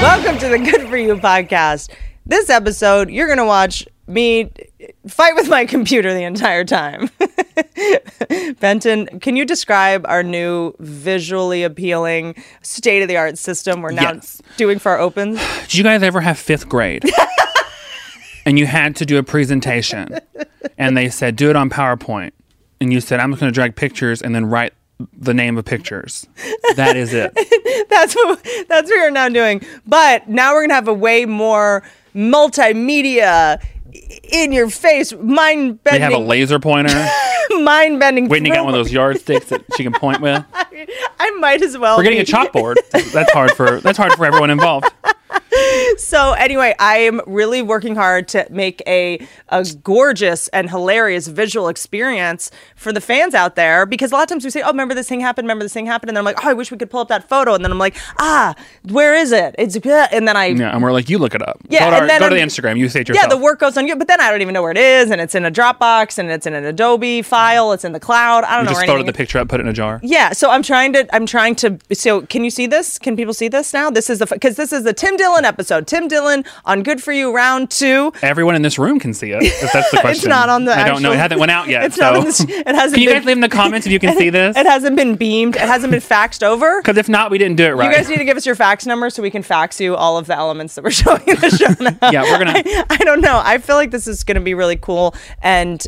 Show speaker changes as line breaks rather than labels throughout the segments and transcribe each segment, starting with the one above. Welcome to the Good For You podcast. This episode, you're going to watch me fight with my computer the entire time. Benton, can you describe our new visually appealing state of the art system we're now
Yes.
doing for our opens?
Did you guys ever have fifth grade? and you had to do a presentation. And they said, do it on PowerPoint. And you said, I'm just going to drag pictures and then write the name of pictures. That is it.
That's what that's what we're now doing. But now we're going to have a way more multimedia in your face, mind
They have a
bending,
laser pointer.
mind bending.
Whitney got one of those yardsticks that she can point with.
I might as well.
We're getting a
be-
chalkboard. That's hard for that's hard for everyone involved.
So anyway, I am really working hard to make a a gorgeous and hilarious visual experience for the fans out there because a lot of times we say, "Oh, remember this thing happened? Remember this thing happened?" And then I'm like, "Oh, I wish we could pull up that photo." And then I'm like, "Ah, where is it? It's good." And then I
Yeah, and we're like, you look it up.
Yeah,
go to,
and
our-
then
go to the
I'm-
Instagram. You say it
yeah,
yourself.
the work goes on you, but then I don't even know where it is, and it's in a Dropbox, and it's in an Adobe file, it's in the cloud. I don't
You
know.
just
where
folded
anything
the
is.
picture up, put it in a jar.
Yeah, so I'm trying to. I'm trying to. So, can you see this? Can people see this now? This is the because this is the Tim Dillon episode. Tim Dillon on Good for You round two.
Everyone in this room can see it. If that's the question.
It's not on the.
I don't know. It
actual-
hasn't went out yet.
It's not on
so-
the. sh- It hasn't.
Can you
been,
guys leave in the comments if you can see this?
It hasn't been beamed. It hasn't been faxed over.
Because if not, we didn't do it
You
right.
guys need to give us your fax number so we can fax you all of the elements that we're showing in the show now.
Yeah, we're gonna-
I, I don't know. I feel like this is gonna be really cool and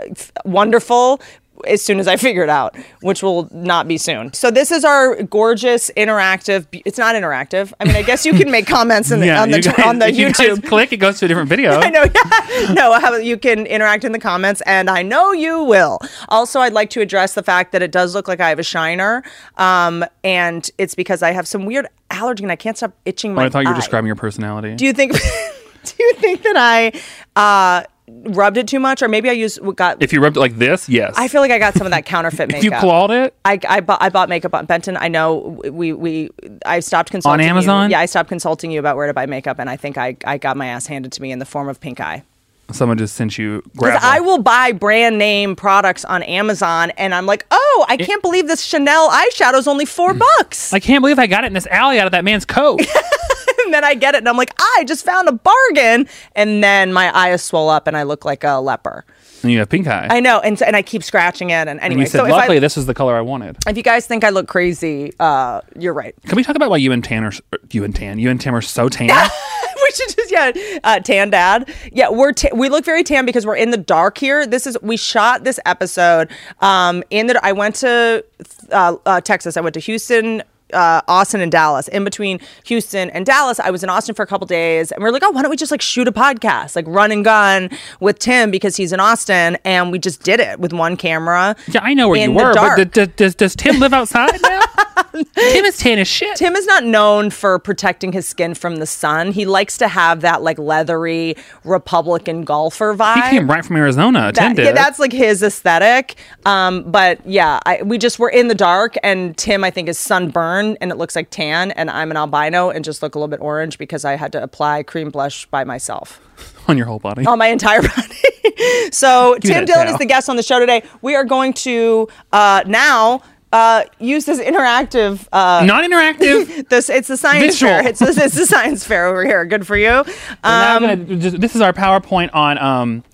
uh, f- wonderful as soon as I figure it out, which will not be soon. So this is our gorgeous interactive. be- It's not interactive. I mean, I guess you can make comments in the, on the
you
t- on the
if you guys
YouTube.
click, it goes to a different video.
I know. Yeah. No, how about you can interact in the comments, and I know you will. Also, I'd like to address the fact that it does look like I have a shiner, um, and it's because I have some weird allergy and I can't stop itching my.
Oh, I thought you were
eye.
describing your personality.
Do you think? do you think that I uh, rubbed it too much, or maybe I used got?
if you rubbed it like this, yes.
I feel like I got some of that counterfeit makeup.
if you clawed it,
I, I, bought, I bought makeup on Benton. I know we, we I stopped consulting you.
Amazon?
Yeah, I stopped consulting you about where to buy makeup, and I think I, I got my ass handed to me in the form of pink eye.
someone just sent you gravel.
Because I will buy brand name products on Amazon, and I'm like, oh, I can't believe this Chanel eyeshadow's only four
Mm.
bucks.
I can't believe I got it in this alley out of that man's coat.
and then I get it, and I'm like, I just found a bargain. And then my eye is swole up, and I look like a leper.
and you have pink eye.
I know, and and I keep scratching it. And
and
anyway,
you said,
so if,
luckily,
I,
this was the color I wanted.
if you guys think I look crazy, uh, you're right.
Can we talk about why you and Tan are, s- er, you and Tan, you and Tim are so tan?
we should just yeah, uh, tan dad. Yeah, we're ta- we look very tan because we're in the dark here. This is we shot this episode um in the I went to uh, uh, Texas. I went to Houston. Uh, Austin and Dallas. In between Houston and Dallas, I was in Austin for a couple days, and we are like, "Oh, why don't we just like shoot a podcast, like run and gun with Tim because he's in Austin?" And we just did it with one camera.
yeah, I know where you
in the
were,
dark.
but d- d- does, does Tim live outside now? Tim is tan as shit.
Tim is not known for protecting his skin from the sun. He likes to have that like leathery Republican golfer vibe.
he came right from Arizona. Tim
That-
did.
yeah, that's like his aesthetic. Um, but yeah, I, we just were in the dark, and Tim I think is sunburned, and it looks like tan, and I'm an albino and just look a little bit orange because I had to apply cream blush by myself
on your whole body.
on my entire body. so Tim
that
Dillon
now.
is the guest on the show today. We are going to uh, now. Uh, use this interactive uh,
Not interactive.
this it's the science
Visual.
fair it's, it's the science fair over here good for you Uh,
We're
Um,
now gonna- just- this is our PowerPoint on um,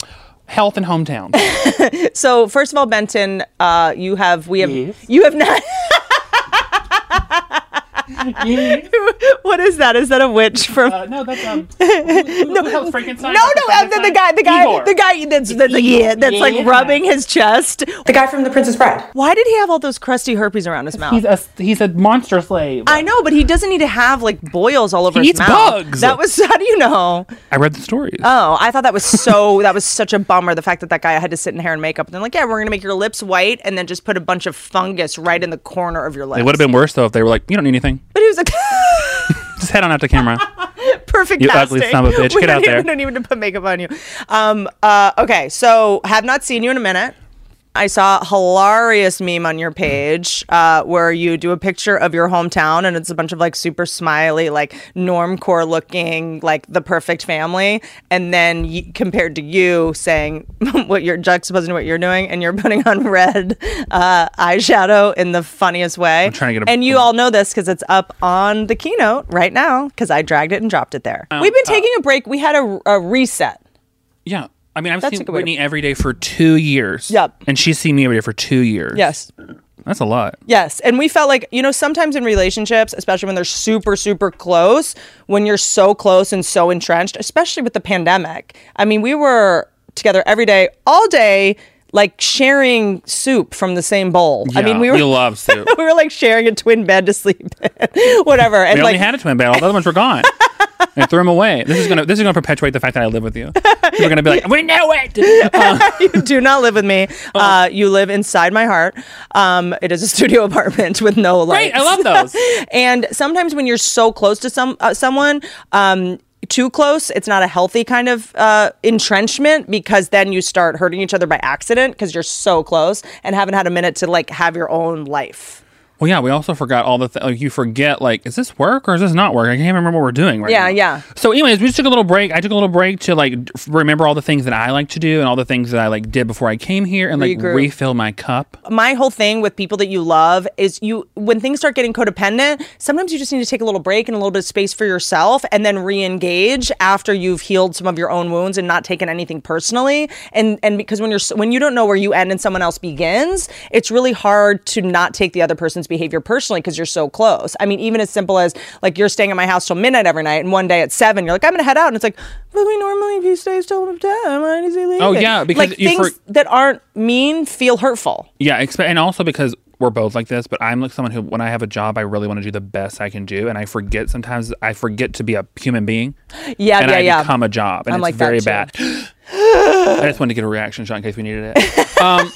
health and hometown.
So first of all, Benton, uh, you have we have you have not. what is that? Is that a witch from?
Uh, no, that's um. no, uh,
no,
Frankenstein.
no, and then the guy, the guy,
Igor.
the guy that's, that's yeah, that's like
Yeah.
rubbing his chest. The guy from The Princess Bride. Why did he have all those crusty herpes around his mouth?
He's a he's a monster slave.
I know, but he doesn't need to have like boils all over
He
his
eats
mouth.
bugs.
That was how do you know?
I read the stories.
Oh, I thought that was so. that was such a bummer. The fact that that guy had to sit in hair and makeup, and then like, yeah, we're gonna make your lips white, and then just put a bunch of fungus right in the corner of your lips.
it would have been worse though if they were like, "You don't need anything.
But he was like,
Just head on out to camera."
perfect.
You
casting.
ugly son of a bitch.
We
Get
don't
out
even,
there.
We don't even need to put makeup on you. Um. Uh. Okay. So have not seen you in a minute. I saw a hilarious meme on your page uh, where you do a picture of your hometown and it's a bunch of like super smiley, like normcore looking, like the perfect family. And then y- compared to you saying what you're juxtaposing what you're doing and you're putting on red uh, eyeshadow in the funniest way. I'm
trying to get a-
and you all know this because it's up on the keynote right now because I dragged it and dropped it
Um,
there. We've
uh,
been taking a break. We had a, a reset.
yeah, I mean, I've
That's a
seen
good way to-
Whitney every day for two years.
Yep.
And she's seen me every day for two years.
Yes.
That's a lot.
Yes. And we felt like, you know, sometimes in relationships, especially when they're super, super close, when you're so close and so entrenched, especially with the pandemic. I mean, we were together every day, all day, like sharing soup from the same bowl. I mean,
Yeah,
we were.
we love soup.
we were like sharing a twin bed to sleep in, whatever. And
We
like,
only had a twin bed. All the other ones were gone. I threw them away. This is gonna this is gonna perpetuate the fact that I live with you. You're gonna be like, we know it. Uh,
you do not live with me.
Oh.
Uh, you live inside my heart. Um, it is a studio apartment with no lights.
Great, I love those.
and sometimes when you're so close to some uh, someone, um, too close, it's not a healthy kind of uh, entrenchment because then you start hurting each other by accident because you're so close and haven't had a minute to like have your own life.
well, yeah. We also forgot all the th- like. You forget like, is this work or is this not work? I can't remember what we're doing right
Yeah,
now.
yeah.
So, anyways, we just took a little break. I took a little break to like f- remember all the things that I like to do and all the things that I like did before I came here and like
Regroup.
refill my cup.
my whole thing with people that you love is you when things start getting codependent sometimes you just need to take a little break and a little bit of space for yourself and then re-engage after you've healed some of your own wounds and not taken anything personally and and because when you're s- when you don't know where you end and someone else begins it's really hard to not take the other person's behavior personally because you're so close i mean even as simple as like you're staying at my house till midnight every night and one day at seven you're like i'm gonna head out and it's like but we normally if you stay till time why does he leave
Oh, yeah, because
like
you
things
for-
that aren't mean feel hurtful
Yeah, exp- and also because we're both like this, but I'm like someone who, when I have a job, I really want to do the best I can do, and I forget sometimes. I forget to be a human being.
Yeah,
and
yeah,
I
Uh, yeah.
become a job, and
I'm
it's
like that
very
too.
bad. I just wanted to get a reaction shot in case we needed it. Um,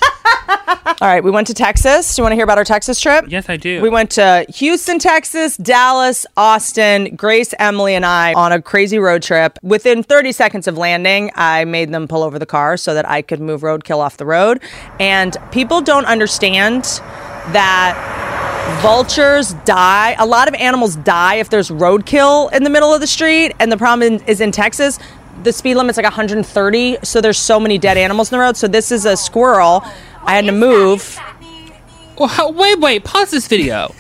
All right, we went to Texas. Do you want to hear about our Texas trip?
yes, I do.
We went to Houston, Texas, Dallas, Austin. Grace, Emily, and I on a crazy road trip. Within 30 seconds of landing, I made them pull over the car so that I could move roadkill off the road. And people don't understand that vultures die. A lot of animals die if there's roadkill in the middle of the street. And the problem in, is in Texas, the speed limit's like 130, so there's so many dead animals in the road. So this is a squirrel. I had to move.
Mm.
Well, how- wait, wait, pause this video.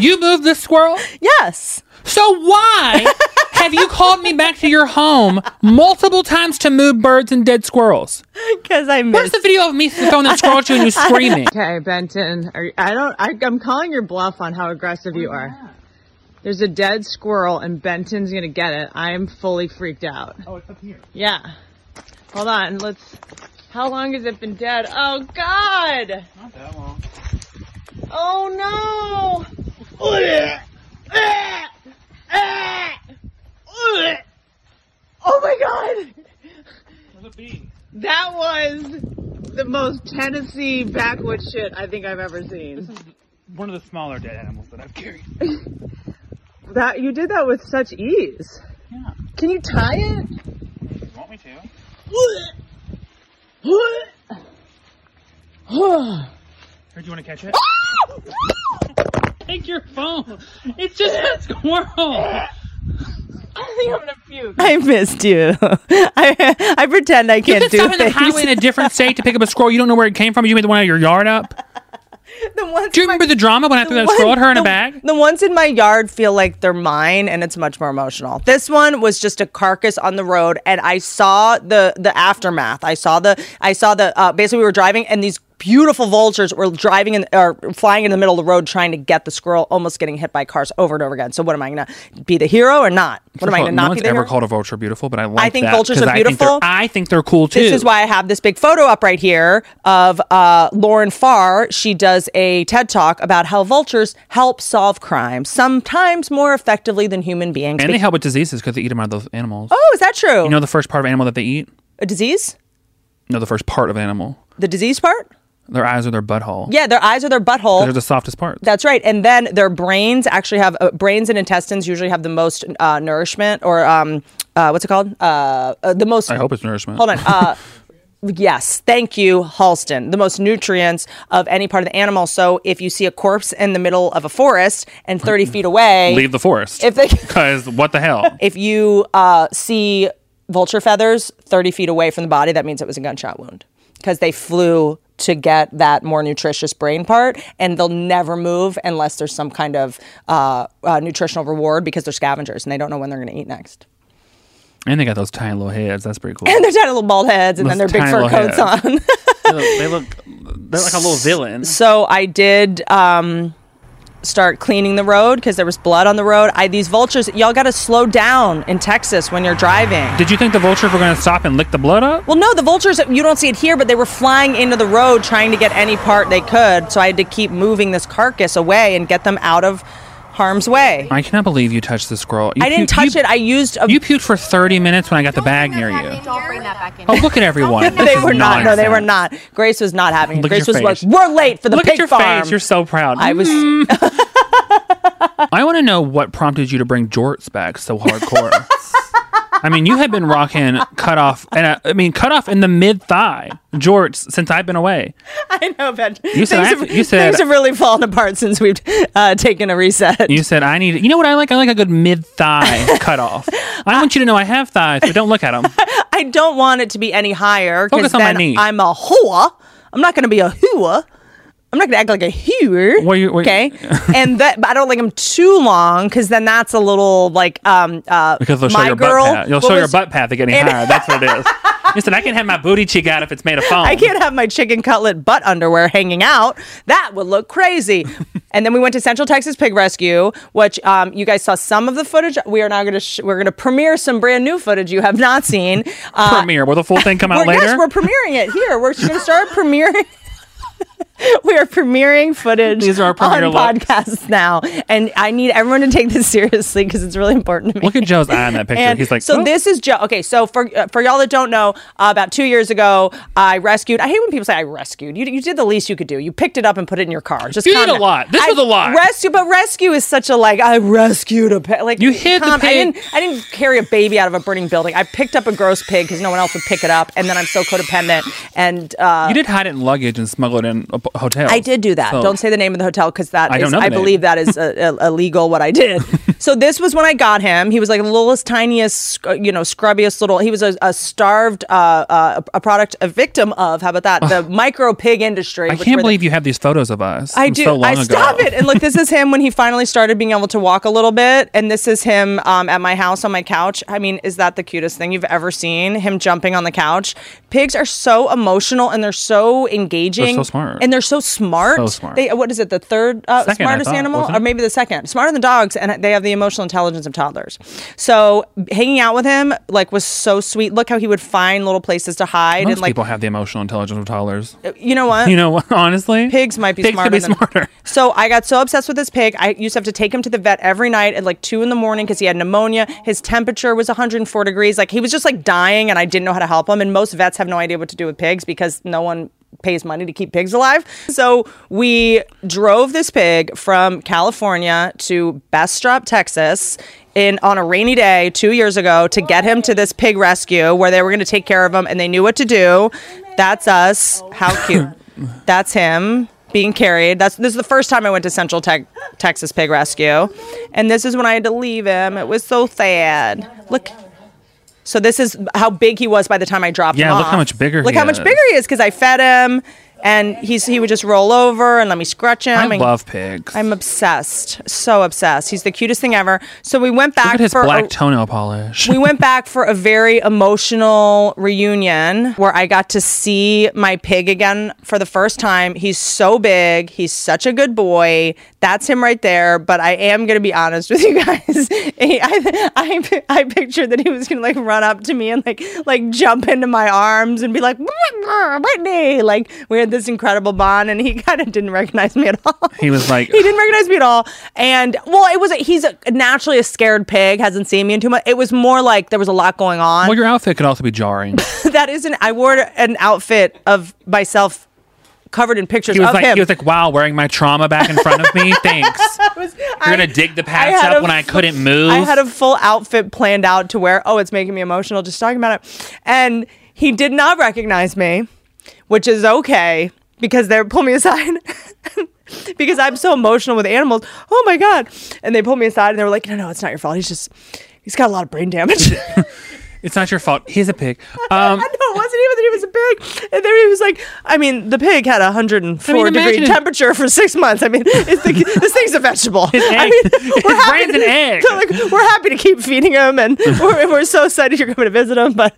you moved this squirrel?
Yes.
So why have you called me back to your home multiple times to move birds and dead squirrels?
Because I
Where's
missed.
the video of me throwing that squirrel at you and you screaming?
Okay, Benton, are, I don't. I, I'm calling your bluff on how aggressive you are. There's a dead squirrel, and Benton's gonna get it. I'm fully freaked out. Oh, it's up here. Yeah. Hold on. Let's. How long has it been dead? Oh God. Not that long. Oh no. Oh my God. That was the most Tennessee backwoods shit I think I've ever seen.
One of the smaller dead animals that I've carried.
That you did that with such ease. Can you tie it?
Want me to? Or do you want to catch it? Take your phone. It's just a squirrel.
I think I'm gonna puke.
I missed you. I I pretend I
You
can't
could
do
stop in the
things.
highway in a different state to pick up a squirrel. You don't know where it came from. You made the one out of your yard up.
The ones
Do you
in my-
remember the drama when I threw that squirrel at her in a
the-
bag?
The ones in my yard feel like they're mine, and it's much more emotional. This one was just a carcass on the road, and I saw the the aftermath. I saw the I saw the uh, basically we were driving, and these beautiful vultures were driving in or flying in the middle of the road trying to get the squirrel, almost getting hit by cars over and over again. So what am I going to be the hero or not? What am I
Well,
going to
no
not
one's
be the
ever
hero?
called a vulture beautiful, but I like
think
that,
vultures
'cause
are
I think they're-
beautiful.
I think they're cool too.
This is why I have this big photo up right here of uh, Lauren Farr. She does a TED talk about how vultures help solve crime, sometimes more effectively than human beings.
and they help with diseases because they eat them out of those animals.
oh, is that true?
You know the first part of animal that they eat?
a disease?
No, the first part of animal.
The disease part?
Their eyes are their butthole.
Yeah, their eyes are their butthole.
They're the softest part.
That's right. And then their brains actually have uh, brains and intestines usually have the most uh, nourishment or um, uh, what's it called? Uh, uh, the most.
I hope it's nourishment.
Hold on. Uh, yes. Thank you, Halston. The most nutrients of any part of the animal. So if you see a corpse in the middle of a forest and 30 feet away,
Leave the forest.
If they-
Because what the hell?
if you uh, see vulture feathers 30 feet away from the body, that means it was a gunshot wound because they flew to get that more nutritious brain part and they'll never move unless there's some kind of uh, uh, nutritional reward because they're scavengers and they don't know when they're going to eat next.
and they got those tiny little heads. That's pretty cool.
And they're tiny little bald heads and then their
Those
big
tiny
fur
little
coats
heads.
on.
they look, they look they're like a little villain.
so I did um, start cleaning the road because there was blood on the road. I These vultures, y'all got to slow down in Texas when you're driving.
Did you think the vultures were going to stop and lick the blood up?
Well, no, the vultures, you don't see it here, but they were flying into the road trying to get any part they could. So I had to keep moving this carcass away and get them out of harm's way.
I cannot believe you touched the squirrel. You
I didn't
pu-
touch
you-
it. I used a.
You puked for 30 minutes when I got the bag near you.
Don't bring that back in.
Oh, look at everyone. This
they
is
were not. No, they
nonsense.
were not. Grace was not having it.
Look at
Grace
your
was like,
face.
we're late for the
Look
pig
at your
farm.
face. You're so proud.
I was.
I want to know what prompted you to bring jorts back so hardcore. I mean, you had been rocking cut off, and uh, I, I mean cut off in the mid thigh jorts since I've been away.
I know, but
You said
things,
I have-
have,
you said-
things have really fallen apart since we've uh, taken a reset.
You said I need. You know what I like? I like a good mid thigh cut off. I want you to know I have thighs, but don't look at them.
I don't want it to be any higher because
Focus on my
then
knee.
I'm a whore. I'm not going to be a whore. I'm not going to act like a whore.
What you- what you-
okay, and that but I don't like them too long because then that's a little like um uh
Because they'll show
my
your
girl.
butt path. You'll
what
show your
was-
butt path at getting higher. That's what it is. You said I can have my booty cheek out if it's made of foam.
I can't have my chicken cutlet butt underwear hanging out. That would look crazy. and then we went to Central Texas Pig Rescue, which um, you guys saw some of the footage. We are now going to sh- we're going to premiere some brand new footage you have not seen. Uh,
premiere. Will the full thing come out
We're-
later?
Yes, we're premiering it here. We're going to start premiering. we are premiering footage
These are our premiere
on
looks.
podcasts now, and I need everyone to take this seriously because it's really important to me.
Look at Joe's eye in that picture.
And
He's like,
so
"Oh."
this is Joe. Okay, so for uh, for y'all that don't know, uh, about two years ago, I rescued. I hate when people say I rescued. You, you did the least you could do. You picked it up and put it in your car. Just
You did
calm
a
down.
lot. This
I
was a lot.
Rescue, but rescue is such a like I rescued a pig. Like
You hid the
I
pig.
didn't. I didn't carry a baby out of a burning building. I picked up a gross pig because no one else would pick it up, and then I'm so codependent. And uh,
You did hide it in luggage and smuggle it in a p- hotel.
I did do that.
So-
Don't say the name of the hotel because that
I
is-
don't know the
I
name.
believe that is uh, uh, illegal what I did. so this was when I got him. He was like the littlest, tiniest, sc- you know, scrubbiest little. He was a, a starved, uh, uh, a product, a victim of how about that? The micro pig industry.
I
which
can't
were the-
believe you have these photos of us.
I
from
do.
So long
I
ago.
stop it. And look, this is him when he finally started being able to walk a little bit. And this is him um, at my house on my couch. I mean, is that the cutest thing you've ever seen? Him jumping on the couch. Pigs are so emotional and they're so engaging.
They're so smart.
And they're so smart.
So smart.
They, what is it? The third uh,
Second, I
smartest
thought,
animal,
wasn't it?
or maybe the second, smarter than dogs, and they have the emotional intelligence of toddlers. So hanging out with him like was so sweet. Look how he would find little places to hide
Most
and like
people have the emotional intelligence of toddlers.
you know what
You know what? Honestly,
pigs might be
pigs
smarter.
could be
than-
smarter.
So I got so obsessed with this pig. I used to have to take him to the vet every night at like two in the morning because he had pneumonia. His temperature was 104 degrees. Like he was just like dying, and I didn't know how to help him. And most vets have no idea what to do with pigs because no one pays money to keep pigs alive. So we drove this pig from California to Bastrop, Texas. In, on a rainy day two years ago to get him to this pig rescue where they were going to take care of him and they knew what to do. That's us. How cute. That's him being carried. That's this is the first time I went to Central Tech, Texas Pig Rescue, and this is when I had to leave him. It was so sad. Look. So this is how big he was by the time I dropped him
Yeah,
off.
look how much bigger
Look
he
how much
is.
bigger he is because I fed him. and he's he would just roll over and let me scratch him.
I
and-
love pigs.
I'm obsessed, so obsessed. He's the cutest thing ever. So we went back
Look at his
for
black
a,
toenail polish.
we went back for a very emotional reunion where I got to see my pig again for the first time. He's so big. He's such a good boy. That's him right there. But I am going to be honest with you guys. He- I, I, I pictured that he was going to like run up to me and like like jump into my arms and be like, Whitney. Like we had this incredible bond and he kind of didn't recognize me at all.
He was like-
he didn't recognize me at all. And well, it was, he's a, naturally a scared pig, hasn't seen me in too much. It was more like there was a lot going on.
well, your outfit could also be jarring.
that isn't, I wore an outfit of myself covered in pictures
He was
of
like,
him.
he was like, wow, wearing my trauma back in front of me. Thanks. You're gonna dig the past
had
up
a
when I
fu-
couldn't move.
I had a full outfit planned out to wear. Oh, it's making me emotional just talking about it. And he did not recognize me, which is okay because they pulled me aside because I'm so emotional with animals. Oh my god! And they pulled me aside and they were like, "No, no, it's not your fault. He's just." He's got a lot of brain damage. no,
it's not your fault. He's a pig. Um,
it wasn't even that he was a pig. And then he was like, I mean, the pig had a 104
I mean,
degree
imagine-
temperature for six months. I mean, it's the, this thing's a vegetable. I
egg-
mean,
his
we're happy
brain's an
to-
egg.
they're like, we're happy to keep feeding him and we're, we're so excited you're coming to visit him but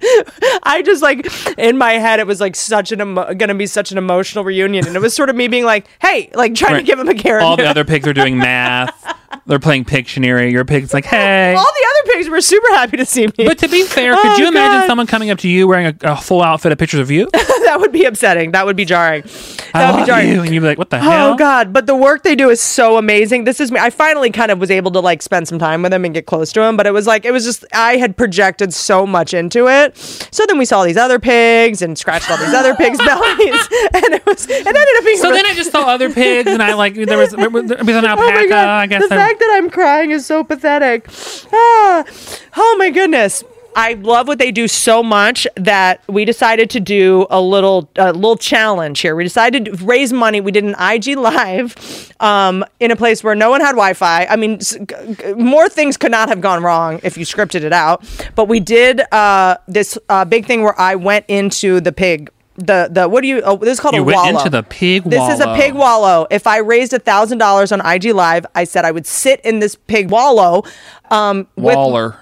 i just like in my head it was like such an emo- gonna be such an emotional reunion and it was sort of me being like hey like trying to
Right.
give him a carrot
all the other pigs are doing math. They're playing Pictionary. Your pig's like, hey.
all the other pigs were super happy to see me
But to be fair,
Oh,
could you imagine
God.
someone coming up to you wearing a, a full outfit of pictures of you?
that would be upsetting that would be jarring
I
that would be
love
jarring
you, and you'd be like, what the hell?
Oh God! But the work they do is so amazing. This is me. I finally kind of was able to like spend some time with him and get close to him. But it was like it was just I had projected so much into it. So then we saw these other pigs and scratched all these other pigs' bellies, and it was it ended up being.
So
really-
then I just saw other pigs, and I like there was there was an
Oh my
alpaca.
God!
I guess
the
there-
fact that I'm crying is so pathetic. Ah, oh my goodness. I love what they do so much that we decided to do a little a little challenge here. We decided to raise money. We did an IG live um, in a place where no one had Wi-Fi. I mean, s- g- g- more things could not have gone wrong if you scripted it out. But we did uh, this uh, big thing where I went into the pig. The the what do you? Oh, this is called
You
a
went
wallow.
into the pig
This is a
wallow.
pig wallow. If I raised a thousand dollars on IG Live, I said I would sit in this pig wallow. Um, with-
Waller.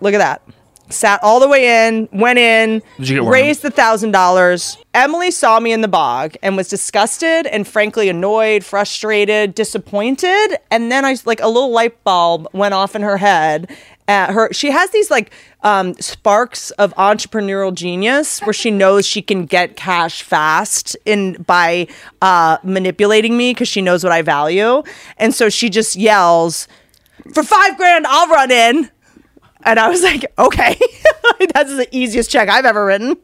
look at that. Sat all the way in, went in,
Did you get worm?
raised the thousand dollars. Emily saw me in the bog and was disgusted and frankly annoyed, frustrated, disappointed. And then I s- like a little light bulb went off in her head. At her, she has these like um, sparks of entrepreneurial genius where she knows she can get cash fast in by uh, manipulating me because she knows what I value, and so she just yells, "For five grand, I'll run in." And I was like, okay, that's the easiest check I've ever written.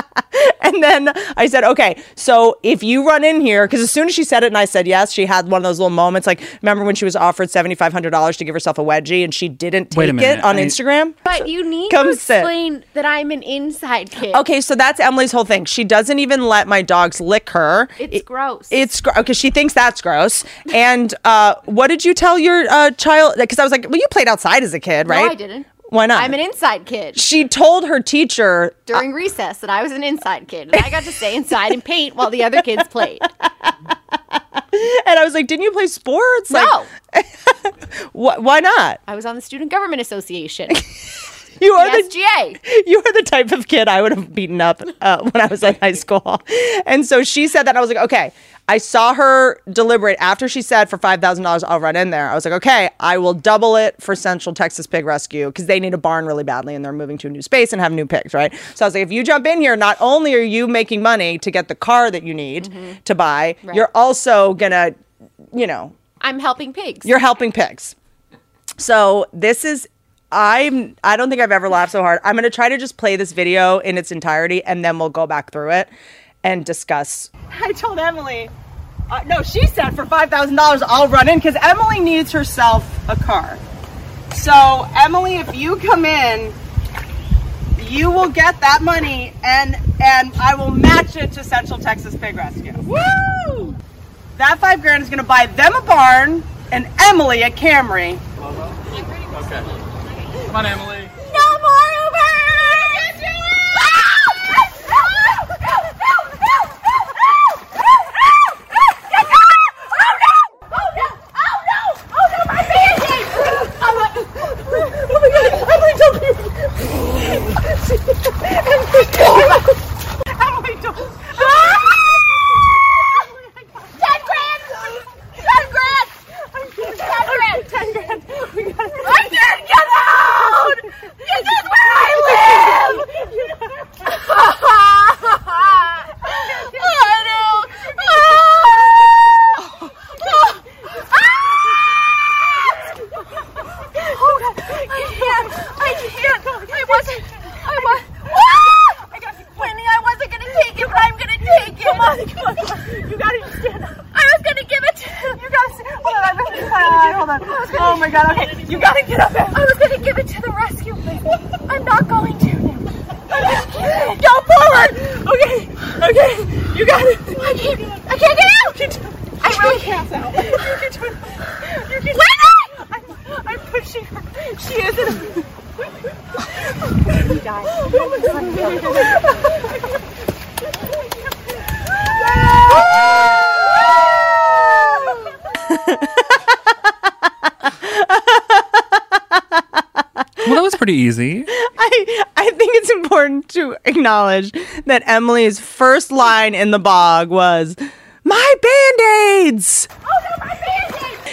and then I said, okay, so if you run in here, because as soon as she said it and I said yes, she had one of those little moments. Like, remember when she was offered $7,500 to give herself a wedgie and she didn't
Wait a
take it
minute,
on
I-
Instagram?
But you need
Come
to
sit.
explain that I'm an inside kid.
Okay, so that's Emily's whole thing. She doesn't even let my dogs lick her.
It's gross.
It's gross because she thinks that's gross. And uh, what did you tell your uh, child? Because I was like, well, you played outside as a kid,
No,
right?
I didn't.
Why not?
I'm an inside kid.
she told her teacher
During recess, that I was an inside kid, and I got to stay inside and paint while the other kids played.
And I was like, didn't you play sports?
No,
Like, wh- why not?
Oh, I was on the Student Government Association,
You are the
SGA.
you are the type of kid I would have beaten up uh, when I was in high school. And so she said that I was like, okay. I saw her deliberate after she said for five thousand dollars I'll run in there. I was like, okay, I will double it for Central Texas Pig Rescue because they need a barn really badly and they're moving to a new space and have new pigs, right? So I was like, if you jump in here, not only are you making money to get the car that you need to buy, you're also gonna, you know,
I'm helping pigs.
You're helping pigs. So this is I'm I don't think I've ever laughed so hard. I'm gonna try to just play this video in its entirety and then we'll go back through it and discuss. I told Emily uh, no, she said for five thousand dollars I'll run in because Emily needs herself a car. So Emily, if you come in, you will get that money and and I will match it to Central Texas Pig Rescue. Woo! That five grand is gonna buy them a barn and Emily a Camry.
Come on, Emily.
no more Uber.
gotta Ah! come on. You gotta stand up. I was gonna give it to him. You gotta stand Hold on, I'm gonna hold on, hold on. Oh my god, okay. You gotta get up. I was gonna give it to the rescue, but I'm not going to now. Go forward! Okay, okay, you got it. I can't, I can't get out! I really can't. You can do it. You can do it. I'm, I'm pushing her. She isn't. Oh
Well, that was pretty easy.
I, I think it's important to acknowledge that Emily's first line in the bog was, My band aids!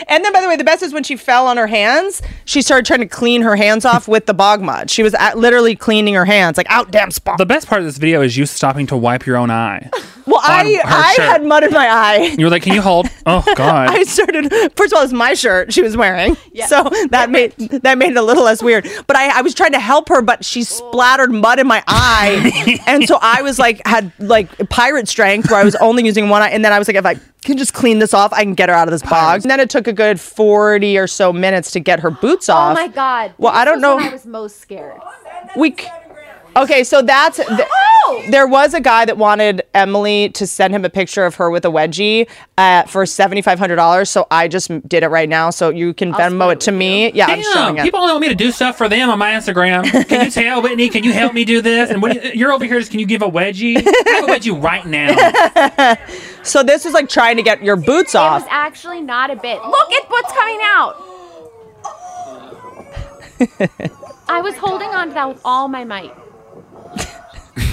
And then, by the way, the best is when she fell on her hands, she started trying to clean her hands off with the bog mud. She was at, literally cleaning her hands, like, out, damn spot.
The best part of this video is you stopping to wipe your own eye.
Well, I,
on her
I
shirt.
had mud in my eye.
You were like, "Can you hold?" Oh God,
I started. First of all, it's my shirt she was wearing, so that made that made it a little less weird. But I, I was trying to help her, but she splattered mud in my eye, and so I was like had like pirate strength where I was only using one eye, and then I was like, if I can just clean this off, I can get her out of this bog. And then it took a good forty or so minutes to get her boots
Oh
off.
my god.
Well, I
This
don't
was
know.
when I was most scared.
We c- okay, so that's th- there was a guy that wanted Emily to send him a picture of her with a wedgie uh, for seventy five hundred dollars. So I just m- did it right now, so you can Venmo it to me. Yeah, I'm showing
Damn,
it.
people only want me to do stuff for them on my Instagram. Can you tell Whitney? Can you help me do this? And what, you're over here just can you give a wedgie? I have a wedgie right now.
so this is like trying to get your boots
It was
off.
actually not a bit. Look at what's coming out. I was holding on to that with all my might.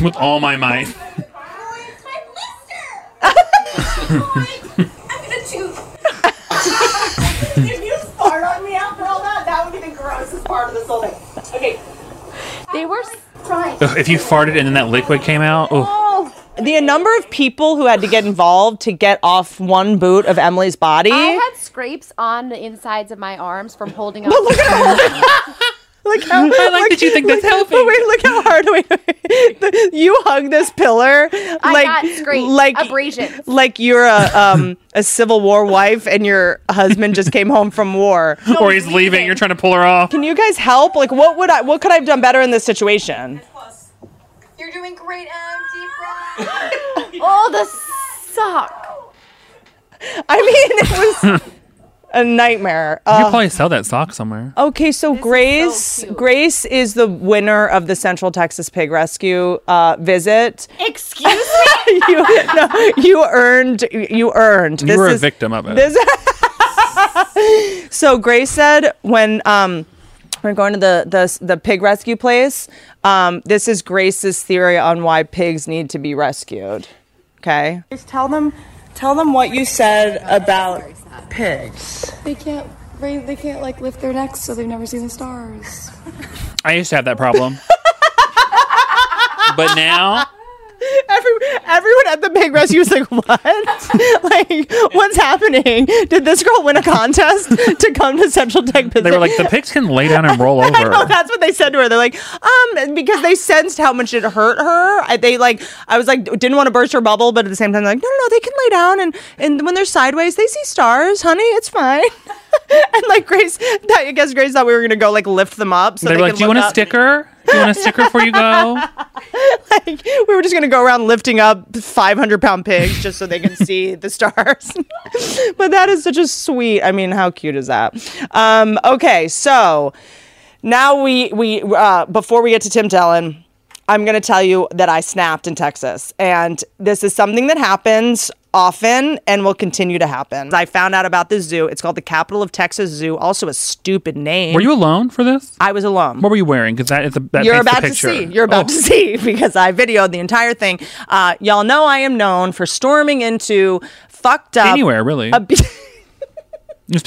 with all my might.
if you fart on me after all that, that would be the grossest part of this whole thing. Okay.
They were
Ugh, if you farted and then that liquid came out, oh,
The number of people who had to get involved to get off one boot of Emily's body.
I had scrapes on the insides of my arms from holding on.
look how,
I like that you think that's helping.
But wait, look how hard. Wait, wait. The- you hug this pillar.
I
like,
got scrapes,
Like
abrasions.
Like you're a um a Civil War wife and your husband just came home from war.
or he's leaving. You're trying to pull her off.
Can you guys help? Like, what would I? What could I have done better in this situation?
You're doing great, Em. Deep breath.
Oh, the sock.
I mean, it was a nightmare.
You
Uh,
could probably sell that sock somewhere.
Okay, so Grace,
cute.
Grace is the winner of the Central Texas Pig Rescue uh, visit.
Excuse me.
you, no, you earned. You earned.
You were a victim of it.
This, so Grace said when um, we're going to the the the pig rescue place. Um, this is Grace's theory on why pigs need to be rescued. Okay.
Just tell them, tell them what you said about pigs.
They can't. Right, they can't like lift their necks, so they've never seen the stars.
I used to have that problem. but now,
Every, everyone at the pig rescue was like, "What? like, what's happening? Did this girl win a contest to come to Central Tech?"
they were like, the pigs can lay down and roll
I know
over.
that's what they said to her. They're like, um, because they sensed how much it hurt her. I, they like, I was like, didn't want to burst her bubble, but at the same time, like, no, no, no, they can lay down and and when they're sideways, they see stars, honey. It's fine. and like Grace, I guess Grace thought we were gonna go like lift them up. So
They were like,
could
do you
look
want a
up."
sticker? Do you want a sticker before you go?
Like, we were just gonna go around lifting up 500 pound pigs just so they can see the stars. but that is such a sweet. I mean, how cute is that? Um, okay, so now we we uh, before we get to Tim Dillon, I'm gonna tell you that I snapped in Texas, and this is something that happens often and will continue to happen. I found out about this zoo. It's called the Capital of Texas Zoo. Also, a stupid name.
Were you alone for this?
I was alone
What were you wearing? Because that is a that
you're
paints the
about to
picture.
see. You're about
Oh,
to see because I videoed the entire thing. Uh, y'all know I am known for storming into fucked up
anywhere really.
ab-
Just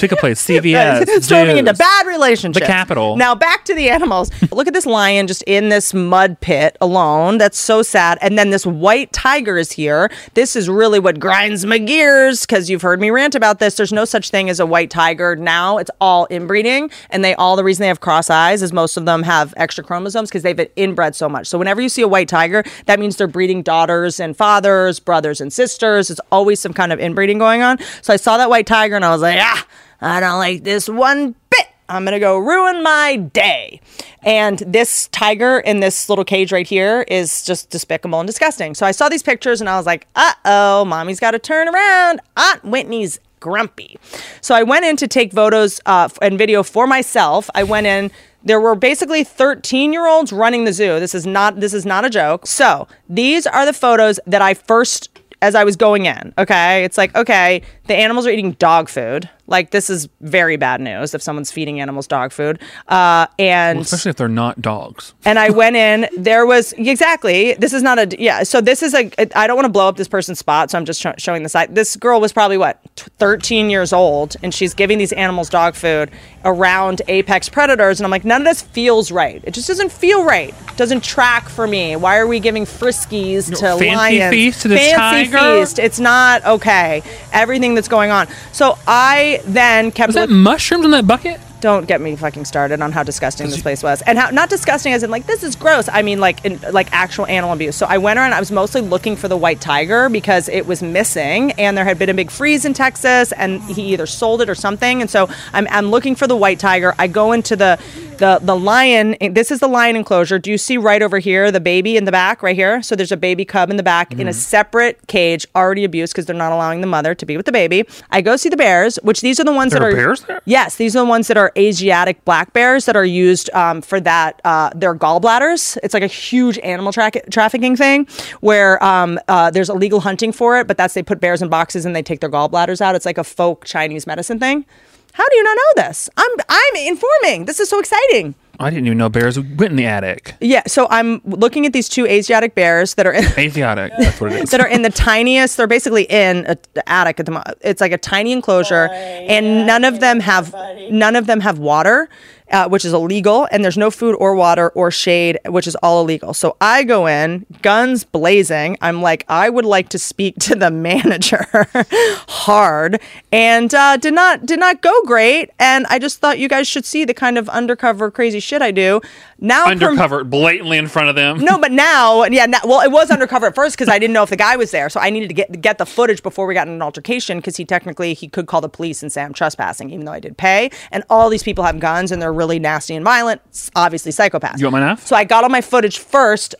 pick a place. CVS.
Storming into
Zeus.
bad relationships.
The Capitol.
Now back to the animals. Look at this lion just in this mud pit alone. That's so sad. And then this white tiger is here. This is really what grinds my gears because you've heard me rant about this. There's no such thing as a white tiger now. It's all inbreeding, and they all the reason they have cross eyes is most of them have extra chromosomes because they've inbred so much. So whenever you see a white tiger, that means they're breeding daughters and fathers, brothers and sisters. It's always some kind of inbreeding going on. So I saw that white tiger and I was like, ah, I don't like this one bit. I'm gonna go ruin my day. And this tiger in this little cage right here is just despicable and disgusting. So I saw these pictures and I was like, uh oh, mommy's gotta turn around. Aunt Whitney's grumpy. So I went in to take photos uh, f- and video for myself. I went in. There were basically 13 year olds running the zoo. This is not this is not a joke. So these are the photos that I first as I was going in. Okay. It's like, okay, the animals are eating dog food. Like this is very bad news if someone's feeding animals dog food. Uh and
Especially if they're not dogs.
and I went in. There was exactly. This is not a yeah. So this is a. I don't want to blow up this person's spot, so I'm just sho- showing the side. This girl was probably what t- 13 years old, and she's giving these animals dog food around apex predators, and I'm like, none of this feels right. It just doesn't feel right. Doesn't track for me. Why are we giving friskies to
fancy
lions?
feast to this
fancy
tiger?
feast. It's not okay. Everything that's going on. So I then kept.
Was that
look-
mushrooms in that bucket?
don't get me fucking started on how disgusting this place was and how not disgusting as in like this is gross i mean like in, like actual animal abuse so i went around i was mostly looking for the white tiger because it was missing and there had been a big freeze in texas and he either sold it or something and so i'm, I'm looking for the white tiger i go into the the the lion eh, this is the lion enclosure do you see right over here the baby in the back right here so there's a baby cub in the back in a
Mm-hmm.
separate cage already abused because they're not allowing the mother to be with the baby i go see the bears which these are the ones
There
that
are
are
bears there?
Yes, these are the ones that are Asiatic black bears that are used um, for that. Uh, their gallbladders. It's like a huge animal tra- trafficking thing where um, uh, there's illegal hunting for it, but that's they put bears in boxes and they take their gallbladders out. It's like a folk Chinese medicine thing. How do you not know this? I'm I'm informing. This is so exciting.
I didn't even know bears went in the attic.
Yeah, so I'm looking at these two Asiatic bears that are in.
Asiatic. That's what it is.
that are in the tiniest. They're basically in a, the attic at the. mo- It's like a tiny enclosure, and none of them have none of them have water, uh, which is illegal. And there's no food or water or shade, which is all illegal. So I go in, guns blazing. I'm like, I would like to speak to the manager, hard, and uh, did not did not go great. And I just thought you guys should see the kind of undercover crazy shit I do. Now perm-
Undercover, blatantly in front of them.
no, but now, yeah, now, well, it was undercover at first because I didn't know if the guy was there, so I needed to get get the footage before we got in an altercation because he technically he could call the police and say I'm trespassing, even though I did pay. And all these people have guns and they're really nasty and violent, s- obviously psychopaths.
You want my knife?
So I got all my footage first,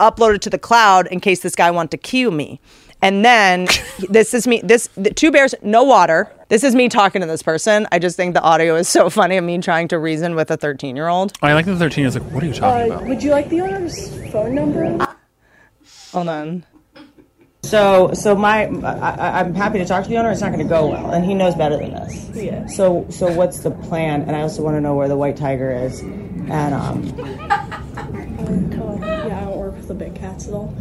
uploaded to the cloud in case this guy wanted to cue me. And then this is me. This the two bears, no water. This is me talking to this person. I just think the audio is so funny of me trying to reason with a 13 year old.
I like the 13 years like, what are you
Uh,
talking about?
Uh, Would you like the owner's phone number?
Hold on.
So, so my, I, I'm happy to talk to the owner. It's not going to go well, and he knows better than us. Yeah. So, so what's the plan? And I also want to know where the white tiger is, and um.
I don't work with the big cats at all.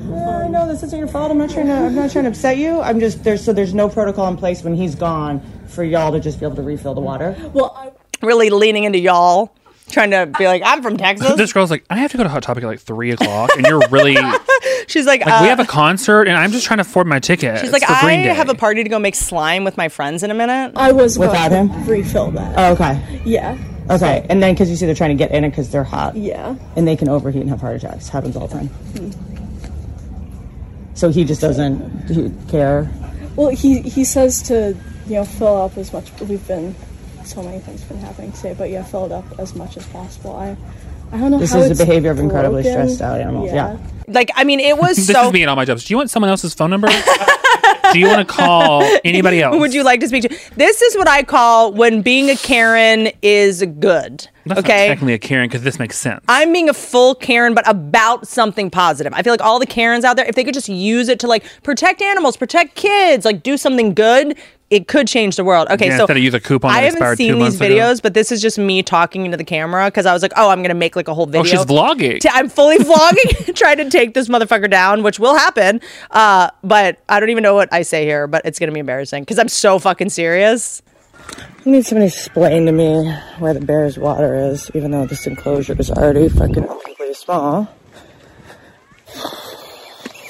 I know Uh, this isn't your fault. I'm not trying to. I'm not trying to upset you. I'm just there's so there's no protocol in place when he's gone for y'all to just be able to refill the water.
Well, I,
really leaning into y'all, trying to be like, I'm from Texas.
This girl's like, I have to go to Hot Topic at like 3 o'clock, and you're really. Like,
She's like, uh,
we have a concert, and I'm just trying to afford my ticket.
she's like, I have a party to go make slime with my friends in a minute.
I was
Without
going
him?
to refill that.
Oh, okay,
yeah,
okay. And then because you see they're trying to get in it because they're hot.
yeah. Hmm.
And they can overheat and have heart attacks. Happens all the time. So he just doesn't he care.
Well, he he says to you know fill up as much. We've been so many things been happening today, but yeah, fill it up as much as possible. I I don't know.
This
how
is the
it's
behavior of incredibly
broken.
stressed out animals. Yeah.
Like, I mean, it was
This
so.
is me and all my jobs. Do you want someone else's phone number? Do you want to call anybody else?
Would you like to speak to? This is what I call when being a Karen is good.
That's not
okay.
technically a Karen because this makes sense.
I'm being a full Karen, but about something positive. I feel like all the Karens out there, if they could just use it to like protect animals, protect kids, like do something good, it could change the world. Okay,
Yeah,
so
instead of use a coupon that
I
expired
haven't
two
seen these
months ago.
videos, but this is just me talking into the camera because I was like, oh, I'm gonna make like a whole video.
she's vlogging.
T- I'm fully vlogging, trying to take this motherfucker down, which will happen. Uh, but I don't even know what I say here, but it's gonna be embarrassing because I'm so fucking serious.
I need somebody to explain to me where the bear's water is, even though this enclosure is already fucking really small.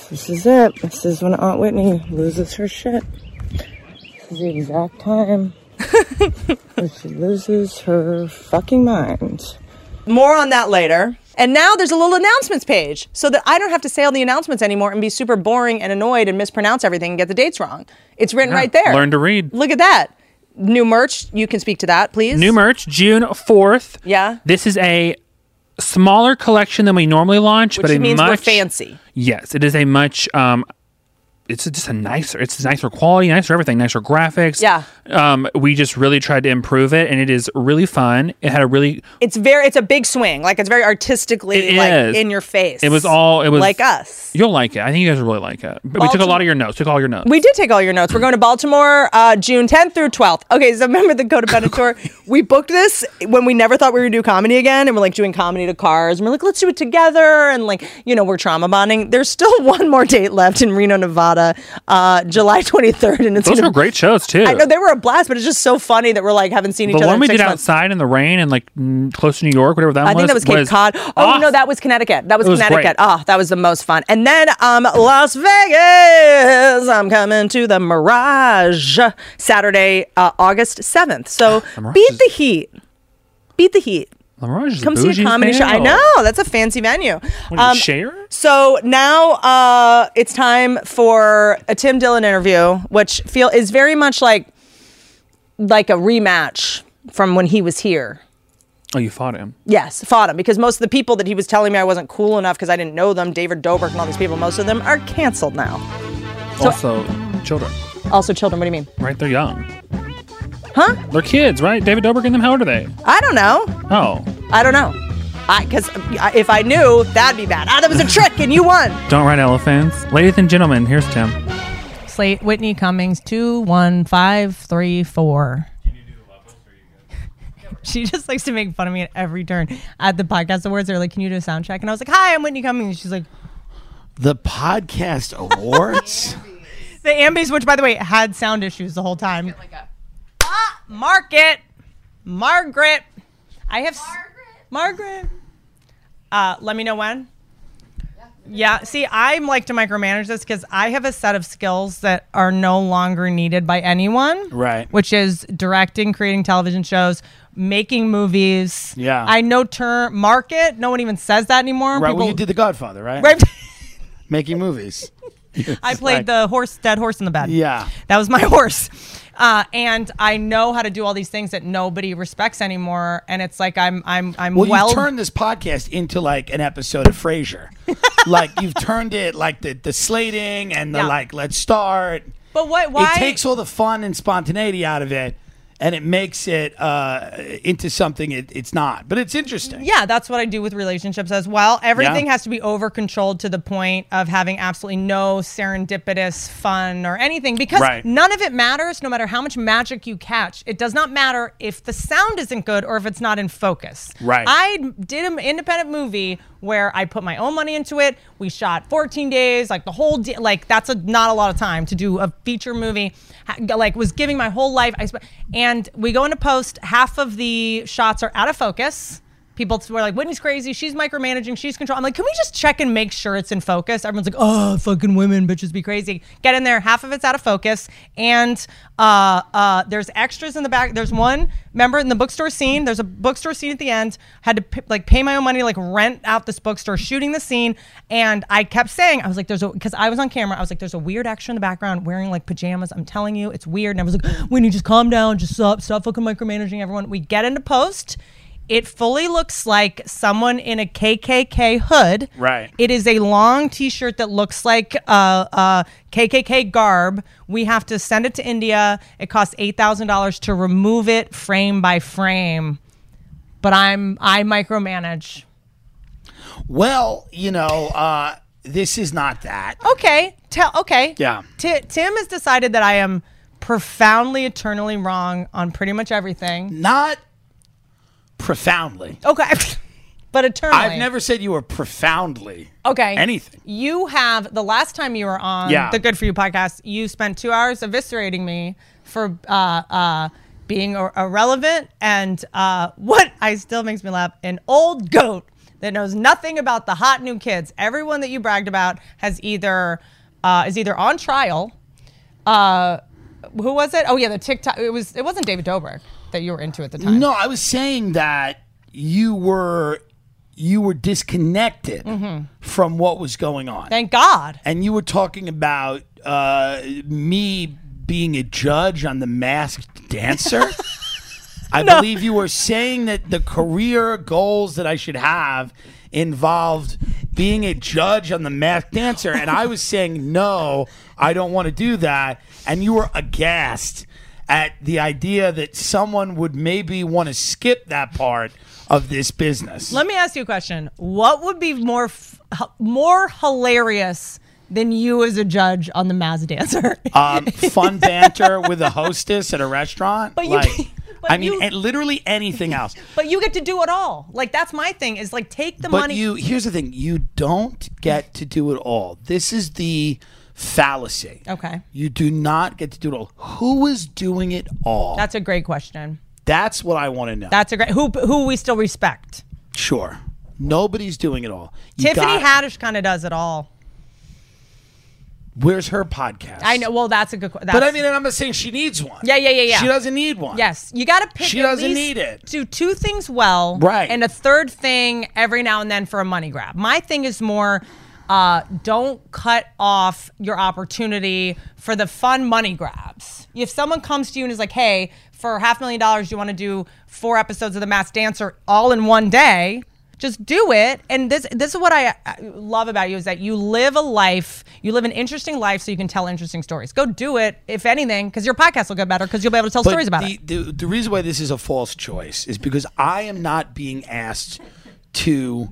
This is it. This is when Aunt Whitney loses her shit. This is the exact time when she loses her fucking mind.
More on that later. And now Oh, there's a little announcements page so that I don't have to say all the announcements anymore and be super boring and annoyed and mispronounce everything and get the dates wrong. It's written right there.
Learn to read.
Look at that. New merch. You can speak to that, please.
New merch, June 4th.
Yeah.
This is a smaller collection than we normally launch,
Which
but a
means
much
we're fancy.
Yes, it is a much um it's just a nicer it's nicer quality, nicer everything, nicer graphics.
Yeah.
Um we just really tried to improve it and it is really fun. It had a really
It's very. It's a big swing. Like it's very artistically,
It
like
is.
in your face.
it was all it was
like us.
You'll like it. I think you guys will really like it. But we took a
Baltimore-
lot of your notes. Took all your notes.
We did take all your notes. We're going to Baltimore uh, June 10th through 12th. Okay, so remember the Go to Benetor? we booked this when we never thought we would do comedy again, and we're like doing comedy to cars, and we're like, let's do it together, and like, you know, we're trauma bonding. There's still one more date left in Reno, Nevada, uh, July 23rd, and it's
Those
gonna-
were great shows too.
I know they were a blast, but it's just so funny that we're like haven't seen each
the
other.
one
in
we
six
did
months.
outside in the rain and like mm, close to New York, whatever that
I
was.
think that was Cape Cod. Oh no,
off.
that was Connecticut. That was,
It was
Connecticut.
great.
Ah, that was the most fun. And then um, Las Vegas. I'm coming to the Mirage Saturday, uh, August seventh. So
Mirage
beat
is-
the heat. Beat the heat.
The Mirage is
Come see a
bougie
comedy show. I
fail.
know Um, that's a fancy venue. Uh,
What, you share?
So now uh, it's time for a Tim Dillon interview, which feel is very much like like a rematch from when he was here.
Oh, you fought him.
Yes, fought him because most of the people that he was telling me I wasn't cool enough because I didn't know them, David Dobrik and all these people, most of them are canceled now.
also, children.
Also, children, what do you mean?
Right? They're young.
Huh?
They're kids, right? David Dobrik and them, how old are they?
I don't know.
Oh,
I don't know. Because if I knew, that'd be bad. Ah, that was a trick and you won.
don't ride elephants. Ladies and gentlemen, here's Tim.
Slate Whitney Cummings two one five three four. She just likes to make fun of me at every turn. At the podcast awards, they're like, "Can you do a sound check?" And I was like, "Hi, I'm Whitney Cummings." And she's like,
The podcast awards.
"The Ambase, which by the way had sound issues the whole time." ah, Margaret, Margaret, I have Margaret. Margaret. Uh, let me know when. Yeah. See, I'm like to micromanage this because I have a set of skills that are no longer needed by anyone.
Right.
Which is directing, creating television shows, making movies.
Yeah.
I know term market. No one even says that anymore.
right, well,
People-
you did The Godfather, right?
right.
Making movies.
I played
Like-
the horse, dead horse in the bed.
Yeah.
That was my horse. Uh, and I know how to do all these things that nobody respects anymore. And it's like I'm I'm I'm
Well,
well,
you've turned this podcast into like an episode of Frasier. like you've turned it like the, the slating and the
Yeah.
like, let's start.
But what- why-
It takes all the fun and spontaneity out of it and it makes it uh, into something it, it's not. But it's interesting.
yeah, that's what I do with relationships as well. Everything
Yeah.
has to be over controlled to the point of having absolutely no serendipitous fun or anything because
Right.
none of it matters no matter how much magic you catch. It does not matter if the sound isn't good or if it's not in focus.
Right.
I did an independent movie where I put my own money into it. We shot 14 days, like the whole day, like that's a, not a lot of time to do a feature movie. Ha- Like was giving my whole life. I sp- and we go into post. Half of the shots are out of focus. People were like, Whitney's crazy. She's micromanaging. She's control. I'm like, can we just check and make sure it's in focus? Everyone's like, oh, fucking women, bitches be crazy. Get in there. Half of it's out of focus. And uh, uh, there's extras in the back. There's one, remember in the bookstore scene, there's a bookstore scene at the end. Had to p- like pay my own money, to, like rent out this bookstore, shooting the scene. And I kept saying, I was like, there's a, because I was on camera, I was like, there's a weird extra in the background wearing like pajamas. I'm telling you, it's weird. And I was like, Whitney, just calm down. Just stop, stop fucking micromanaging everyone. We get into post. It fully looks like someone in a KKK hood.
Right.
It is a long T-shirt that looks like uh, uh, KKK garb. We have to send it to India. It costs eight thousand dollars to remove it frame by frame. But I'm I micromanage.
Well, you know, uh, this is not that.
Okay. Tell. Okay.
Yeah.
Ti- Tim has decided that I am profoundly eternally wrong on pretty much everything.
Not profoundly.
Okay. but eternally.
I've never said you were profoundly.
Okay.
Anything.
You have the last time you were on
Yeah.
the Good for You podcast, you spent two hours eviscerating me for uh, uh, being ir- irrelevant, and uh, what I still makes me laugh an old goat that knows nothing about the hot new kids. Everyone that you bragged about has either uh, is either on trial. Uh, who was it? Oh yeah, the TikTok. It was. It wasn't David Dobrik that you were into at the time.
No, I was saying that you were you were disconnected
Mhm.
from what was going on.
Thank God.
And you were talking about uh, me being a judge on the Masked Dancer. I believe you were saying that the career goals that I should have involved being a judge on the Masked Dancer, and I was saying no, I don't want to do that, and you were aghast at the idea that someone would maybe want to skip that part of this business.
Let me ask you a question. What would be more f- h- more hilarious than you as a judge on the Maz Dancer?
um, fun banter with a hostess at a restaurant.
But you-
like,
but
I mean,
you-
and literally anything else.
But you get to do it all. Like that's my thing. Is like take the
but
money.
you, here's the thing: you don't get to do it all. This is the fallacy.
okay.
You do not get to do it all. Who is doing it all?
That's a great question.
That's what I want to know.
That's a great who who we still respect.
sure. Nobody's doing it all. You
Tiffany
got-
Haddish kind of does it all.
Where's her podcast?
I know. Well, that's a good. That's,
but I mean, and I'm not saying she needs one.
yeah, yeah, yeah, yeah.
She doesn't need one.
Yes, you got to pick.
She
at
doesn't
least-
need it.
Do two things well,
Right.
And a third thing every now and then for a money grab. My thing is more. Uh, don't cut off your opportunity for the fun money grabs. If someone comes to you and is like, "Hey, for half a million dollars, you want to do four episodes of The Masked Dancer all in one day?" Just do it. And this this is what I uh, love about you is that you live a life, you live an interesting life, so you can tell interesting stories. Go do it, if anything, because your podcast will get better because you'll be able to tell
But
stories about
the,
it.
The, the reason why this is a false choice is because I am not being asked to.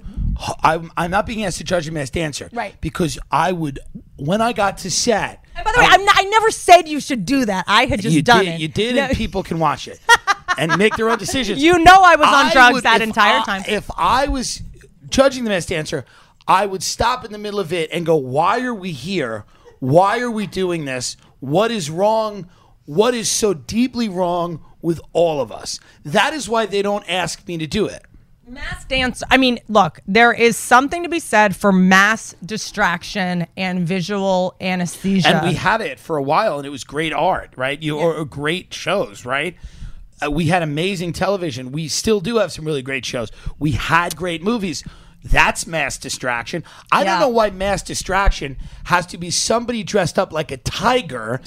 I'm, I'm not being asked to judge a mass dancer.
Right.
Because I would, when I got to set,
And by the way, I'm not, I never said you should do that. I had just
you
done
did,
it.
You did, and people can watch it and make their own decisions.
You know I was on drugs that
if
entire
I-
time.
If I was judging the mass dancer, I would stop in the middle of it and go, "Why are we here? Why are we doing this? What is wrong? What is so deeply wrong with all of us?" That is why they don't ask me to do it.
Mass dance. I mean, look, there is something to be said for mass distraction and visual anesthesia.
and we had it for a while and it was great art right you or, or great shows right Uh, we had amazing television we still do have some really great shows we had great movies that's mass distraction i don't know why mass distraction has to be somebody dressed up like a tiger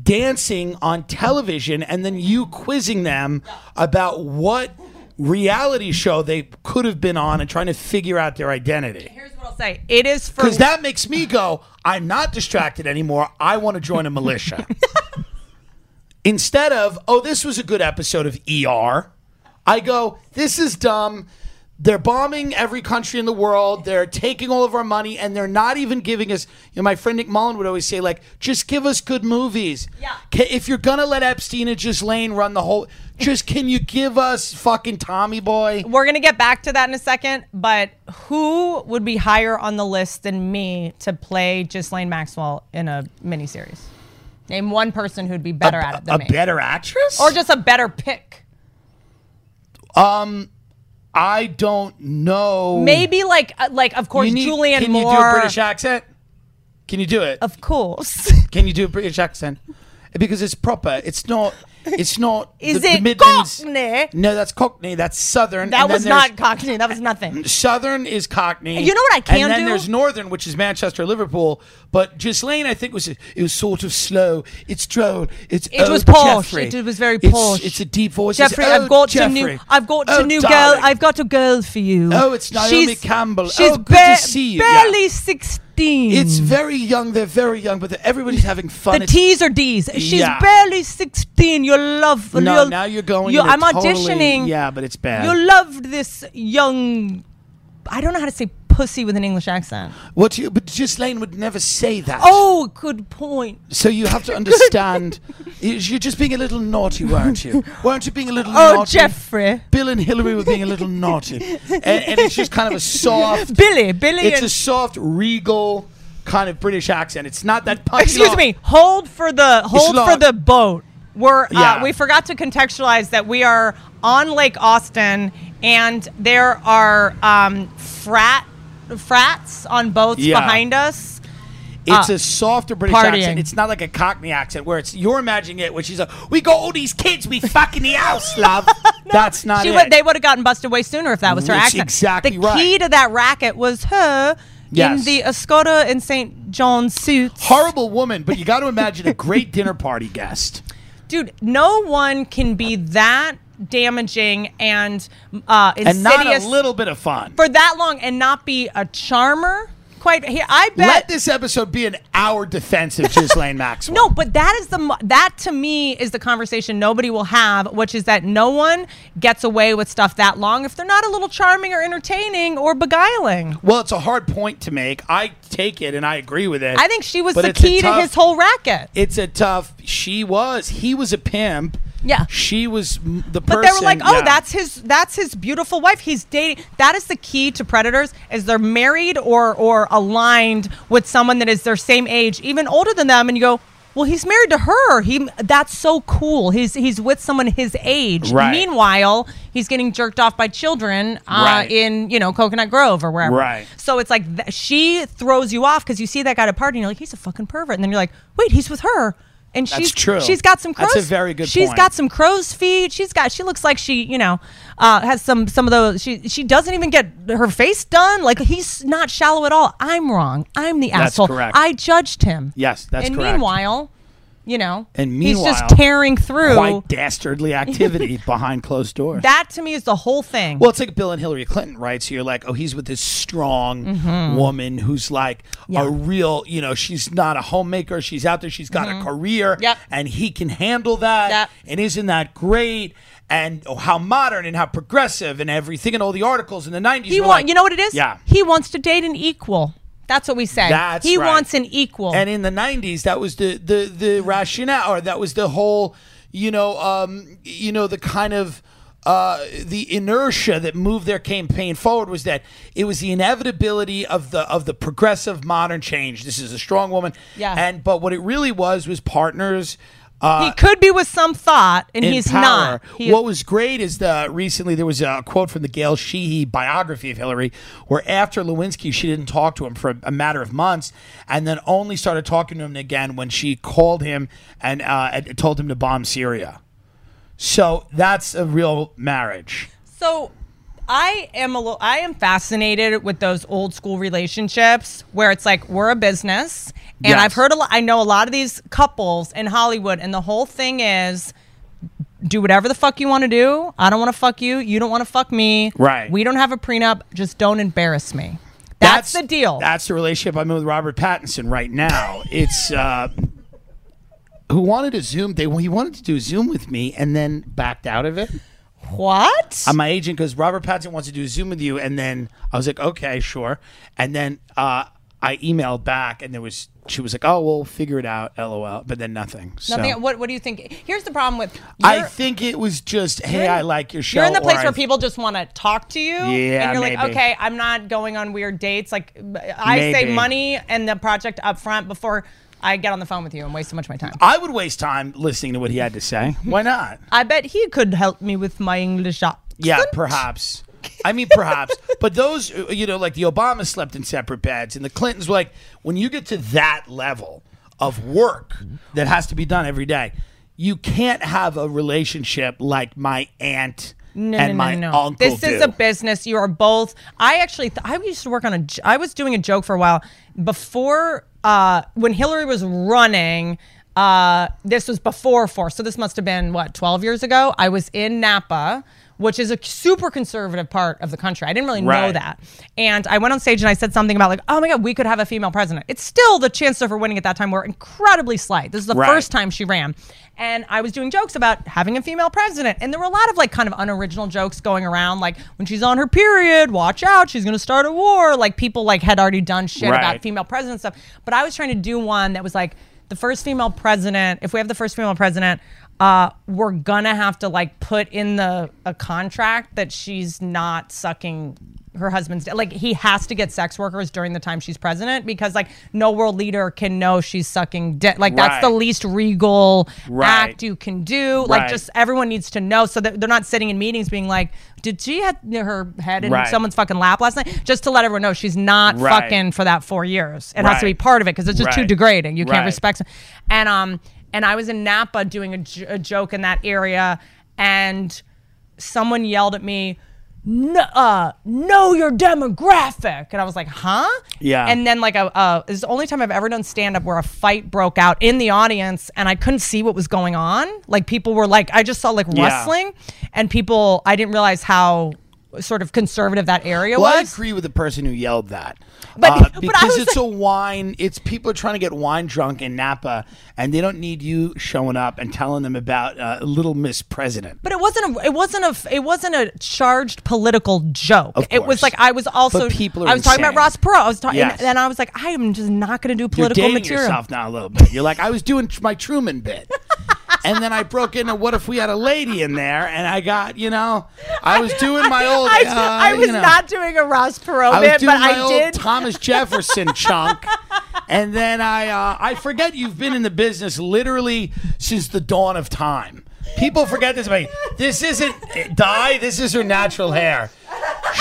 dancing on television and then you quizzing them about what reality show they could have been on and trying to figure out their identity
Here's what I'll say. It is for
because that makes me go, I'm not distracted anymore. I want to join a militia. Instead of, oh, this was a good episode of ER, I go, this is dumb. They're bombing every country in the world. They're taking all of our money, and they're not even giving us. You know, my friend Nick Mullen would always say, like, just give us good movies. Yeah. If you're gonna let Epstein and Ghislaine run the whole, just can you give us fucking Tommy Boy?
We're gonna get back to that in a second, but who would be higher on the list than me to play Ghislaine Maxwell in a miniseries? Name one person who'd be better at it than
a
me.
better actress?
Or just a better pick.
Um, I don't know.
Maybe like uh, like of course
Oh. You need-
Julianne
can
Moore.
you do a British accent? Can you do it?
Of course.
Can you do a British accent? Because it's proper. It's not. It's not.
Is
the, the
it
Midlands.
Cockney?
No, that's Cockney. That's Southern.
That
and then
was
there's-
not Cockney. That was nothing.
Southern is Cockney.
You know what I can
And then
do?
there's Northern, which is Manchester, Liverpool. But Ghislaine, I think, was it was sort of slow. It's droll. It's
It was
oh,
posh.
Jeffrey.
It was very
It's-
posh.
It's, a deep voice. It's,
Jeffrey,
"Oh,
I've got
Jeffrey.
a new, I've got a
Oh,
new girl.
darling.
I've got a girl for you.
Oh, it's Naomi Campbell.
She's
Oh, good to
ba-
see you.
Barely sixteen.
It's very young. They're very young, but everybody's having fun.
The
It's-
T's are D's. She's
Yeah.
barely sixteen. You love.
No,
you'll-
now you're going.
you-
in a
I'm
totally-
auditioning.
yeah, but it's bad.
You loved this young. I don't know how to say pussy with an English accent.
what you? But Ghislaine would never say that.
Oh, good point.
So you have to understand. you- You're just being a little naughty, weren't you? Weren't you being a little
Oh,
naughty?
Jeffrey.
Bill and Hillary were being a little naughty. And, and it's just kind of a soft.
Billy, Billy
It's
and-
a soft, regal kind of British accent. It's not that punchy.
Excuse
long-
me. Hold for the hold
long.
for the boat. We're
Yeah.
uh, we forgot to contextualize that we are on Lake Austin, and there are um, frat frats on boats
Yeah.
behind us.
It's
Uh,
a softer British
partying.
accent. It's not like a Cockney accent where it's you're imagining it when she's like, "We got all these kids, we fucking the house, love." That's not
She
it.
would, they would have gotten busted way sooner if that was her
That's
accent.
exactly
the
right.
key to that racket was her in
Yes.
the Escoda and St. John suits.
Horrible woman, but you got to imagine a great dinner party guest.
Dude, no one can be that damaging and uh, insidious
And not a little bit of fun.
for that long and not be a charmer. Quite here, I bet.
Let this episode be an hour defensive, Ghislaine Maxwell.
No, but that is the mo- that to me is the conversation nobody will have, which is that no one gets away with stuff that long if they're not a little charming or entertaining or beguiling.
Well, it's a hard point to make. I take it and I agree with it.
I think she was
But
the
it's a
key to
tough-
his whole racket.
It's a tough. She was. He was a pimp.
Yeah.
She was m- the
But
person.
they were like, "Oh,
yeah.
that's his. That's his beautiful wife. He's dating. That is the key to predators: is they're married or or aligned with someone that is their same age, even older than them." And you go, "Well, he's married to her. He. That's so cool. He's he's with someone his age.
Right.
Meanwhile, he's getting jerked off by children uh,
Right.
in you know Coconut Grove or wherever.
Right.
So it's like th- she throws you off because you see that guy at a party and you're like, he's a fucking pervert, and then you're like, wait, he's with her. And
That's
she's
true.
She's got some crows.
That's a very good
She's
point.
got some crow's feet. She's got. She looks like she, you know, uh, has some some of those. She she doesn't even get her face done. Like he's not shallow at all. I'm wrong. I'm the
That's
asshole.
correct.
I judged him.
Yes, that's
and
correct.
meanwhile, you know,
And
he's
meanwhile,
just tearing through.
Quite dastardly activity behind closed doors.
that to me is the whole thing.
Well, it's like Bill and Hillary Clinton, right? So you're like, oh, he's with this strong
Mhm.
woman who's like
Yeah.
a real, you know, she's not a homemaker. She's out there. She's got
Mhm.
a career.
Yep.
And he can handle that. And isn't that great? And oh, how modern and how progressive and everything and all the articles in the 90s.
he
were
wants.
like-
you know what it is?
Yeah.
He wants to date an equal. That's what we say.
That's
he
right.
wants an equal.
And in the '90s, that was the the the rationale, or that was the whole, you know, um, you know, the kind of. Uh, the inertia that moved their campaign forward was that it was the inevitability of the of the progressive modern change. This is a strong woman,
Yeah.
And but what it really was was partners. Uh,
he could be with some thought, and
in
he's
power.
not. He-
what was great is the recently there was a quote from the Gail Sheehy biography of Hillary, where after Lewinsky she didn't talk to him for a, a matter of months, and then only started talking to him again when she called him and uh, and told him to bomb Syria. So that's a real marriage.
So I am a little, I am fascinated with those old school relationships where it's like we're a business and
Yes.
I've heard a lot I know a lot of these couples in Hollywood and the whole thing is do whatever the fuck you want to do. I don't want to fuck you. You don't want to fuck me.
Right.
We don't have a prenup. Just don't embarrass me. That's, the deal.
That's the relationship I'm in with Robert Pattinson right now. It's uh, who wanted a Zoom. They he wanted to do a Zoom with me and then backed out of it.
What?
Uh, my agent goes, Robert Pattinson wants to do a Zoom with you, and then I was like, okay, sure. And then uh, I emailed back, and there was she was like, oh, we'll figure it out, lol. But then nothing. So.
Nothing. What What do you think? Here's the problem with
I
you're-
think it was just, hey, I like your show.
You're in the
or
place
I-
where people just want to talk to you.
Yeah,
And you're like,
maybe.
okay, I'm not going on weird dates. Like, b- I save
Maybe.
money and the project up front before I get on the phone with you and waste so much of my time.
I would waste time listening to what he had to say. Why not?
I bet he could help me with my English up.
Yeah, perhaps. I mean, perhaps. but those, uh, you know, like the Obamas slept in separate beds, and the Clintons were like, when you get to that level of work that has to be done every day, you can't have a relationship like my aunt
No,
and
no,
my
no, no.
uncle.
This is
do.
a business. You are both. I actually, th- I used to work on a. j- I was doing a joke for a while before uh, when Hillary was running. Uh, this was before four, so this must have been what twelve years ago. I was in Napa, which is a super conservative part of the country. I didn't really know
Right.
that, and I went on stage and I said something about like, "Oh my God, we could have a female president." It's still the chances of her winning at that time were incredibly slight. This is the
Right.
first time time she ran. And I was doing jokes about having a female president. And there were a lot of like kind of unoriginal jokes going around, like when she's on her period, watch out, she's gonna start a war. Like people like had already done shit about
Right.
female president stuff. But I was trying to do one that was like the first female president, if we have the first female president, uh, we're gonna have to like put in the a contract that she's not sucking her husband's de- like he has to get sex workers during the time she's president because like no world leader can know she's sucking dick. Like that's the
Right.
least regal
Right.
act you can do. Like
Right.
just everyone needs to know so that they're not sitting in meetings being like, did she have her head in
Right.
someone's fucking lap last night? Just to let everyone know she's not
Right.
fucking for that four years. It has to be
Right.
part of it because it's just too
Right.
degrading. You can't
Right.
respect. some- And um, and I was in Napa doing a, j- a joke in that area, and someone yelled at me, "No, uh, know your demographic," and I was like, "Huh?"
Yeah.
And then like a, a this is the only time I've ever done stand up where a fight broke out in the audience, and I couldn't see what was going on. Like people were like, I just saw like
Yeah.
rustling, and people I didn't realize how sort of conservative that area
Well, I
was.
agree with the person who yelled that.
But-
Uh,
but I
because
was
it's a wine, it's people are trying to get wine drunk in Napa, and they don't need you showing up and telling them about uh, Little Miss President.
But it wasn't a it wasn't a it wasn't a charged political joke. It was
course.
like I was also
But people are
I was talking about
insane.
Ross Perot. I was talking
Yes.
and I was like I am just not going to do
You're
political
dating
material.
yourself now a little bit. You're like, I was doing tr- my Truman bit. And then I broke into what if we had a lady in there, and I got you know, I was doing my old.
I,
uh,
I was
you know,
not doing a Ross Perot
I was
bit,
doing
but
my
I
old
did.
Thomas Jefferson chunk. And then I uh, I forget you've been in the business literally since the dawn of time. People forget this about you. This isn't dye, this is her natural hair.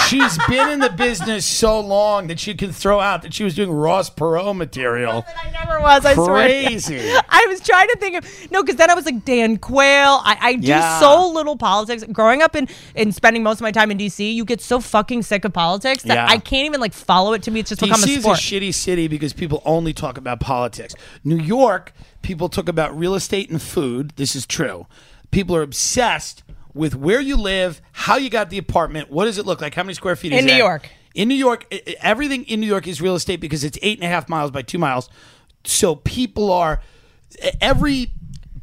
She's been in the business so long that she can throw out that she was doing Ross Perot material.
Never was. I swear.
Crazy.
I was trying to think of no, because then I was like Dan Quayle. I, I do
Yeah.
so little politics. Growing up in and spending most of my time in DC, you get so fucking sick of politics that
Yeah.
I can't even like follow it. To me, it's just become
DC
a
is a
sport.
shitty city because people only talk about politics. New York, people talk about real estate and food. This is true. People are obsessed with where you live, how you got the apartment, what does it look like, how many square feet is
In New
that?
York.
In New York, e- e- everything in New York is real estate because it's eight and a half miles by two miles. So people are every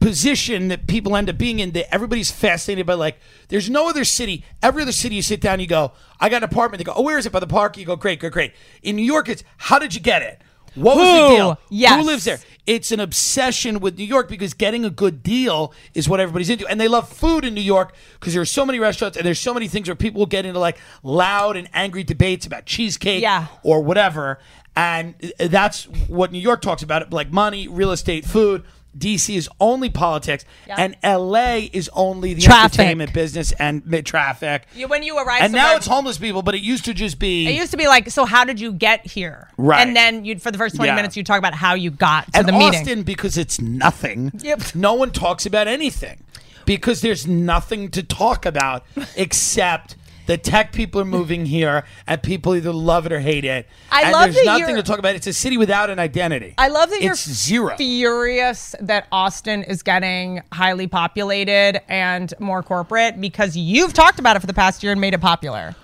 position that people end up being in that everybody's fascinated by like there's no other city every other city you sit down you go i got an apartment they go oh where is it by the park you go great great great in new york it's how did you get it what was
Who?
the deal
Yes.
who lives there it's an obsession with new york because getting a good deal is what everybody's into and they love food in new york because there are so many restaurants and there's so many things where people get into like loud and angry debates about cheesecake
Yeah.
or whatever. And that's what New York talks about it like money, real estate, food. DC is only politics,
Yeah.
and LA is only the
Traffic.
entertainment business and mid traffic.
You- when you arrive
and now
somewhere-
it's homeless people, but it used to just
It
be.
used to be like, so how did you get here?
Right.
And then you'd for the first twenty
Yeah.
minutes you talk about how you got to
and
the
Austin,
meeting.
because it's nothing.
Yep.
No one talks about anything because there's nothing to talk about except. The tech people are moving here, and people either love it or hate it.
I
and
love
there's
that
nothing
you're-
to talk about. It's a city without an identity.
I love that you're
It's zero.
furious that Austin is getting highly populated and more corporate because you've talked about it for the past year and made it popular.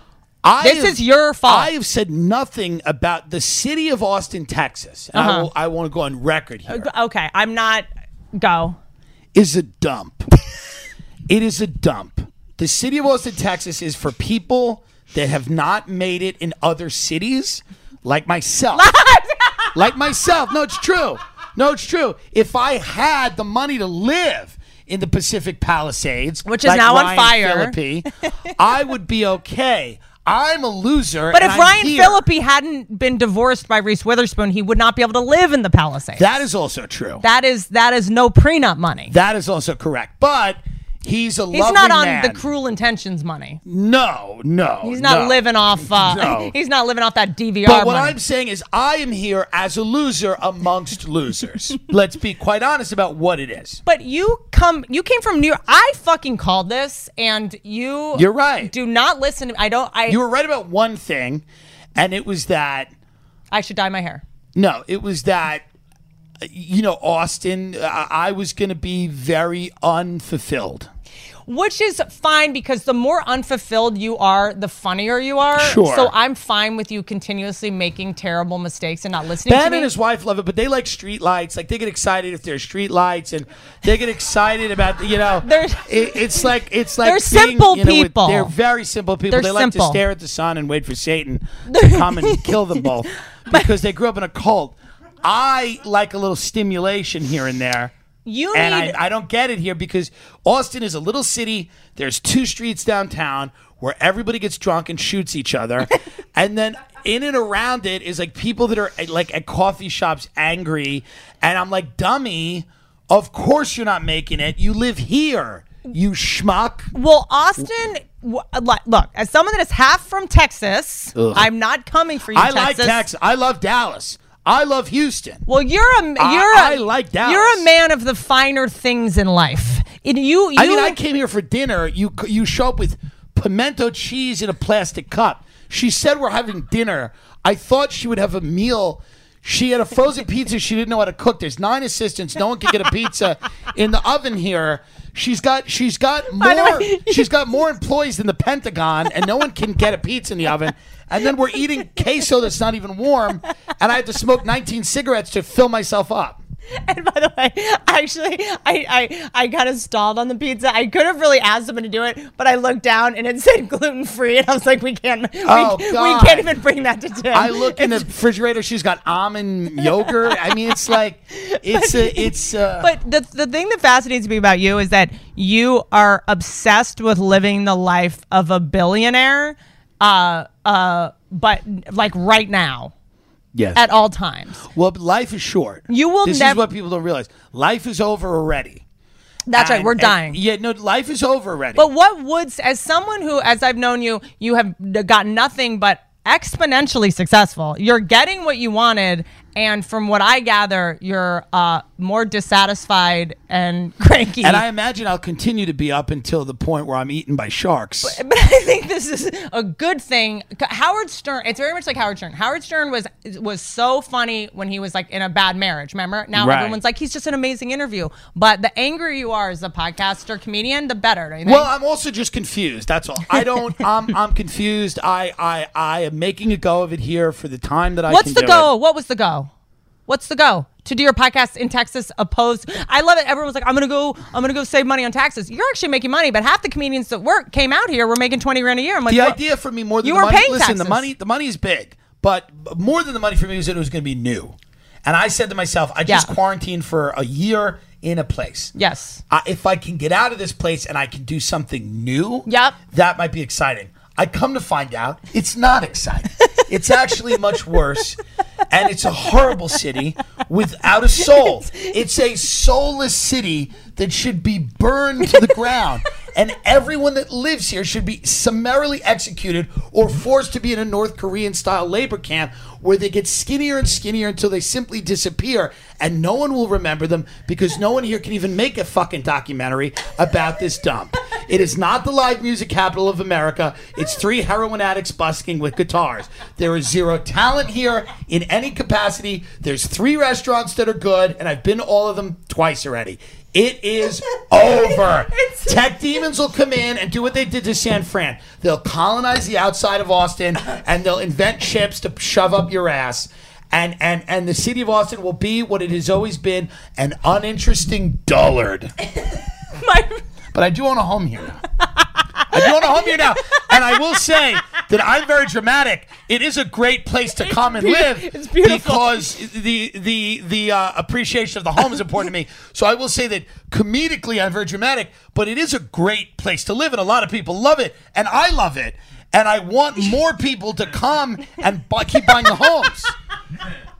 I
This is your fault.
I have said nothing about the city of Austin, Texas. And I,
Uh-huh.
will, I want to go on record here.
Okay, I'm not go.
Is a dump. it is a dump. The city of Austin, Texas, is for people that have not made it in other cities, like myself. like myself. No, it's true. No, it's true. If I had the money to live in the Pacific Palisades,
Which is now on fire.
Philippi, I would be okay. I'm a loser.
But
and
if
I'm
Ryan
here.
Philippi hadn't been divorced by Reese Witherspoon, he would not be able to live in the Palisades.
That is also true.
that is that is no prenup money.
that is also correct. But he's a
He's
lovely
not on
man.
the cruel intentions money.
No, no.
He's not
no.
living off. Uh,
No.
He's not living off that DVR
But what
money.
I'm saying is, I am here as a loser amongst losers. Let's be quite honest about what it is.
But you come, you came from New York. I fucking called this, and you.
You're right.
Do not listen. to I don't. I.
You were right about one thing, and it was that
I should dye my hair.
No, it was that uh, you know Austin. I, I was going to be very unfulfilled.
Which is fine because the more unfulfilled you are, the funnier you are.
Sure.
So I'm fine with you continuously making terrible mistakes and not listening to
Ben
me.
and his wife love it, but they like street lights. Like they get excited if there's street lights, and they get excited about you know.
They're-
it- it's like it's like
They're
being,
simple
you know, with-
people.
They're very simple people.
They're
they like
simple.
to stare at the sun and wait for Satan to come and kill them both because they grew up in a cult. I like a little stimulation here and there.
You
and
need-
I, I don't get it here because Austin is a little city. There's two streets downtown where everybody gets drunk and shoots each other, and then in and around it is like people that are at, like at coffee shops angry, and I'm like, dummy, of course you're not making it. You live here, you schmuck.
Well, Austin, w- uh, li- look, as someone that is half from Texas,
Ugh.
I'm not coming for you.
I like
Texas.
Texas. I love Dallas. I love Houston.
Well, you're a you're a
I- I like Dallas.
You're a man of the finer things in life. And you, you
I mean, I came here for dinner. You you show up with pimento cheese in a plastic cup. She said we're having dinner. I thought she would have a meal. She had a frozen pizza she didn't know how to cook. There's nine assistants. No one can get a pizza in the oven here. She's got she's got
By the
more
way-
she's got more employees than the Pentagon, and no one can get a pizza in the oven. And then we're eating queso that's not even warm, and I had to smoke 19 cigarettes to fill myself up.
actually I, I I kind of stalled on the pizza. I could have really asked someone to do it, but I looked down and it said gluten free, and I was like, we can't
Oh,
we,
God.
we can't even bring that to Tim.
I look in the refrigerator. She's got almond yogurt. I mean, it's like it's a, it's. A,
But the the thing that fascinates me about you is that you are obsessed with living the life of a billionaire, uh, uh, but like right now,
yes.
at all times.
well, but life is short.
You will
This is
nev-
what people don't realize. Life is over already.
That's right.
And-
We're
and-
dying.
yeah. No, life is over already.
But what would, as someone who, as I've known you, you have got nothing but exponentially successful. You're getting what you wanted, and from what I gather, you're uh, more dissatisfied and cranky.
and I imagine I'll continue to be up until the point where I'm eaten by sharks.
but I think this is a good thing. C- Howard Stern, it's very much like Howard Stern. Howard Stern was was so funny when he was like in a bad marriage. Remember? Now
Right.
everyone's like, he's just an amazing interview. But the angrier you are as a podcaster, comedian, the better. Don't you think?
Well, I'm also just confused. That's all. I don't. I'm. I'm confused. I. I. I am making a go of it here for the time that I.
What's
can
the
do
go?
it.
What was the go? What's the go? To do your podcast in Texas opposed. I love it. Everyone's like, I'm gonna go, I'm gonna go save money on taxes. You're actually making money, but half the comedians that work came out here were making twenty grand a year. I'm like,
the
"Well,
idea for me more than
you
the
were
money.
paying
listen, the
taxes."
money the money is big, but but more than the money for me was that it was going to be new. And I said to myself, I just
Yeah.
quarantined for a year in a place.
Yes.
Uh, if I can get out of this place and I can do something new,
Yep.
that might be exciting. I come to find out it's not exciting. it's actually much worse. And it's a horrible city without a soul. It's a soulless city that should be burned to the ground. And everyone that lives here should be summarily executed or forced to be in a North Korean style labor camp where they get skinnier and skinnier until they simply disappear. And no one will remember them because no one here can even make a fucking documentary about this dump. It is not the live music capital of America. It's three heroin addicts busking with guitars. There is zero talent here in any capacity. There's three restaurants that are good, and I've been to all of them twice already. It is over. Tech demons will come in and do what they did to San Fran. They'll colonize the outside of Austin and they'll invent chips to shove up your ass. And, and and the city of Austin will be what it has always been, an uninteresting dullard. But I do own a home here now. I do own a home here now. And I will say that I'm very dramatic. It is a great place to come and
beau-
live
it's beautiful.
because the the the uh, appreciation of the home is important to me. So I will say that comedically I'm very dramatic, but it is a great place to live and a lot of people love it and I love it. And I want more people to come and bu- keep buying the homes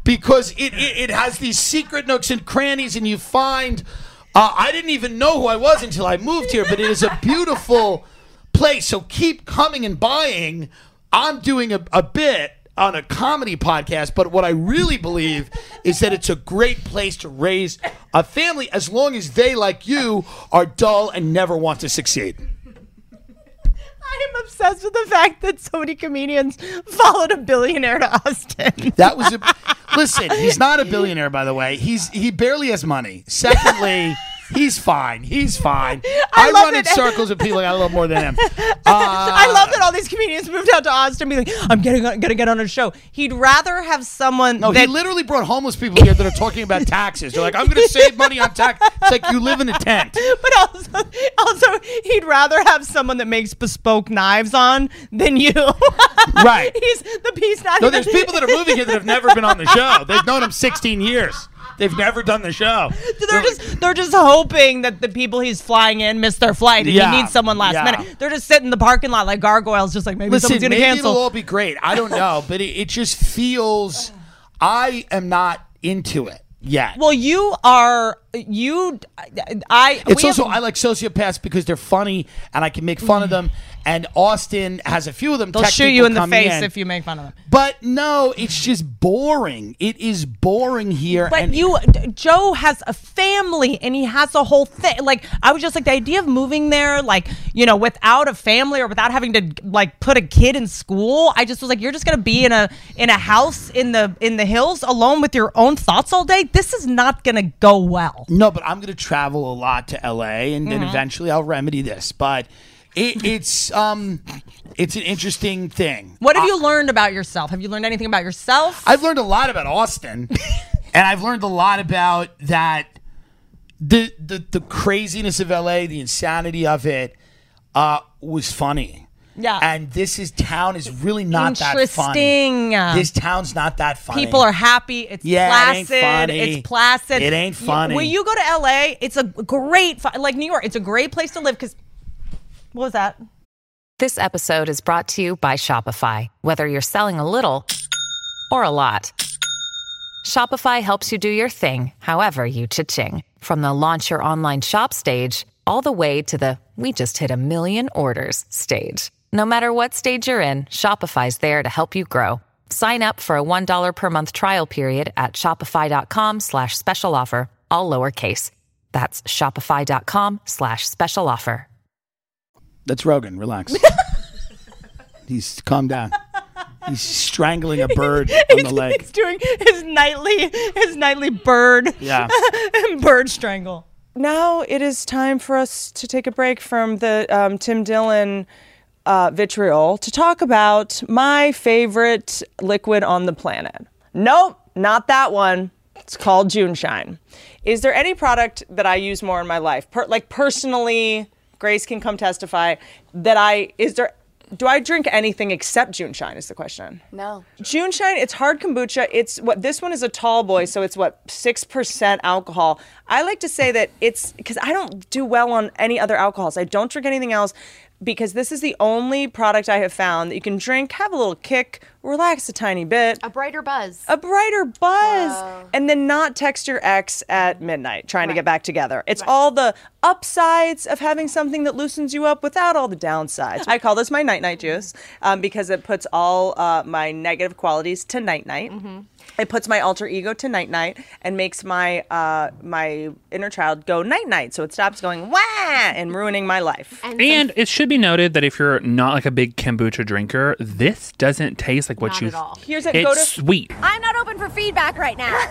because it, it, it has these secret nooks and crannies, and you find. Uh, I didn't even know who I was until I moved here, but it is a beautiful place. So keep coming and buying. I'm doing a, a bit on a comedy podcast, but what I really believe is that it's a great place to raise a family as long as they, like you, are dull and never want to succeed.
I am obsessed with the fact that so many comedians followed a billionaire to Austin.
That was a listen. He's not a billionaire, by the way. He's he barely has money. Secondly, he's fine. He's fine. I,
love
run in
it.
circles with people I love more than him. Uh,
I love that all these comedians moved out to Austin, being like, "I'm getting gonna get on a show." He'd rather have someone.
No, he
that-
literally brought homeless people here that are talking about taxes. They're like, I'm going to save money on tax. It's like you live in a tent.
But also, also, he'd rather have someone that makes bespoke knives on than you.
Right.
He's the piece not.
No,
even-
there's people that are moving here that have never been on the show. They've known him 16 years. They've never done the show.
They're just they're just hoping that the people he's flying in miss their flight and
Yeah,
he needs someone last
yeah.
minute. They're just sitting in the parking lot like gargoyles, just like maybe
Listen,
someone's gonna
maybe
cancel.
it'll all be great. I don't know, but it, it just feels. I am not into it yet.
well, you are you. I
It's
we have-
also I like sociopaths because they're funny and I can make fun of them. And Austin has a few of them.
they'll
tech
shoot
people
you in the
coming
face
in.
if you make fun of them.
But no, it's just boring. It is boring here.
But
and
you, Joe has a family and he has a whole thing. Like, I was just like, the idea of moving there, like, you know, without a family or without having to like put a kid in school. I just was like, you're just gonna be in a in a house in the in the hills alone with your own thoughts all day. This is not gonna go well.
No, but I'm going to travel a lot to LA, and then
Mhm.
eventually I'll remedy this. But it, it's um, it's an interesting thing.
What have you learned about yourself? Have you learned anything about yourself?
I've learned a lot about Austin, and I've learned a lot about that the the the craziness of LA, the insanity of it, uh, was funny.
Yeah.
and this is town is really not that funny.
Interesting.
This town's not that funny.
People are happy. It's
Yeah, it ain't
placid.
funny.
It's placid.
It ain't
You-
funny.
When you go to LA, it's a great fi- like New York. It's a great place to live because what was that?
This episode is brought to you by Shopify. Whether you're selling a little or a lot, Shopify helps you do your thing, however you cha-ching. From the launch your online shop stage, all the way to the we just hit a million orders stage. No matter what stage you're in, Shopify's there to help you grow. Sign up for a $1 per month trial period at shopify.com slash special offer, all lowercase. That's shopify.com slash special offer.
That's Rogan. Relax. He's calm down. He's strangling a bird on the leg.
He's doing his nightly his nightly bird
Yeah.
bird strangle.
Now it is time for us to take a break from the um, Tim Dillon uh, vitriol to talk about my favorite liquid on the planet. Nope, not that one. It's called June Shine. Is there any product that I use more in my life? Per- like personally, Grace can come testify that I is there. Do I drink anything except June Shine? Is the question.
No.
June Shine, it's hard kombucha. It's what this one is a tall boy, so it's what six percent alcohol. I like to say that it's because I don't do well on any other alcohols. I don't drink anything else because this is the only product I have found that you can drink, have a little kick, relax a tiny bit,
A brighter buzz.
a brighter buzz, and then not text your ex at midnight trying to get back together. It's all the upsides of having something that loosens you up without all the downsides. I call this my night night juice um, because it puts all uh, my negative qualities to night night. It puts my alter ego to night night and makes my uh, my inner child go night night, so it stops going wah and ruining my life.
And it should be noted that if you're not like a big kombucha drinker, this doesn't taste like what
Not
you.
at all. Here's a-
it's
go to-
sweet.
I'm not open for feedback right now.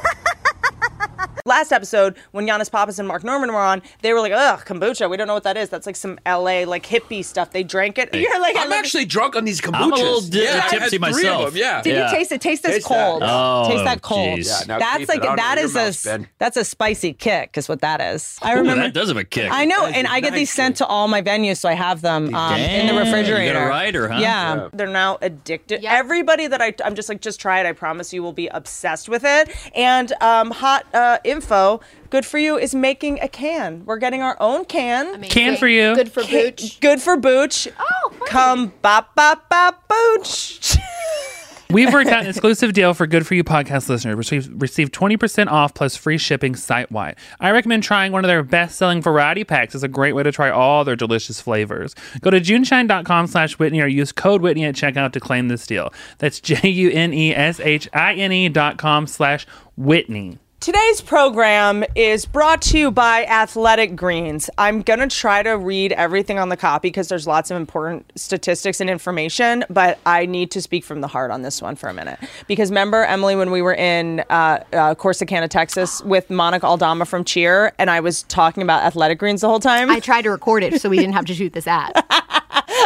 Last episode, when Giannis Papas and Mark Norman were on, they were like, "Ugh, kombucha. We don't know what that is. That's like some LA like hippie stuff." They drank it. You're like,
I'm actually drunk on these kombuchas.
I'm a little di-
yeah, I had
tipsy
three of
myself.
them, yeah.
Did
Yeah.
you taste it? Taste this
Taste that.
cold.
Oh,
taste that cold.
geez. Yeah, now
that's
keep
like
it out
that
of your
is a
mouth,
s-
Ben.
that's a spicy kick is what that is. I
Ooh,
remember
that does have a kick.
I know,
That is
and
a
I get
nice
these sent to all my venues, so I have them um, in the
Dang, you got a
refrigerator.
rider, huh?
Yeah,
Yeah.
they're now addicted. Everybody that I I'm just like just try it. I promise you will be obsessed with it. And um, hot uh, info. Good for you is making a can. We're getting our own can.
Can for you. Good for
Ca-
Booch.
Good for Booch. Oh, come bop bop bop Booch.
We've worked out an exclusive deal for Good For You podcast listeners. Receive, receive 20% off plus free shipping site wide. I recommend trying one of their best selling variety packs. It's a great way to try all their delicious flavors. Go to juneshine.com slash Whitney or use code Whitney at checkout to claim this deal. That's J U N E S H I N E dot com slash Whitney.
Today's program is brought to you by Athletic Greens. I'm going to try to read everything on the copy because there's lots of important statistics and information, but I need to speak from the heart on this one for a minute. Because remember, Emily, when we were in uh, uh, Corsicana, Texas with Monica Aldama from Cheer, and I was talking about Athletic Greens the whole time?
I tried to record it so we didn't have to shoot this ad.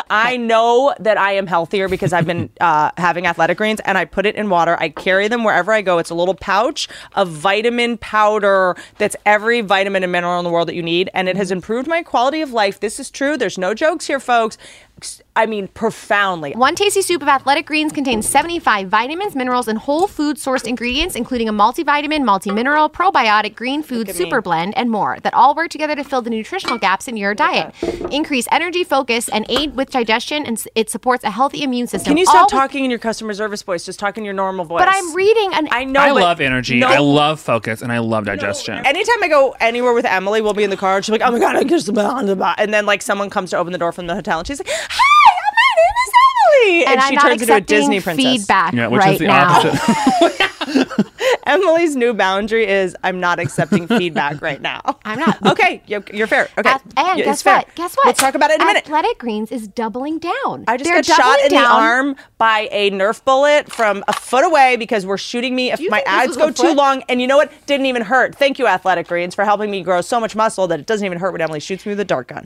I know that I am healthier because I've been uh, having athletic greens and I put it in water. I carry them wherever I go. It's a little pouch of vitamin powder that's every
Mm-hmm.
vitamin and mineral in the world that you need. And it has improved my quality of life. This is true. There's no jokes here, folks.
I mean, profoundly.
One tasty scoop of Athletic Greens contains 75 vitamins, minerals, and whole food sourced ingredients, including a multivitamin, multimineral, probiotic, green food super blend, and more that all work together to fill the nutritional gaps in your diet, increase energy, focus, and aid with digestion, and s- it supports a healthy immune system.
Can you stop
All with-
talking in your customer service voice? Just talk in your normal voice.
But I'm reading an.
I know.
I
but
love energy.
no-
I love focus, and I love digestion.
Anytime I go anywhere with Emily, we'll be in the car and she's like, oh my God, I just blah, blah, blah. And then like someone comes to open the door from the hotel and she's like, hi, my name is Emily.
And
And,
I'm
she
not
turns into a
accepting
Disney princess.
feedback
Yeah, which
right
is the
now.
opposite.
Emily's new boundary is I'm not accepting feedback right now.
I'm not. Uh,
Okay, you're, you're fair. Okay.
And
Yeah,
guess
it's fair.
what? Guess what?
Let's talk about it in a minute.
Athletic Greens is doubling down.
I just
They're
got shot
doubling
in the
down.
arm by a Nerf bullet from a foot away because we're shooting me if my
think this
ads
was
go
a
too
foot?
long. And you know what? Didn't even hurt. Thank you, Athletic Greens, for helping me grow so much muscle that it doesn't even hurt when Emily shoots me with a dart gun.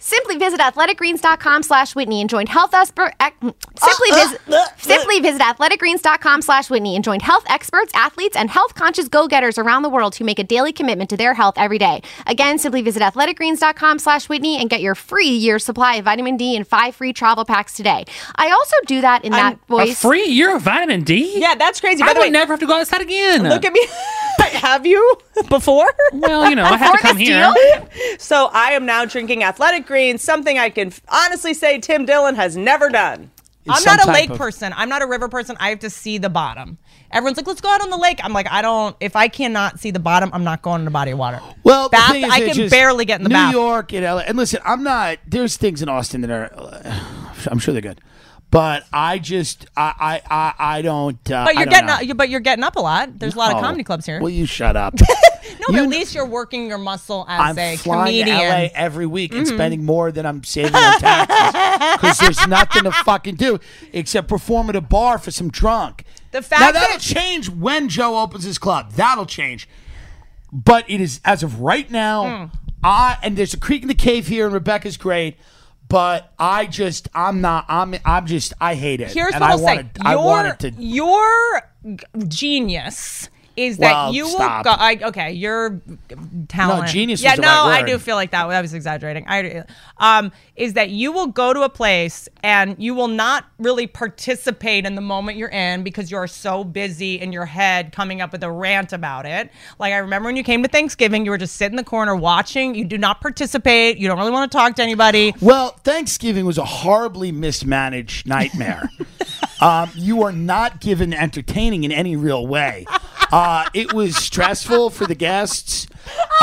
Simply visit athleticgreens.com slash Whitney and join health expert. ec- mm, Simply,
uh,
visit,
uh, uh.
simply visit athleticgreens.com slash Whitney and join health experts, athletes, and health conscious go getters around the world who make a daily commitment to their health every day. Again, simply visit athleticgreens.com slash Whitney and get your free year supply of vitamin D and five free travel packs today. I also do that in that
A
voice.
free year of vitamin D?
Yeah, that's crazy.
I
By the
would
way-
never have to go outside again.
Look at me. Have you before?
Well, you know, I had to come here.
So I am now drinking Athletic Greens, something I can f- honestly say Tim Dillon has never done.
I'm not a lake person. I'm not a river person. I have to see the bottom. Everyone's like, let's go out on the lake. I'm like, I don't. If I cannot see the bottom, I'm not going in a body of water.
Well, the
bath.
thing is,
I
it
can
just-
barely get in the
New
bath.
York and LA. And listen, I'm not. There's things in Austin that are. I'm sure they're good, but I just I I I, I don't. Uh,
but
I
you're
don't
getting
know.
up, you- but you're getting up a lot. There's a lot of
No.
comedy clubs here.
Will you shut up?
no, but at least you're working your muscle as
I'm
a
flying
comedian.
to LA every week and
Mhm.
spending more than I'm saving on taxes because there's nothing to fucking do except perform at a bar for some drunk.
The fact
now
that-
that'll change when Joe opens his club. That'll change, but it is as of right now.
Mm.
I and there's a creek in the cave here, and Rebecca's great. But I just, I'm not, I'm, I'm just, I hate it.
Here's
and
what
I
I'll say.
wanted, I wanted to
your g- genius is that
Well,
you
stop.
will go. I, okay, your talent.
No, genius was
Yeah,
the
no, I
right word.
do feel like that. I was exaggerating. I um is that you will go to a place and you will not really participate in the moment you're in because you are so busy in your head coming up with a rant about it. Like I remember when you came to Thanksgiving, you were just sitting in the corner watching. You do not participate. You don't really want to talk to anybody.
Well, Thanksgiving was a horribly mismanaged nightmare. um, you are not given entertaining in any real way. Uh, it was stressful for the guests.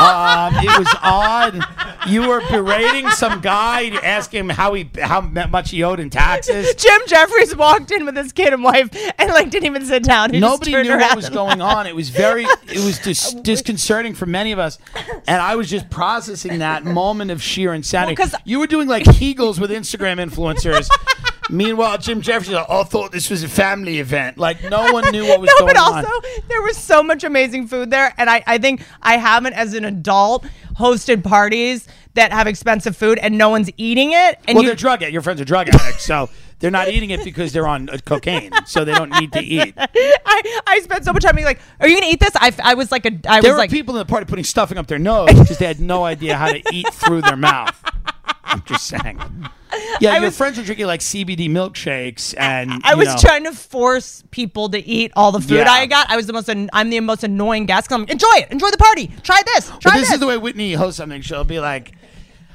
Um, it was odd. You were berating some guy, asking him how he how much he owed in taxes.
Jim Jeffries walked in with his kid and wife and like didn't even sit down. He just
Nobody
turned
knew what
around
was
and
going
left.
on. It was very, it was dis- disconcerting for many of us, and I was just processing that moment of sheer insanity. Because you were doing like Kegels with Instagram influencers. Meanwhile, Jim Jeffries all thought this was a family event. Like no one knew what was
no,
going
but also
on.
there was so much amazing food there, and I, I think I haven't, as an adult, hosted parties that have expensive food and no one's eating it. And
well,
you,
they're drug addicts. Your friends are drug addicts, so they're not eating it because they're on uh, cocaine, so they don't need to eat.
I, I spent so much time being like, "Are you gonna eat this?" I, I was like a, I was
there were
like,
people in the party putting stuffing up their nose because they had no idea how to eat through their mouth. I'm just saying. Yeah, your friends are drinking like CBD milkshakes, and
I
you
was
know,
trying to force people to eat all the food
Yeah.
I got. I was the most, an- I'm the most annoying guest. 'cause I'm like, enjoy it, enjoy the party, try this, try
But this, is the way Whitney hosts something. She'll be like,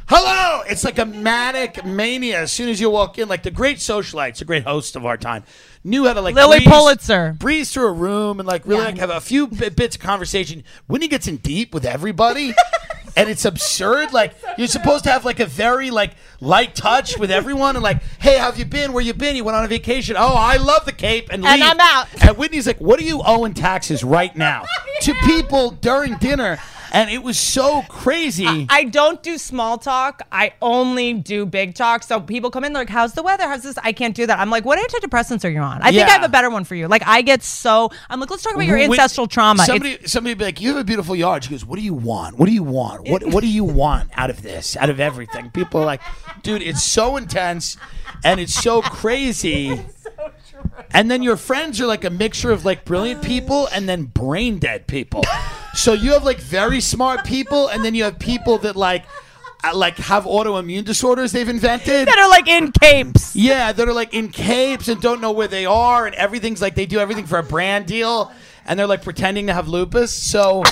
"Hello!" It's like a manic mania. As soon as you walk in, like the great socialites, a great host of our time, knew how to like
Lily
breeze-
Pulitzer.
breeze through a room and like really like have a few bi- bits of conversation. Whitney gets in deep with everybody. And it's absurd. Like you're supposed to have like a very like light touch with everyone, and like, hey, how have you been? Where you been? You went on a vacation. Oh, I love the Cape, and
And
leave.
I'm out.
And Whitney's like, what do you owe in taxes right now to people during dinner? and it was so crazy.
I don't do small talk. I only do big talk. So people come in, they're like, "How's the weather? How's this?" I can't do that. I'm like, "What antidepressants are you on?" I think I have
Yeah.
a better one for you. Like, I get so I'm like, "Let's talk about your
When-
ancestral trauma." It's-
Somebody, somebody be like, "You have a beautiful yard." She goes, "What do you want? What do you want? What What do you want out of this? Out of everything?" People are like, "Dude, it's so intense, and it's so crazy." And then your friends are like a mixture of like brilliant
Oh,
people and then brain dead people. so you have like very smart people, and then you have people that like. uh, Like have autoimmune disorders they've invented that
are like in capes.
Yeah, that are like in capes and don't know where they are, and everything's like they do everything for a brand deal, and they're like pretending to have lupus. So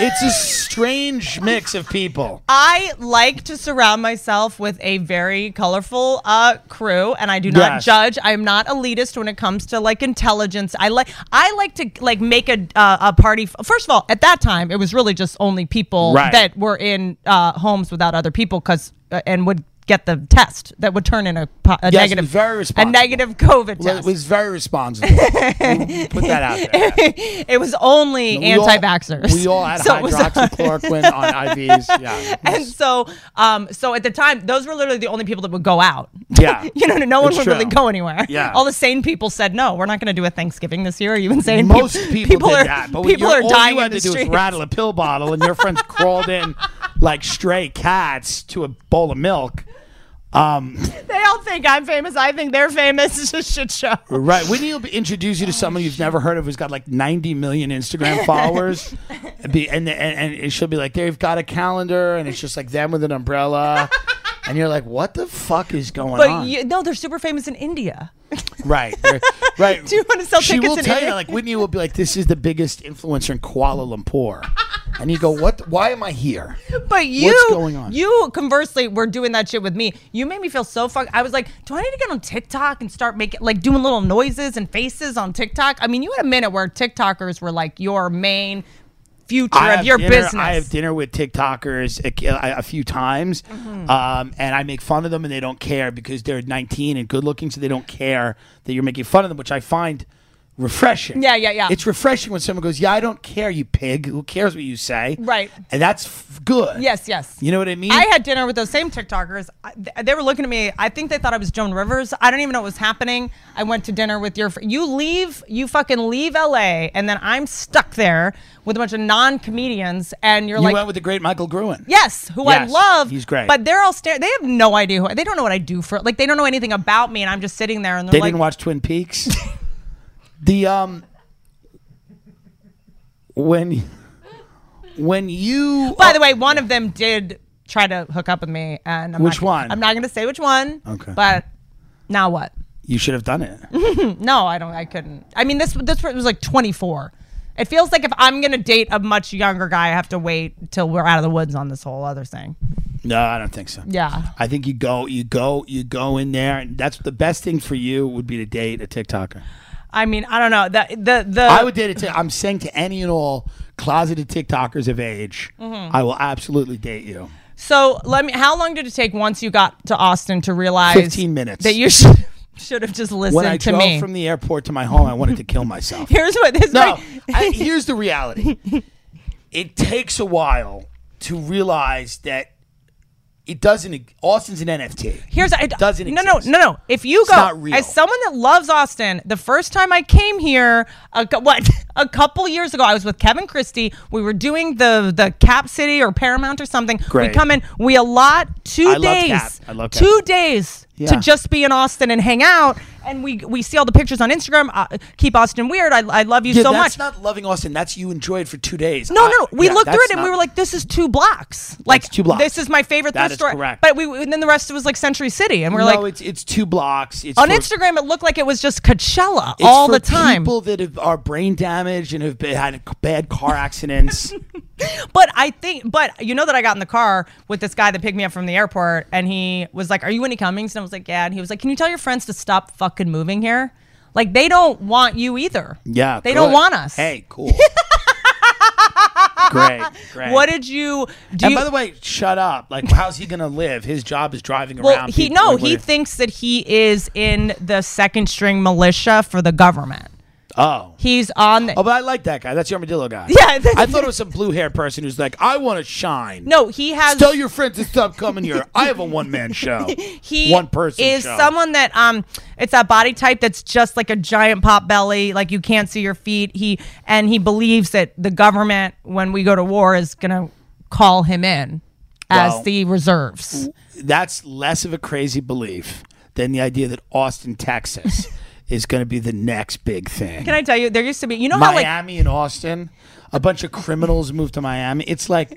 it's a strange mix of people.
I like to surround myself with a very colorful uh, crew, and I do not
Yes.
judge. I am not elitist when it comes to like intelligence. I like I like to like make a uh, a party. f- First of all, at that time, it was really just only people
Right.
that were in uh, homes without other people, because uh, and would get the test that would turn in a, po- a
Yes, it
negative
was very
a
responsible.
negative COVID
Well,
test.
It was very responsible. We'll Put that out there.
it was only
We all-
anti-vaxxers.
We all had
So it was-
hydroxychloroquine on IVs. Yeah.
and so um so at the time those were literally the only people that would go out
Yeah.
you know no one
It's
would really
true.
go anywhere
Yeah.
all the sane people said no we're not going to do a thanksgiving this year are you insane
Most
Peop-
people, did
are
that, but
people
you're-
are
all
dying
you
in
had
the
to do
streets.
is rattle a pill bottle, and your friends crawled in like stray cats to a bowl of milk. Um,
they all think i'm famous i think they're famous it's a shit show
Right. Wouldn't you be- introduce you to someone you've never heard of who's got like 90 million Instagram followers? be, and, and, and she'll be like, they've got a calendar and it's just like them with an umbrella. and you're like, what the fuck is going
but
on?
you, no they're super famous in india
right. they're- Right. Do
you want to sell
she
tickets
will
in
tell you,
India?
like, Whitney will be like, this is the biggest influencer in Kuala Lumpur. And you go, what? Why am I here?
But you,
going on?
you conversely were doing that shit with me. You made me feel so fucked. I was like, do I need to get on TikTok and start making like doing little noises and faces on TikTok? I mean, you had a minute where TikTokers were like your main future
I
of
have
your
dinner-
business.
I have dinner with TikTokers a, a- a few times,
Mhm.
um, and I make fun of them, and they don't care because they're 19 and good looking, so they don't care that you're making fun of them, which I find refreshing.
Yeah, yeah, yeah.
It's refreshing when someone goes, "Yeah, I don't care, you pig. Who cares what you say?"
Right.
and that's f- good.
Yes, yes.
You know what I mean?
I had dinner with those same TikTokers. I- th- They were looking at me. I think they thought I was Joan Rivers. I don't even know what was happening. I went to dinner with your. fr- You leave. You fucking leave LA, and then I'm stuck there with a bunch of non-comedians, and you're
you
like,
went with the great Michael Gruen.
Yes, who I
Yes,
love.
he's great.
But they're all staring. They have no idea who. They don't know what I do for. Like they don't know anything about me, and I'm just sitting there and they're
They
like,
didn't watch Twin Peaks. the um, when when you Oh,
By the way, one of them did try to hook up with me, and I'm
Which
not gonna-
one?
I'm not going to say which one.
Okay.
But now what?
you should have done it.
no, I don't. I couldn't. I mean, this this was like 24. It feels like if I'm going to date a much younger guy, I have to wait till we're out of the woods on this whole other thing.
No, I don't think so.
Yeah.
I think you go, you go, you go in there, and that's the best thing for you would be to date a TikToker.
I mean, I don't know. The the the
I would date a Tik- I'm saying to any and all closeted TikTokers of age,
Mhm.
I will absolutely date you.
So let me. How long did it take once you got to Austin to realize?
15 minutes.
That you should should have just listened
when I
to
drove
me.
from the airport to my home, I wanted to kill myself.
here's what this.
no, I, here's the reality. It takes a while to realize that it doesn't. e- Austin's an NFT.
Here's I,
doesn't
no no no no. If you
It's
go
not real.
as someone that loves Austin, the first time I came here, a, cou- what a couple years ago, I was with Kevin Christie. We were doing the the Cap City or Paramount or something.
Great.
We come in, we allot two
I love
days,
Cap. I love Cap.
two days
Yeah.
to just be in Austin and hang out. And we we see all the pictures on Instagram. Uh, keep Austin weird. I, I love you
Yeah,
so much.
that's not loving Austin. That's you enjoyed for two days.
No,
I-
no, no. We
yeah,
looked through it
that's
and
not-
we were like, this is two blocks. Like,
two blocks.
this is my favorite
That
thrift
is
store.
correct.
But we, and then the rest was like Century City. And we are
no,
like,
it's it's two blocks. It's
on
for-
Instagram, it looked like it was just Coachella
it's
all
for
the time.
People that have, are brain damaged and have been, had bad car accidents.
But I think, but you know that I got in the car with this guy that picked me up from the airport and he was like, Are you Winnie Cummings? And I was like, Yeah. And he was like, Can you tell your friends to stop fucking moving here? Like, they don't want you either.
yeah,
They don't
good.
want us.
Hey, cool. great, great.
What did you do?
and
you-
by the way, shut up. Like, how's he gonna live? His job is driving
Well,
around.
he
people
no,
and
he
what-
thinks that he is in the second string militia for the government.
Oh.
He's on the.
Oh, but I like that guy. That's the armadillo guy.
Yeah,
I thought it was some blue hair person who's like, I want to shine.
No, he has.
Tell your friends to stop coming here. I have a one man show.
he
one person
is
show.
someone that um it's that body type that's just like a giant pop belly like you can't see your feet he and he believes that the government when we go to war is gonna call him in as
Well,
the reserves
That's less of a crazy belief than the idea that Austin, Texas, is going to be the next big thing.
can i tell you there used to be you know how
Miami and Austin, a bunch of criminals moved to Miami. It's like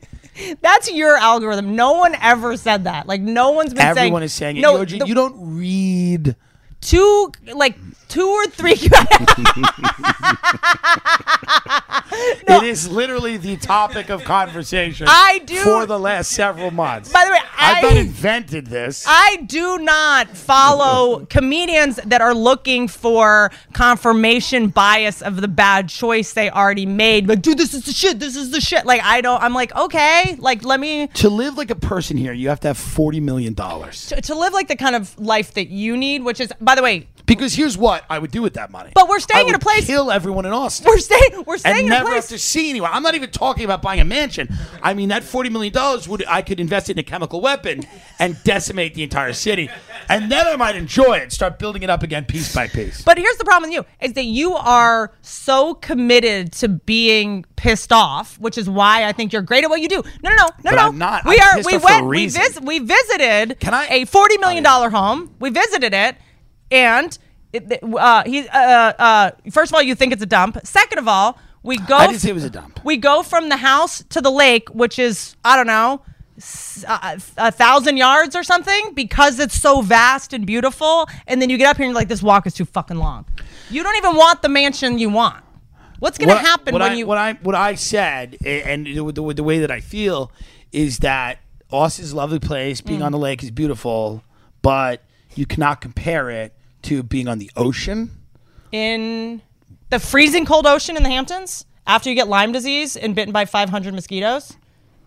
like that's your algorithm no one ever said that like no one's been saying
everyone is saying it. Yoji, you don't read
two like two or three
It is literally the topic of conversation.
I do-
for the last several months.
By the way,
I've
I-
not invented this.
I do not follow comedians that are looking for confirmation bias of the bad choice they already made. Like, dude, this is the shit. This is the shit. Like, I don't. I'm like, okay, like, let me.
to live like a person here, you have to have forty million dollars.
To, to live like the kind of life that you need, which is, by the way,
Because here's what I would do with that money.
But we're staying
I
in a
would
place-
Kill everyone in Austin.
We're staying. We're staying
and
in a
never
place.
have to see anyone. I'm not even talking about buying a mansion. I mean, that forty million dollars would I could invest it in a chemical weapon and decimate the entire city, and then I might enjoy it. Start building it up again, piece by piece.
But here's the problem with you is that you are so committed to being pissed off, which is why I think you're great at what you do. No, no, no, no,
But
no.
I'm not.
We
I'm
are.
pissed
We
off for a
went. We
reason.
vis- We visited.
Can I- Oh,
A forty million dollar home. We visited it, and it, uh, he. Uh, uh, first of all, you think it's a dump. Second of all, we go.
I didn't say it was a dump.
We go from the house to the lake, which is I don't know, s- a, a thousand yards or something, because it's so vast and beautiful. And then you get up here and you're like, this walk is too fucking long. You don't even want the mansion you want. What's gonna
What I-
happen
what
when
I,
you?
What I what I said a- and the, the, the way that I feel is that Austin's a lovely place. Being
Mm.
on the lake is beautiful, but you cannot compare it to being on the ocean.
in the freezing cold ocean in the Hamptons after you get Lyme disease and bitten by 500 mosquitoes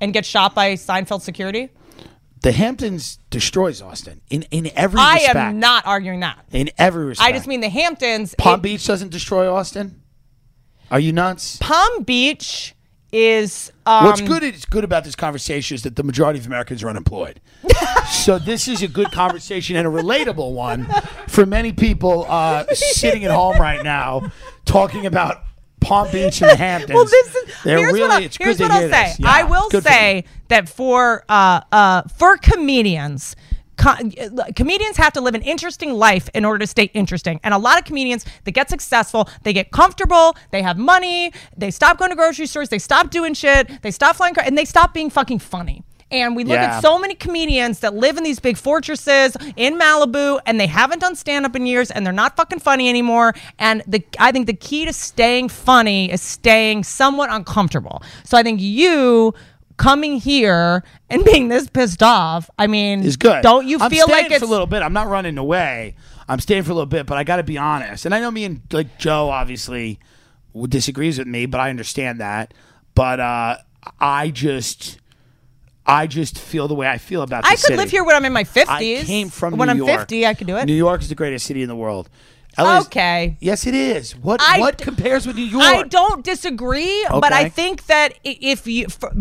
and get shot by Seinfeld security?
The Hamptons destroys Austin in in every
I
respect.
am not arguing that.
in every respect.
I just mean the Hamptons.
Palm
it-
Beach doesn't destroy Austin. Are you nuts?
Palm Beach is. Um,
What's good is good about this conversation is that the majority of Americans are unemployed. so this is a good conversation and a relatable one for many people uh, sitting at home right now talking about Palm Beach and the Hamptons.
Well, this is
They're
here's
really
what, I,
it's
here's
good
what
to
I'll
hear
say.
this. Yeah,
I will
good for
say that for uh, uh, for comedians. co- uh, comedians have to live an interesting life in order to stay interesting. And a lot of comedians that get successful, they get comfortable, they have money, they stop going to grocery stores, they stop doing shit, they stop flying, car- and they stop being fucking funny. And we look
Yeah.
at so many comedians that live in these big fortresses in Malibu and they haven't done stand up in years and they're not fucking funny anymore. And the I think the key to staying funny is staying somewhat uncomfortable. So I think you coming here and being this pissed off, I mean,
is good.
Don't you
I'm
feel
staying
like it's
for a little bit? I'm not running away. I'm staying for a little bit, but I got to be honest. And I know me and like Joe obviously w- disagrees with me, but I understand that. But uh, I just, I just feel the way I feel about. This
I could
city.
live here when I'm in my 50s.
I came from
when
New
I'm
York.
50, I could do it.
New York is the greatest city in the world. LA is-
Okay.
Yes, it is. What
I
what
d-
compares with New York?
I don't disagree, but
Okay.
I think that i- if you, for,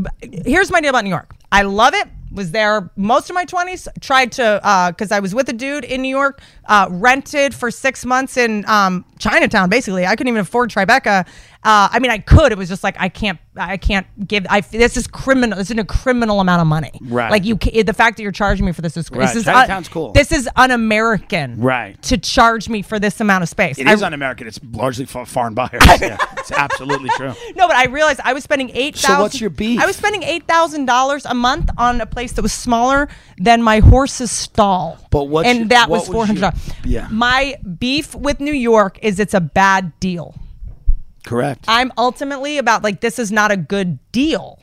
here's my deal about New York. I love it. Was there most of my 20s? Tried to, because I was with a dude in New York, uh, rented for six months in um, Chinatown, basically. I couldn't even afford Tribeca. Uh, I mean, I could. It was just like, I can't, I can't give, I, this is criminal. This is a criminal amount of money.
Right.
Like, you, ca- the fact that you're charging me for this is,
Right.
this is,
Chinatown's cool.
This is un American.
Right.
To charge me for this amount of space.
It
I-
is un-American. It's largely fo- foreign buyers. yeah, it's absolutely true.
No, but I realized I was spending eight thousand.
what's your beef?
I was spending eight thousand dollars a month on a place that was smaller than my horse's stall.
But what's
and
your-
that
what
was four
was your-
hundred dollars.
Yeah.
My beef with New York is it's a bad deal.
Correct.
I'm ultimately about like this is not a good deal.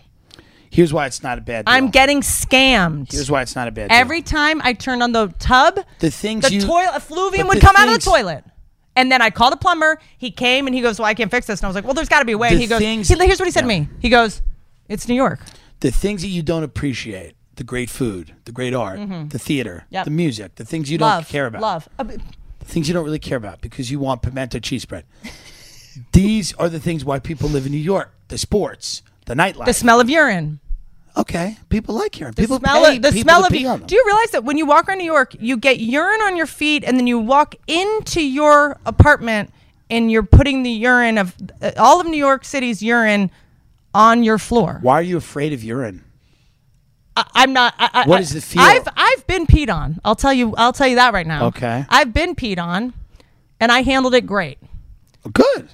Here's why it's not a bad. Deal.
I'm getting scammed.
Here's why it's not a bad. Deal.
Every time I turned on the tub,
the things
the
you-
toilet effluvium
but
would
the
come out of
things-
the toilet. And then I called a plumber. He came and he goes, "Well, I can't fix this." And I was like, "Well, there's got to be a way."
The
he goes,
things-
he- "Here's what he said to me." He goes, "It's New York."
the things that you don't appreciate the great food the great art
Mhm.
the theater
Yep.
the music the things you
love,
don't care about
Love. Uh, but-
the things you don't really care about because you want pimento cheese bread These are the things why people live in New York: the sports, the nightlife,
The smell of urine.
Okay, people like urine.
The
People
smell
pay
of the
people
smell
to
of
pee on them.
Do you realize that when you walk around New York, you get urine on your feet, and then you walk into your apartment, and you're putting the urine of uh, all of New York City's urine on your floor.
Why are you afraid of urine?
I, I'm not. I, I,
What is the feel?
I've I've been peed on. I'll tell you. I'll tell you that right now.
Okay.
I've been peed on, and I handled it great.
Good.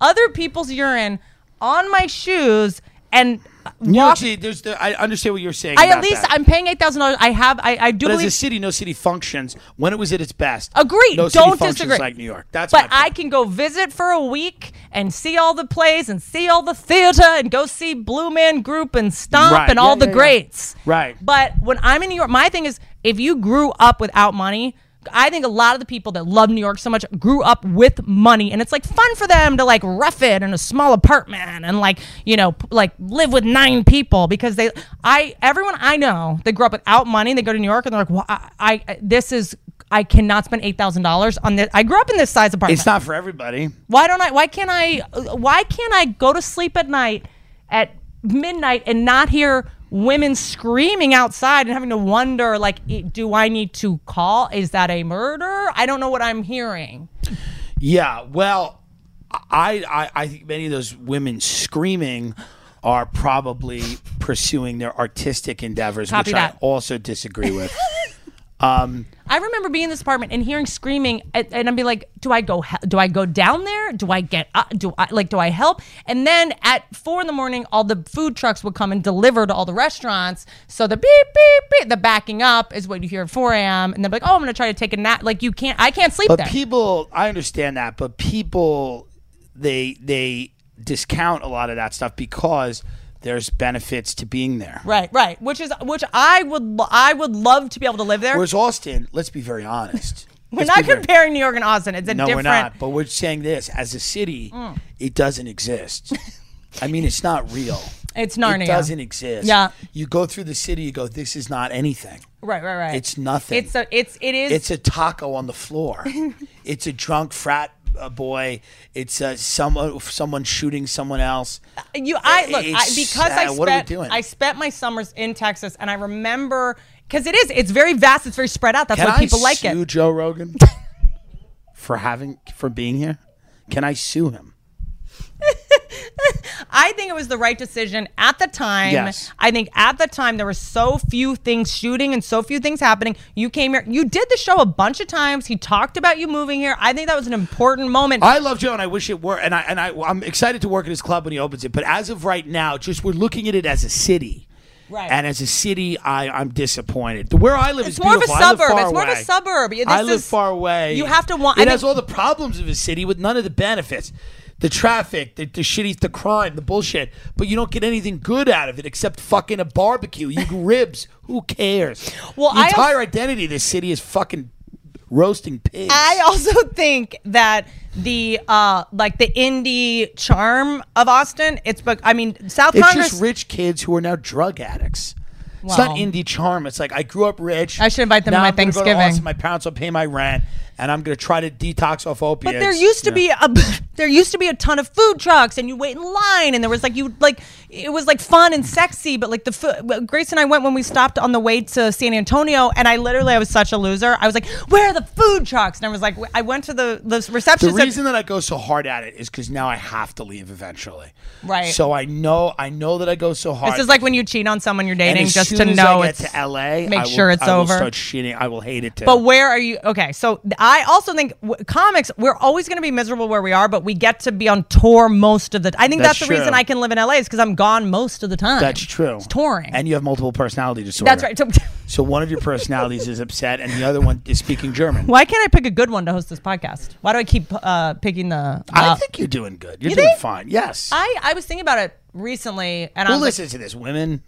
Other people's urine on my shoes and.
New York City, there's the, I understand what you're saying.
I at
about
least
that.
I'm paying eight thousand dollars. I have I, I do
but
believe
as a city, no city functions when it was at its best.
Agreed.
No city
Don't
functions
disagree.
like New York. That's
but
my
I can go visit for a week and see all the plays and see all the theater and go see Blue Man Group and Stomp
Right.
and
Yeah,
all the
yeah, yeah.
greats.
Right.
But when I'm in New York, my thing is if you grew up without money, I think a lot of the people that love New York so much grew up with money, and it's like fun for them to like rough it in a small apartment and like you know p- like live with nine people because they I everyone I know they grew up without money they go to New York and they're like well, I, I this is I cannot spend eight thousand dollars on this I grew up in this size apartment
It's not for everybody.
why don't I? Why can't I? Why can't I go to sleep at night at midnight and not hear women screaming outside and having to wonder like, i- do I need to call? Is that a murder? I don't know what I'm hearing.
Yeah. Well, I, I I think many of those women screaming are probably pursuing their artistic endeavors,
Copy
which
that.
I also disagree with. um,
I remember being in this apartment and hearing screaming, and, and I'd be like, "Do I go? He- do I go down there? Do I get? Up? Do I like? Do I help?" And then at four in the morning, all the food trucks would come and deliver to all the restaurants. So the beep beep beep, the backing up is what you hear at four a.m. And they're like, "Oh, I'm gonna try to take a nap." Like you can't, I can't sleep
but
there.
people, I understand that, but people, they they discount a lot of that stuff because there's benefits to being there.
right, right. Which is which I would lo- I would love to be able to live there.
Whereas Austin, let's be very honest.
We're
Let's
not
be very-
comparing New York and Austin. It's a
no,
different.
we're not. But we're saying this as a city,
Mm.
it doesn't exist. I mean, it's not real.
It's Narnia.
It doesn't e-, exist.
Yeah.
You go through the city, you go, this is not anything.
Right, right, right.
It's nothing.
It's a, it's it is.
It's a taco on the floor. it's a drunk frat uh, boy. It's uh, someone someone shooting someone else.
You, I look I,
It's-
because I
uh,
spent
what are we doing?
I spent my summers in Texas, and I remember because it is it's very vast, it's very spread out. That's
Can
why
I
people like
sue
it.
Joe Rogan for having for being here? Can I sue him?
I think it was the right decision at the time.
Yes.
I think at the time there were so few things shooting and so few things happening. You came here, you did the show a bunch of times. He talked about you moving here. I think that was an important moment.
I love Joe, and I wish it were. And I and I, I'm excited to work at his club when he opens it. But as of right now, just we're looking at it as a city.
Right.
And as a city, I, I'm disappointed. The- Where I live
It's
is
more of a
beautiful. I live
suburb.
far
It's more of a
away.
suburb. Yeah,
I
this
live
is-
far away.
you have to want-
It
I think-
has all the problems of a city with none of the benefits, the traffic, the, the shitty, the crime, the bullshit. But you don't get anything good out of it except fucking a barbecue. You ribs. Who cares?
Well,
the
I also-
entire identity of this city is fucking roasting pigs.
I also think that the uh like the indie charm of Austin, it's but I mean South
it's
Congress
just rich kids who are now drug addicts. It's
Wow.
not indie charm. It's like I grew up rich.
I should invite them to
now
my
I'm gonna go to
Thanksgiving.
Austin, My parents will pay my rent, and I'm going to try to detox off opiates.
But there used to
Yeah.
be a there used to be a ton of food trucks, and you wait in line, and there was like you like it was like fun and sexy. But like the food, Grace and I went when we stopped on the way to San Antonio, and I literally I was such a loser. I was like, where are the food trucks? And I was like, I went to the the reception.
The reason that I go so hard at it is because now I have to leave eventually.
Right.
So I know I know that I go so hard.
this is like when you cheat on someone you're
And
dating,
as
just
soon
to
as
know
I
it's
get to LA.
Make
I will-
sure it's
I will
over.
start shitting. I will hate it too.
But where are you? Okay, so I also think w- comics. We're always going to be miserable where we are, but we get to be on tour most of the. I think that's,
That's
the reason
true.
I can live in LA is because I'm gone most of the time.
that's true.
It's touring.
And you have multiple personality disorder.
That's right. So,
So one of your personalities is upset, and the other one is speaking German.
why can't I pick a good one to host this podcast? Why do I keep uh, picking the?
I
uh,
think you're doing good. You're
You
doing
think?
fine. Yes.
I I was thinking about it recently, and
Who
I was
listens
like,
to this? Women.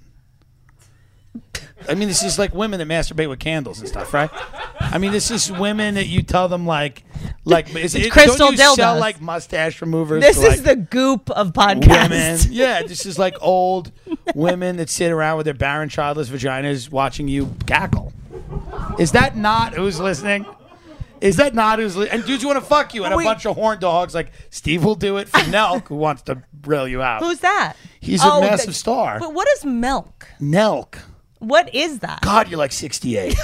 I mean, this is like women that masturbate with candles and stuff, right? I mean, this is women that you tell them like, like is
It's
it,
crystal
don't you sell
dildos.
like mustache removers?
this
to,
is
like,
the goop of podcasts.
women. Yeah, this is like old women that sit around with their barren, childless vaginas watching you cackle. Is that not who's listening? Is that not who's li- and dudes want to fuck you and a
Wait.
bunch of horn dogs like Steve will do it for Nelk who wants to rail you out.
Who's oh, that?
He's a
th-
massive star.
But what is milk?
Nelk?
What is that?
God, you're like 68.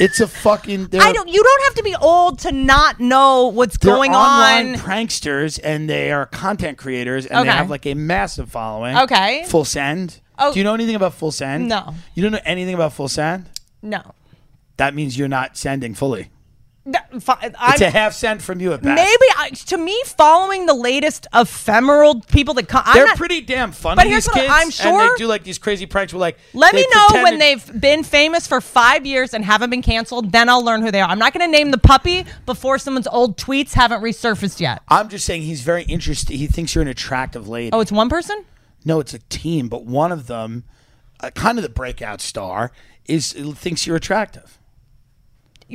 it's a fucking. they're-
I don't. You don't have to be old to not know what's
They're
going on.
online pranksters and they are content creators and they
Okay.
have like a massive following.
Okay.
Full Send.
Oh.
Do you know anything about Full Send?
No.
You don't know anything about Full Send?
No.
That means you're not sending fully.
That- fi- I'm-
it's a half send from you at best.
Maybe I, to me, following the latest ephemeral people that come,
They're
I'm not,
pretty damn funny.
But here's
these
what
kids,
I'm
And
sure.
they do like these crazy pranks. Where like,
Let
they
me know
pretend
when
to-
they've been famous for five years and haven't been canceled. Then I'll learn who they are. I'm not going to name the puppy before someone's old tweets haven't resurfaced yet.
I'm just saying he's very interested. He thinks you're an attractive lady.
Oh, it's one person.
No, it's a team, but one of them, uh, kind of the breakout star, is thinks you're attractive.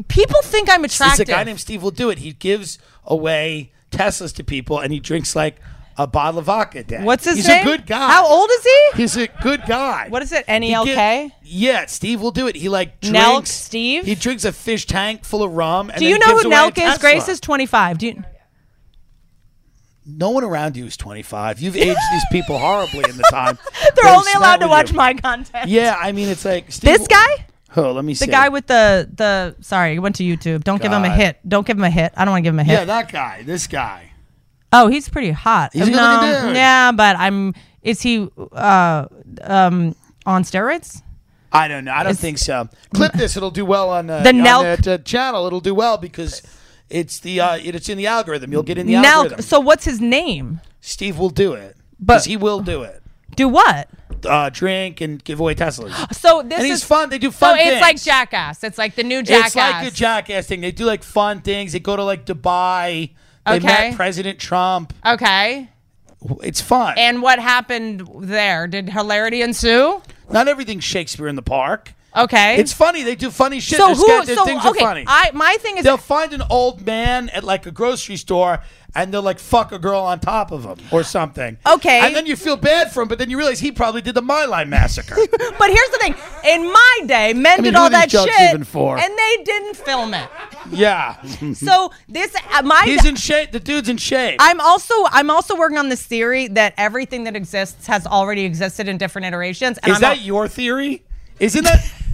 People think I'm attractive.
There's a guy named Steve will do it. He gives away Teslas to people, and he drinks like a bottle of vodka a day.
What's his
He's
name?
a good guy.
How old is he?
He's a good guy.
What is it?
He gi-
NELK.
yeah, Steve will do it. He like drinks.
Nelk Steve?
He drinks a fish tank full of rum. And
Do
then
you
he
know
gives
who
away a
Nelk is?
Tesla.
Grace is 25. Do you?
No one around you is 25. You've aged these people horribly in the time.
They're
they've
only
spent
allowed to
with
watch
you.
my content.
Yeah, I mean, it's like Steve
This
will-
guy?
Oh, let me see.
The guy with the the sorry, he went to YouTube. Don't give him a
God.
hit. Don't give him a hit. I don't want to give him a hit.
yeah, that guy. This guy.
Oh, he's pretty hot.
He's a
no,
good-looking dude.
yeah, but I'm. Is he uh um on steroids?
I don't know. I don't
Is-
think so. Clip this. It'll do well on uh,
The
on
Nelk-
that, uh, channel. It'll do well because it's the uh, it- it's in the algorithm. You'll get in the
Now,
algorithm.
so what's his name?
Steve will do it, but he will do it.
Do what?
Uh, drink and give away Teslas.
So this
And
is
he's fun. They do fun
So it's
things.
like Jackass. It's like the new Jackass.
It's like a jackass thing. They do like fun things. They go to like Dubai. They
Okay.
met President Trump.
okay.
It's fun.
And what happened there? Did hilarity ensue?
Not everything's Shakespeare in the Park.
Okay.
It's funny. They do funny shit.
So
Their
who-
scat- their
so,
things
okay,
are funny.
I- my thing is-
they'll find an old man at like a grocery store and they'll like fuck a girl on top of him or something.
Okay.
And then you feel bad for him, but then you realize he probably did the My Line massacre.
But here's the thing. In my day, men
I mean,
did
who
all
are these
that
jokes
shit,
even for?
and they didn't film it.
yeah.
So this uh, my
he's in shape. The dude's in shape.
I'm also I'm also working on this theory that everything that exists has already existed in different iterations. And
Is
I'm
that your theory? Isn't that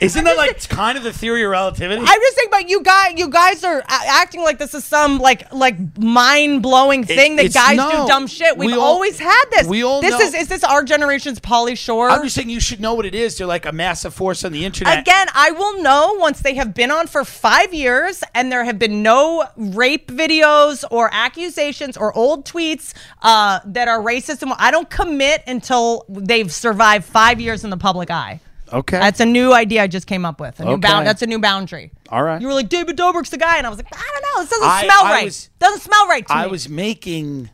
Isn't that like kind of the theory of relativity?
I'm just saying, but you guys, you guys are a- acting like this is some like like mind blowing thing that
it's-
guys
no.
do dumb shit. We've
We all-
always had this.
we all
this
know-
is is this our generation's Polly Shore?
I'm just saying you should know what it is. They're like a massive force on the internet.
Again, I will know once they have been on for five years and there have been no rape videos or accusations or old tweets uh, that are racist. And I don't commit until they've survived five years in the public eye.
Okay.
That's a new idea I just came up with. A new
Okay.
bound, that's a new boundary.
All right.
You were like, David Dobrik's the guy. And I was like, I don't know. This doesn't
I-
smell
I
right.
was-
doesn't smell right to
I
me.
was making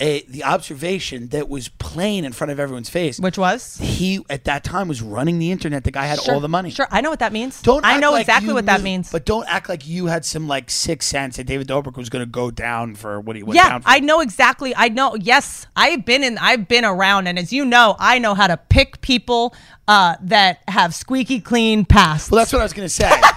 a the observation that was plain in front of everyone's face, which
was
he at that time was running the internet. The guy had
Sure,
all the money.
Sure. I know what that means.
Don't
I
act
know
like
exactly
you
what that
knew-
means.
But don't act like you had some like sixth sense that David Dobrik was going to go down for what he went
yeah,
down for.
I know exactly. I know. Yes, I've been in. I've been around, and as you know, I know how to pick people uh, that have squeaky clean pasts.
Well, that's what I was going to say.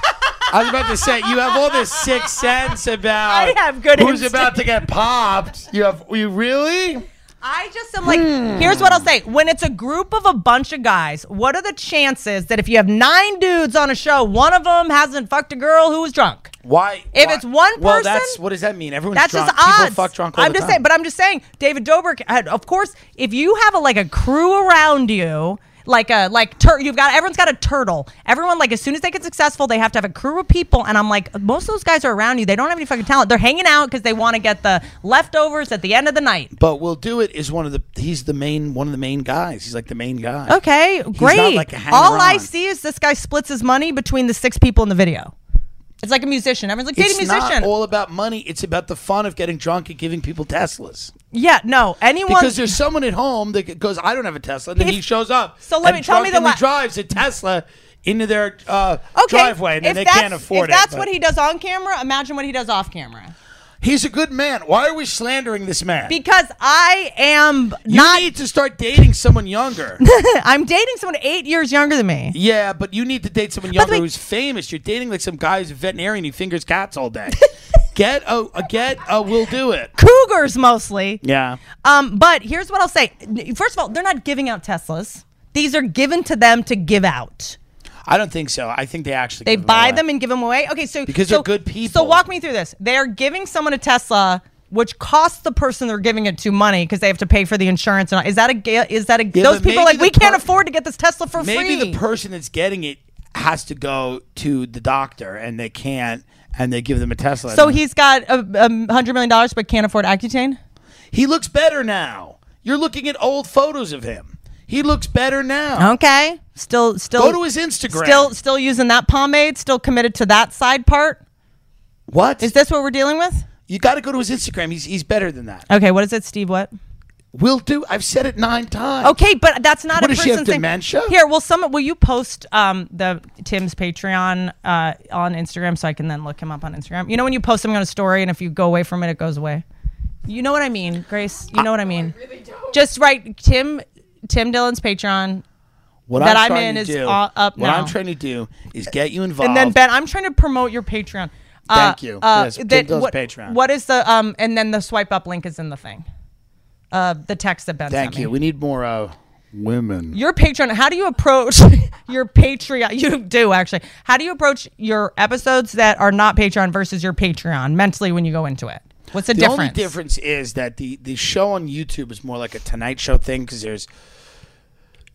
I was about to say you have all this sixth sense about
I have good
who's
instinct.
about to get popped. You have you really?
I just am like, here's what I'll say. When it's a group of a bunch of guys, what are the chances that if you have nine dudes on a show, one of them hasn't fucked a girl who was drunk?
Why?
If
why-
it's one
well,
person-
that's what does that mean? Everyone's
That's
drunk.
just odds.
People fuck drunk all
I'm
the
just
time.
saying, but I'm just saying, David Dobrik. had- Of course, if you have a, like a crew around you, like a like tur- you've got everyone's got a turtle. Everyone like as soon as they get successful, they have to have a crew of people. And I'm like, most of those guys are around you. They don't have any fucking talent. They're hanging out because they want to get the leftovers at the end of the night.
But we'll do it is one of the he's the main one of the main guys. He's like the main guy.
Okay,
He's
great.
not like a hanger
All I
on.
see is this guy splits his money between the six people in the video. It's like a musician. Everyone's like, date
It's
a musician.
not all about money. It's about the fun of getting drunk and giving people Teslas.
yeah, no. Anyone
Because there's someone at home that goes, I don't have a Tesla, and then
If-
he shows up.
So let
and
me- tell me the
drunkenly
la-
drives a Tesla into their uh, driveway, and then
if
they can't
that's-
afford
if that's
it. but-
what he does on camera, imagine what he does off camera.
He's a good man. Why are we slandering this man?
Because I am
you
not.
need to start dating someone younger.
I'm dating someone eight years younger than me.
yeah, but you need to date someone younger who's famous. You're dating like some guy who's a veterinarian who fingers cats all day. get a, a get a we'll do it.
Cougars mostly.
Yeah.
Um, but here's what I'll say. First of all, they're not giving out Teslas. These are given to them to give out.
I don't think so. I think they actually
They
give them
buy
away.
them and give them away. Okay, so
Because
so,
they're good people.
So walk me through this. They are giving someone a Tesla, which costs the person they're giving it to money because they have to pay for the insurance. And all. is that a ga- is that a
Yeah,
those
but
people are
maybe
like
the
we can't
per-
afford to get this Tesla for free?
maybe the person that's getting it has to go to the doctor and they can't and they give them a Tesla.
so he's got a, um hundred million dollars but can't afford Accutane.
He looks better now. You're looking at old photos of him. He looks better now.
Okay, still still
Go to his Instagram.
Still still using that pomade. Still committed to that side part.
What
is this? What we're dealing with?
You got to go to his Instagram. He's he's better than that.
Okay, what is it, Steve? What?
Will do. I've said it nine times.
Okay, but that's not
What
a
does
person's
she have,
thing.
dementia?
Here, will some will you post um the Tim's Patreon uh on Instagram so I can then look him up on Instagram? You know when you post something on a story and if you go away from it, it goes away. You know what I mean, Grace? You know what I mean? Just write Tim Tim Dillon's Patreon
What
that
I'm,
I'm,
trying
in
to
is
do,
all up
What
now.
I'm trying to do is get you involved.
and then Ben, I'm trying to promote your Patreon. Uh,
Thank you.
uh,
Yes, Tim
that-
Dillon's
what-
Patreon.
What is the um? And then the swipe up link is in the thing. Uh, the text that Ben sent
Thank
me.
you. We need more uh, women.
Your Patreon, how do you approach your Patreon? You do actually. How do you approach your episodes that are not Patreon versus your Patreon mentally when you go into it? What's the, difference?
only difference is that the the show on YouTube is more like a Tonight Show thing because there's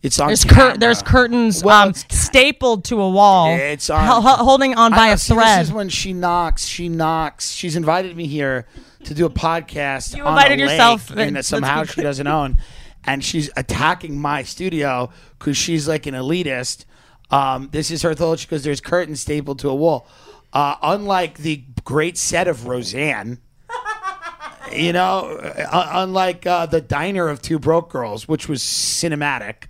it's on
there's,
camera.
cur- there's curtains um, stapled to a wall,
It's on-
hel- hel- holding on
I
by
know,
a
see,
thread.
This is when she knocks. She knocks. She's invited me here to do a podcast.
You
on
invited
a lake
yourself,
in
uh,
that somehow
let's be
she doesn't own, and she's attacking my studio because she's like an elitist. Um, this is her thought. She goes, "There's curtains stapled to a wall." Uh, unlike the great set of Roseanne, you know, uh, unlike uh, the diner of Two Broke Girls, which was cinematic.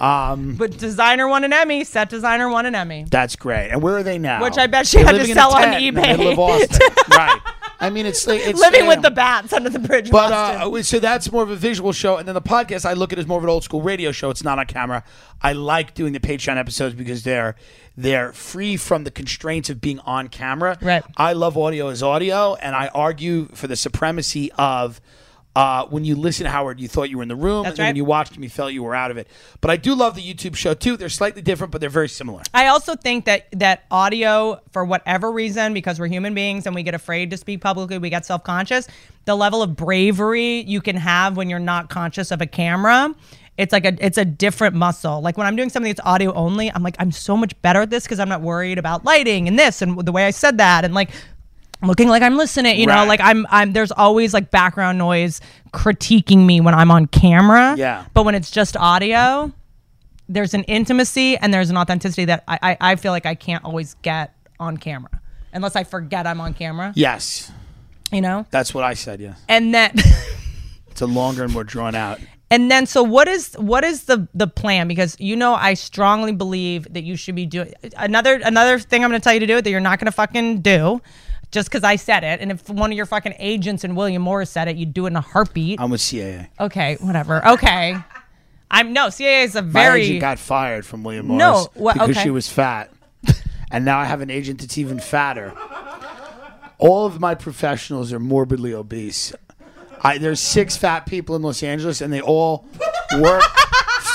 Um,
but designer won an Emmy. Set designer won an Emmy.
that's great. And where are they now?
Which I bet she
They're
had to
living in a
sell on
tent in the
eBay.
middle of Austin. right. I mean, it's like it's
Living with
um,
the bats under the bridge.
But
Austin.
uh, so that's more of a visual show, and then the podcast I look at as more of an old school radio show. It's not on camera. I like doing the Patreon episodes because they're they're free from the constraints of being on camera. Right. I love audio as audio, and I argue for the supremacy of. Uh, when you listen, Howard, you thought you were in the room, and then when
right.
you watched them, you felt you were out of it. But I do love the YouTube show too. They're slightly different, but they're very similar.
I also think that that audio, for whatever reason, because we're human beings and we get afraid to speak publicly, we get self conscious. The level of bravery you can have when you're not conscious of a camera, it's like a it's a different muscle. Like when I'm doing something that's audio only, I'm like I'm so much better at this because I'm not worried about lighting and this and the way I said that and like looking like I'm listening. You know,
Right.
like I'm I'm there's always like background noise critiquing me when I'm on camera.
Yeah.
but when it's just audio there's an intimacy and there's an authenticity that I, I, I feel like I can't always get on camera unless I forget I'm on camera.
Yes,
You know?
that's what I said. Yes,
And then
it's a longer and more drawn out.
and then so what is what is the the plan? Because you know I strongly believe that you should be doing another another thing I'm gonna tell you to do that you're not gonna fucking do just because I said it. And if one of your fucking agents and William Morris said it, you'd do it in a heartbeat.
I'm with CAA.
Okay, whatever. Okay. I'm no CAA is a
My
very
agent got fired from William
No,
Morris
wha-
because
okay.
she was fat, and now I have an agent that's even fatter. All of my professionals are morbidly obese. I, there's six fat people in Los Angeles, and they all work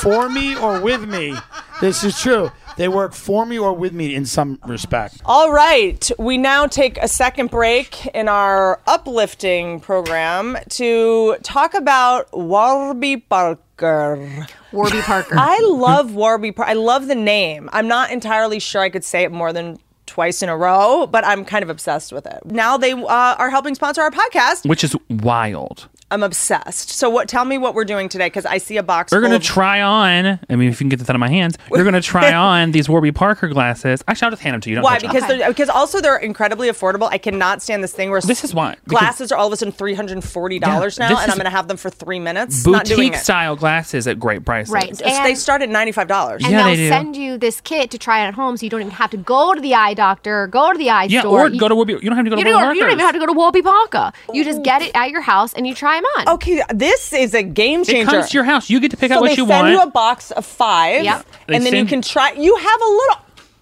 for me or with me. This is true. They work for me or with me in some respect.
All right, we now take a second break in our uplifting program to talk about Warby Parker.
Warby Parker.
I love Warby Parker. I love the name. I'm not entirely sure I could say it more than twice in a row, but I'm kind of obsessed with it. Now they uh, are helping sponsor our podcast.
Which is wild.
I'm obsessed. So what? Tell me what we're doing today because I see a box.
We're
full
gonna
of-
try on. I mean, if you can get this out of my hands, you're gonna try on these Warby Parker glasses. Actually, I'll just hand them to you. Don't
why?
touch 'em.
Because they're, because also they're incredibly affordable. I cannot stand this thing where
This is why, because-
glasses are all of a sudden three hundred and forty dollars now,
Yeah, this
and
is-
I'm going to have them for three minutes. not doing
boutique
it.
style glasses at great prices.
Right.
It's- they
And-
start at ninety five dollars.
And they'll send you this kit to try it at home, so you don't even have to go to the eye doctor, go to the eye
Yeah,
store.
or go to Warby. You don't have to go to
you don't,
Warby
you don't even
Parker.
have to go to Warby Parker. You just get it at your house and you try them on.
Okay, this is a game
It
changer.
comes to your house. You get to pick out
so
what
they
you
send
want.
you a box of five,
Yep.
They
and then you
send-
can try. You have a little.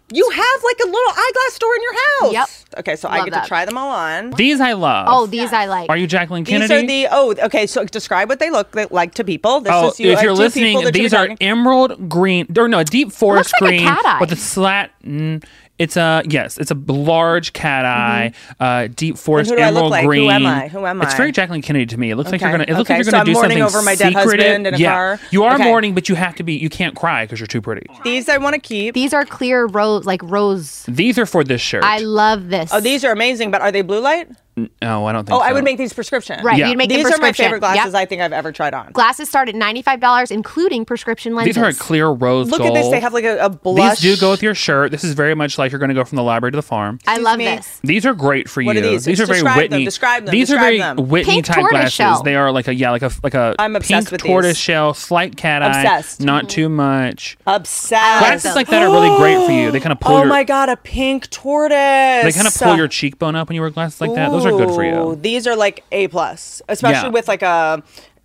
You have like a little eyeglass store in your house. Yep. Okay, so I
Love
get
that.
to try them all on.
These I love.
Oh, these I like.
Are you Jacqueline
These
Kennedy?
are the oh okay. So describe what they look li- like to people. This
oh,
is you,
if
uh,
you're
two people
listening,
that you
these
were
are
talking-
emerald green, or no, a deep forest
like a
green
cat eye.
with a slat. mm, it's a yes, it's a large cat eye, uh, deep forest
Mm-hmm. who do I look
emerald
like? Who
green.
am I? Who am
It's
I?
very Jacqueline Kennedy to me. It looks like you're
Okay,
gonna. It looks
okay,
like
so
you're gonna
I'm
do
mourning
something
over my dead
secretive.
husband in a
yeah.
car.
you are
Okay.
mourning, but you have to be. You can't cry because you're too pretty.
These I want to keep.
These are clear rose, like rose.
These are for this shirt.
I love this.
Oh, these are amazing, but are they blue light?
N- No, I don't think.
Oh, I
so.
would make these prescription.
Right, Yeah. you'd make them
these are my
prescription.
favorite glasses
Yep.
I think I've ever tried on.
Glasses start at ninety-five dollars, including prescription lenses.
These are a clear rose
Look
gold.
at this; they have like a, a blush.
These do go with your shirt. This is very much like you're going to go from the library to the farm.
I love this.
These are great for
What are
you.
these?
are very
Describe them,
Whitney.
describe them,
these are
describe
very
them.
Whitney
Pink
type glasses.
tortoiseshell.
They are like a yeah, like a like a
I'm obsessed
pink
with these.
tortoiseshell, slight cat eye,
Obsessed. Mm-hmm.
not too much.
Obsessed.
Glasses like that are really great for you. They kind of pull
oh
your
my god, a pink tortoise.
they kind of pull your cheekbone up when you wear glasses like that. Those are good for
Ooh,
you.
These are like a plus, especially
Yeah.
with like a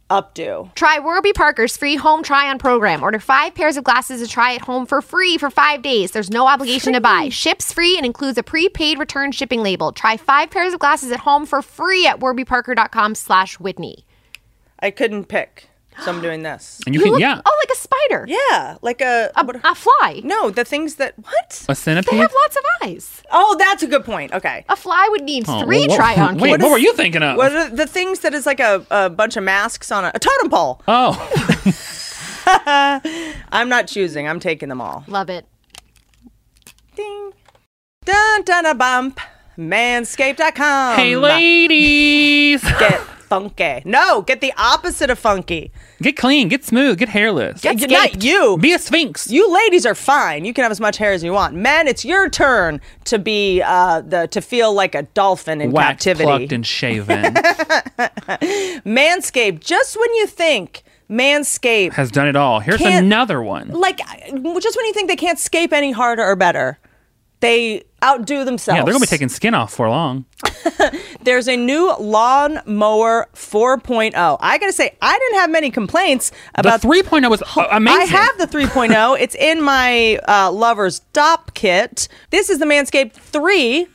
updo.
Try Warby Parker's free home try-on program. Order five pairs of glasses to try at home for free for five days. There's no obligation to buy. Ships free and includes a prepaid return shipping label. Try five pairs of glasses at home for free at warbyparker.com slash Whitney.
I couldn't pick, so I'm doing this.
And you can yeah,
Oh, like a spider.
Yeah, like a a,
fly.
No, the things that what?
a centipede.
lots of eyes.
Oh, that's a good point. Okay.
A fly would need
Oh,
three
well, what-
try-on
Wait,
kits.
what were you thinking of?
What are the things that is like a, a bunch of masks on a, a totem pole?
Oh.
I'm not choosing. I'm taking them all.
Love it.
Ding. Dun dun a bump. Manscaped.com.
Hey, ladies.
Get funky. No, get the opposite of funky.
Get clean, get smooth, get hairless.
Get not you.
Be a sphinx.
You ladies are fine. You can have as much hair as you want. Men, it's your turn to be uh, the to feel like a dolphin in
Waxed,
captivity.
plucked, and shaven
Manscaped. Just when you think Manscaped
has done it all. Here's
Can't-
another one.
like just when you think they can't scape any harder or better, they outdo themselves.
Yeah, they're gonna be taking skin off for long.
There's a new lawn mower 4.0. oh. I gotta say, I didn't have many complaints about
3.0 was uh, amazing.
I have the 3.0. it's in my uh, lover's dop kit. This is the Manscaped 3,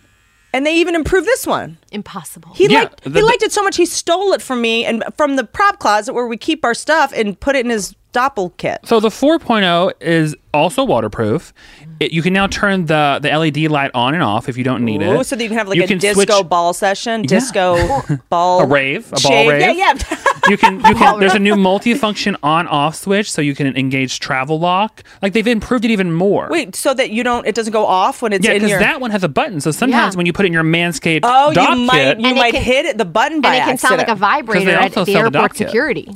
and they even improved this one.
Impossible.
He
Yeah,
liked
the-
he
the-
liked it so much he stole it from me and from the prop closet where we keep our stuff and put it in his doppel kit.
So the 4.0 is also waterproof.
Mm-hmm.
It, you can now turn the, the LED light on and off if you don't need
Ooh,
it.
so that you can have like
You
a
can
disco
switch-
ball session, disco ball,
a rave, a ball
shave.
rave.
Yeah, yeah.
you can you can there's a new multifunction on off switch so you can engage travel lock. Like they've improved it even more.
Wait, so that you don't it doesn't go off when it's
yeah,
in
because
your
that one has a button. So sometimes
Yeah.
when you put it in your Manscaped
Oh, you
dot
might
kit,
you might hit it the button by
and it can sound like a
accident.
vibrator at
also
the
sell the
airport
dock kit.
security.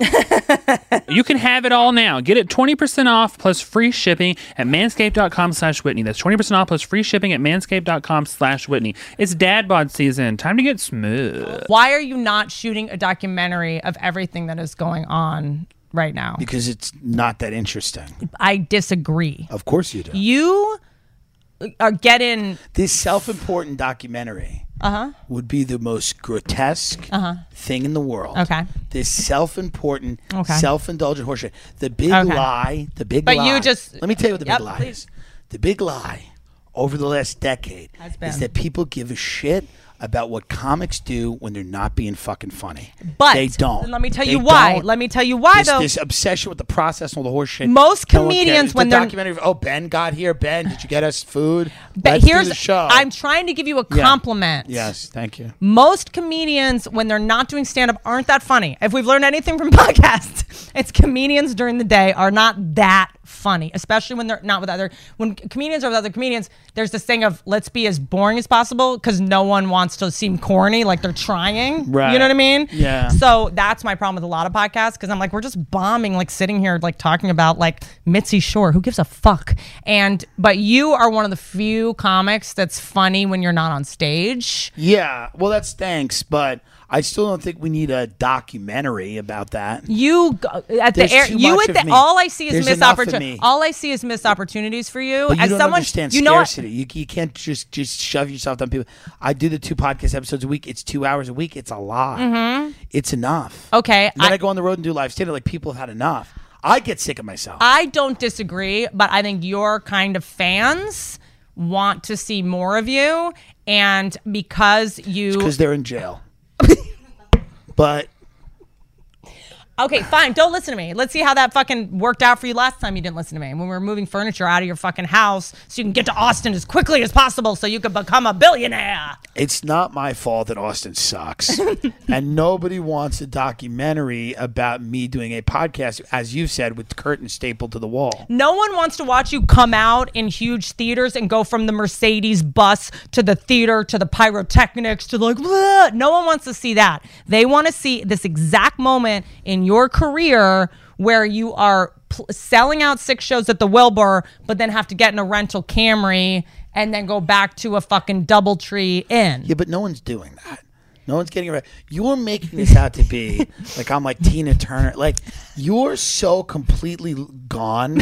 You can have it all now. Get it 20% off plus free shipping at manscaped.com slash Whitney. That's 20% off plus free shipping at manscaped.com slash Whitney. It's dad bod season. Time to get smooth.
Why are you not shooting a documentary of everything that is going on right now?
because it's not that interesting.
I disagree.
Of course you do.
You are getting
This self-important documentary
uh huh
would be the most grotesque
Uh-huh.
thing in the world.
Okay.
This self-important,
Okay.
self-indulgent horseshit. The big
Okay.
lie. The big
But
lie.
you just-
let me tell you what the
Yep,
big lie
please.
is. The big lie over the last decade
Has been.
is that people give a shit about what comics do when they're not being fucking funny.
But
they don't.
Let me tell
They
you why.
don't.
Let me tell you why
this,
though.
this obsession with the process and all the horse shit.
Most
No one cares.
comedians,
The
when they're-
documentary, oh Ben got here, Ben, did you get us food?
but
Let's do
here's
the show.
I'm trying to give you a
Yeah.
compliment.
Yes, thank you.
Most comedians, when they're not doing stand up, aren't that funny. If we've learned anything from podcasts, it's comedians during the day are not that funny, especially when they're not with other when comedians are with other comedians. There's this thing of let's be as boring as possible because no one wants to seem corny, like they're trying. You
Right.
know what I mean?
Yeah.
So that's my problem with a lot of podcasts because I'm like we're just bombing, like sitting here, like talking about like Mitzi Shore. Who gives a fuck? And but you are one of the few comics that's funny when you're not on stage.
Yeah, well, that's thanks, but I still don't think we need a documentary about that.
You go, at
There's
the air,
too
you at
much of
the,
me.
all I see is
There's
missed
enough of
opportunities.
me.
All I see is missed opportunities for you.
But you
As
don't
someone,
understand
you know, what-
scarcity. You, you can't just just shove yourself down people. I do the two podcast episodes a week. It's two hours a week. It's a lot.
Mhm.
It's enough.
Okay.
And then I, go on the road and do live stand-up. Like people have had enough. I get sick of myself.
I don't disagree, but I think your kind of fans want to see more of you, and because you,
because they're in jail. but
okay, fine, don't listen to me. Let's see how that fucking worked out for you last time you didn't listen to me when we were moving furniture out of your fucking house so you can get to Austin as quickly as possible so you can become a billionaire.
it's not my fault that Austin sucks. and nobody wants a documentary about me doing a podcast, as you've said, with the curtain stapled to the wall.
No one wants to watch you come out in huge theaters and go from the Mercedes bus to the theater to the pyrotechnics to like, blah. no one wants to see that. They want to see this exact moment in your career where you are pl- selling out six shows at the Wilbur, but then have to get in a rental Camry and then go back to a fucking Doubletree Inn.
Yeah, but no one's doing that. No one's getting around. You're making this out to be like I'm like Tina Turner. Like you're so completely l- gone.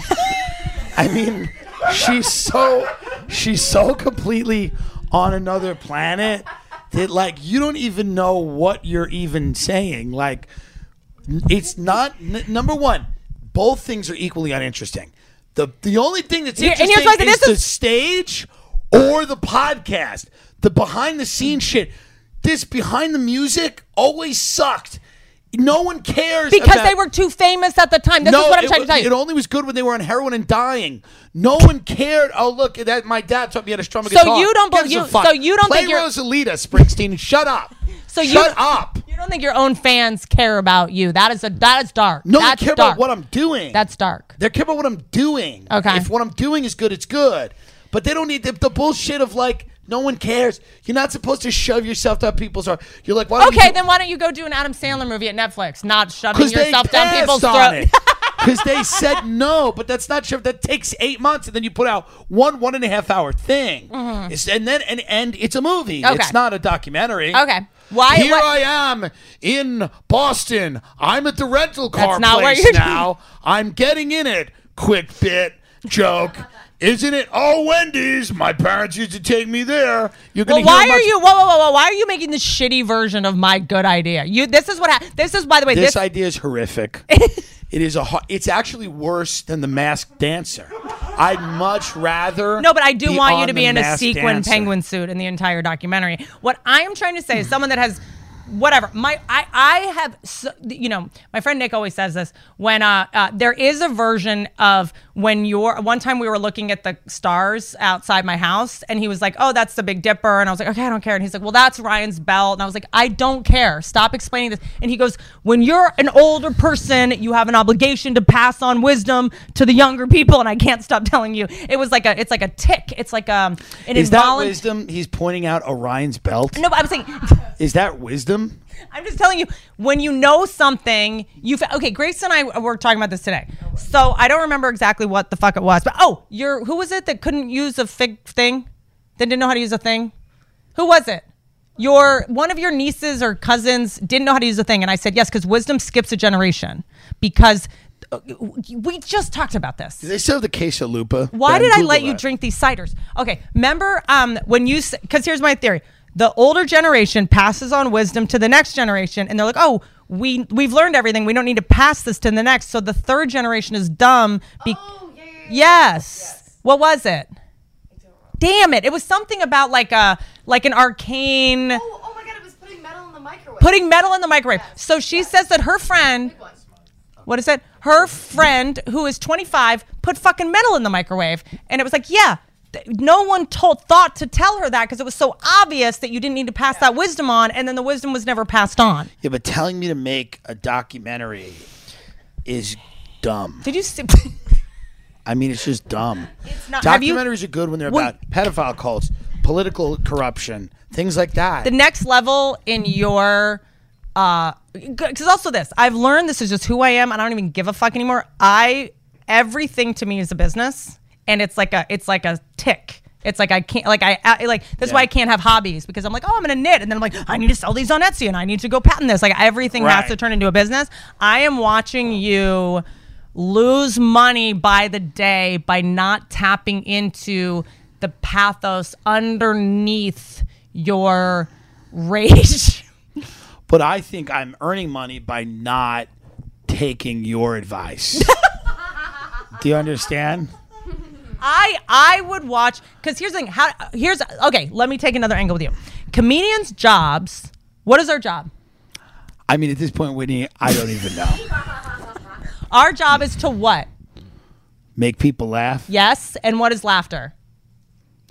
I mean, she's so she's so completely on another planet that like you don't even know what you're even saying. Like n- it's not n- number one. Both things are equally uninteresting. The the only thing that's
Yeah, and here's
interesting
why this
is the
is-
stage or the podcast. The behind the scenes shit. This behind the music always sucked. No one cares
Because
about-
they were too famous at the time. This
no,
is what I'm
it,
trying
wa-
to tell you.
It only was good when they were on heroin and dying. No one cared. Oh look, that my dad taught me how to strum a
So
guitar.
you don't
Gives
believe-
a fuck.
so you don't
Play
think you're-
Rosalita Springsteen. Shut up.
So you-
shut up.
You don't think your own fans care about you? That is a that is dark.
No,
That's
they care
dark.
about what I'm doing.
That's dark.
They care about what I'm doing.
Okay.
If what I'm doing is good, it's good. But they don't need the, the bullshit of like no one cares. You're not supposed to shove yourself down people's. Ar- you're like, why? don't you
Okay,
do-
then why don't you go do an Adam Sandler movie at Netflix? Not shoving
because they
yourself down people's
passed on
throats.
it. Because they said no, but that's not sure. That takes eight months, and then you put out one one and a half hour thing,
Mhm.
It's- and then and and it's a movie.
Okay.
It's not a documentary.
Okay. Why-
Here
what-
I am in Boston. I'm at the rental car
That's not where
place
you're-
now. I'm getting in it. Quick bit joke. Isn't it? Oh, Wendy's. My parents used to take me there. You're
Well,
gonna.
why
hear
are
much-
you? Whoa, whoa, whoa, whoa! Why are you making the shitty version of my good idea? You. This is what. hap- This is by the way.
this,
This.
idea is horrific. it is a. ho- It's actually worse than the Masked Dancer. I'd much rather.
no, but I do
be
want you
on
to
The
be in a
Masked
sequin
Dancer.
penguin suit in the entire documentary. What I am trying to say is someone that has. Whatever my I I have so, you know my friend Nick always says this when uh, uh there is a version of when you're one time we were looking at the stars outside my house and he was like oh that's the Big Dipper and I was like okay I don't care and he's like well that's Ryan's belt and I was like I don't care stop explaining this and he goes when you're an older person you have an obligation to pass on wisdom to the younger people and I can't stop telling you it was like a it's like a tick it's like um an
Is that
involunt-
wisdom? He's pointing out Orion's belt.
no but I'm saying
Is that wisdom?
I'm just telling you, when you know something, you fa- okay. Grace and I were talking about this today, so I don't remember exactly what the fuck it was. But oh, you're who was it that couldn't use a fig thing? That didn't know how to use a thing. Who was it? Your one of your nieces or cousins didn't know how to use a thing, and I said yes because wisdom skips a generation. Because uh, we just talked about this.
Do they still have the queso lupa?
Why
Ben,
did I
Google
let you
that.
drink these ciders? Okay, remember um, when you because here's my theory: the older generation passes on wisdom to the next generation, and they're like, "Oh, we we've learned everything. We don't need to pass this to the next." So the third generation is dumb. Be- oh, yeah, yes. What was it? Damn it! It was something about like a like an arcane. Oh, oh my god! It was putting metal in the microwave. Putting metal in the microwave. So she says that her friend what is it? Her friend who is 25 put fucking metal in the microwave, and it was like, yeah. th- No one told thought to tell her that because it was so obvious that you didn't need to pass that wisdom on, and then the wisdom was never passed on.
Yeah, but telling me to make a documentary is dumb.
Did you? See-
I mean, it's just dumb.
not- have you-
Documentaries are good when they're
Well-
about pedophile cults, political corruption, things like that.
the next level in your uh because also this i've learned this is just who i am and i don't even give a fuck anymore i everything to me is a business and it's like a it's like a tick it's like I can't like I, I like that's why I can't have hobbies because I'm like oh I'm gonna knit and then I'm like I need to sell these on Etsy and I need to go patent this like everything
Right.
has to turn into a business. I am watching you lose money by the day by not tapping into the pathos underneath your rage.
but I think I'm earning money by not taking your advice. Do you understand?
I I would watch because here's the thing. How here's okay. Let me take another angle with you. Comedians' jobs. What is our job?
I mean, at this point, Whitney, I don't even know.
Our job is to what?
Make people laugh.
Yes, and what is laughter?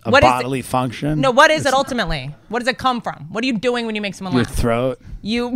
A
What is it?
bodily function.
No, what is it
It's
ultimately? What does it come from? What are you doing when you make someone
Your
laugh?
throat.
You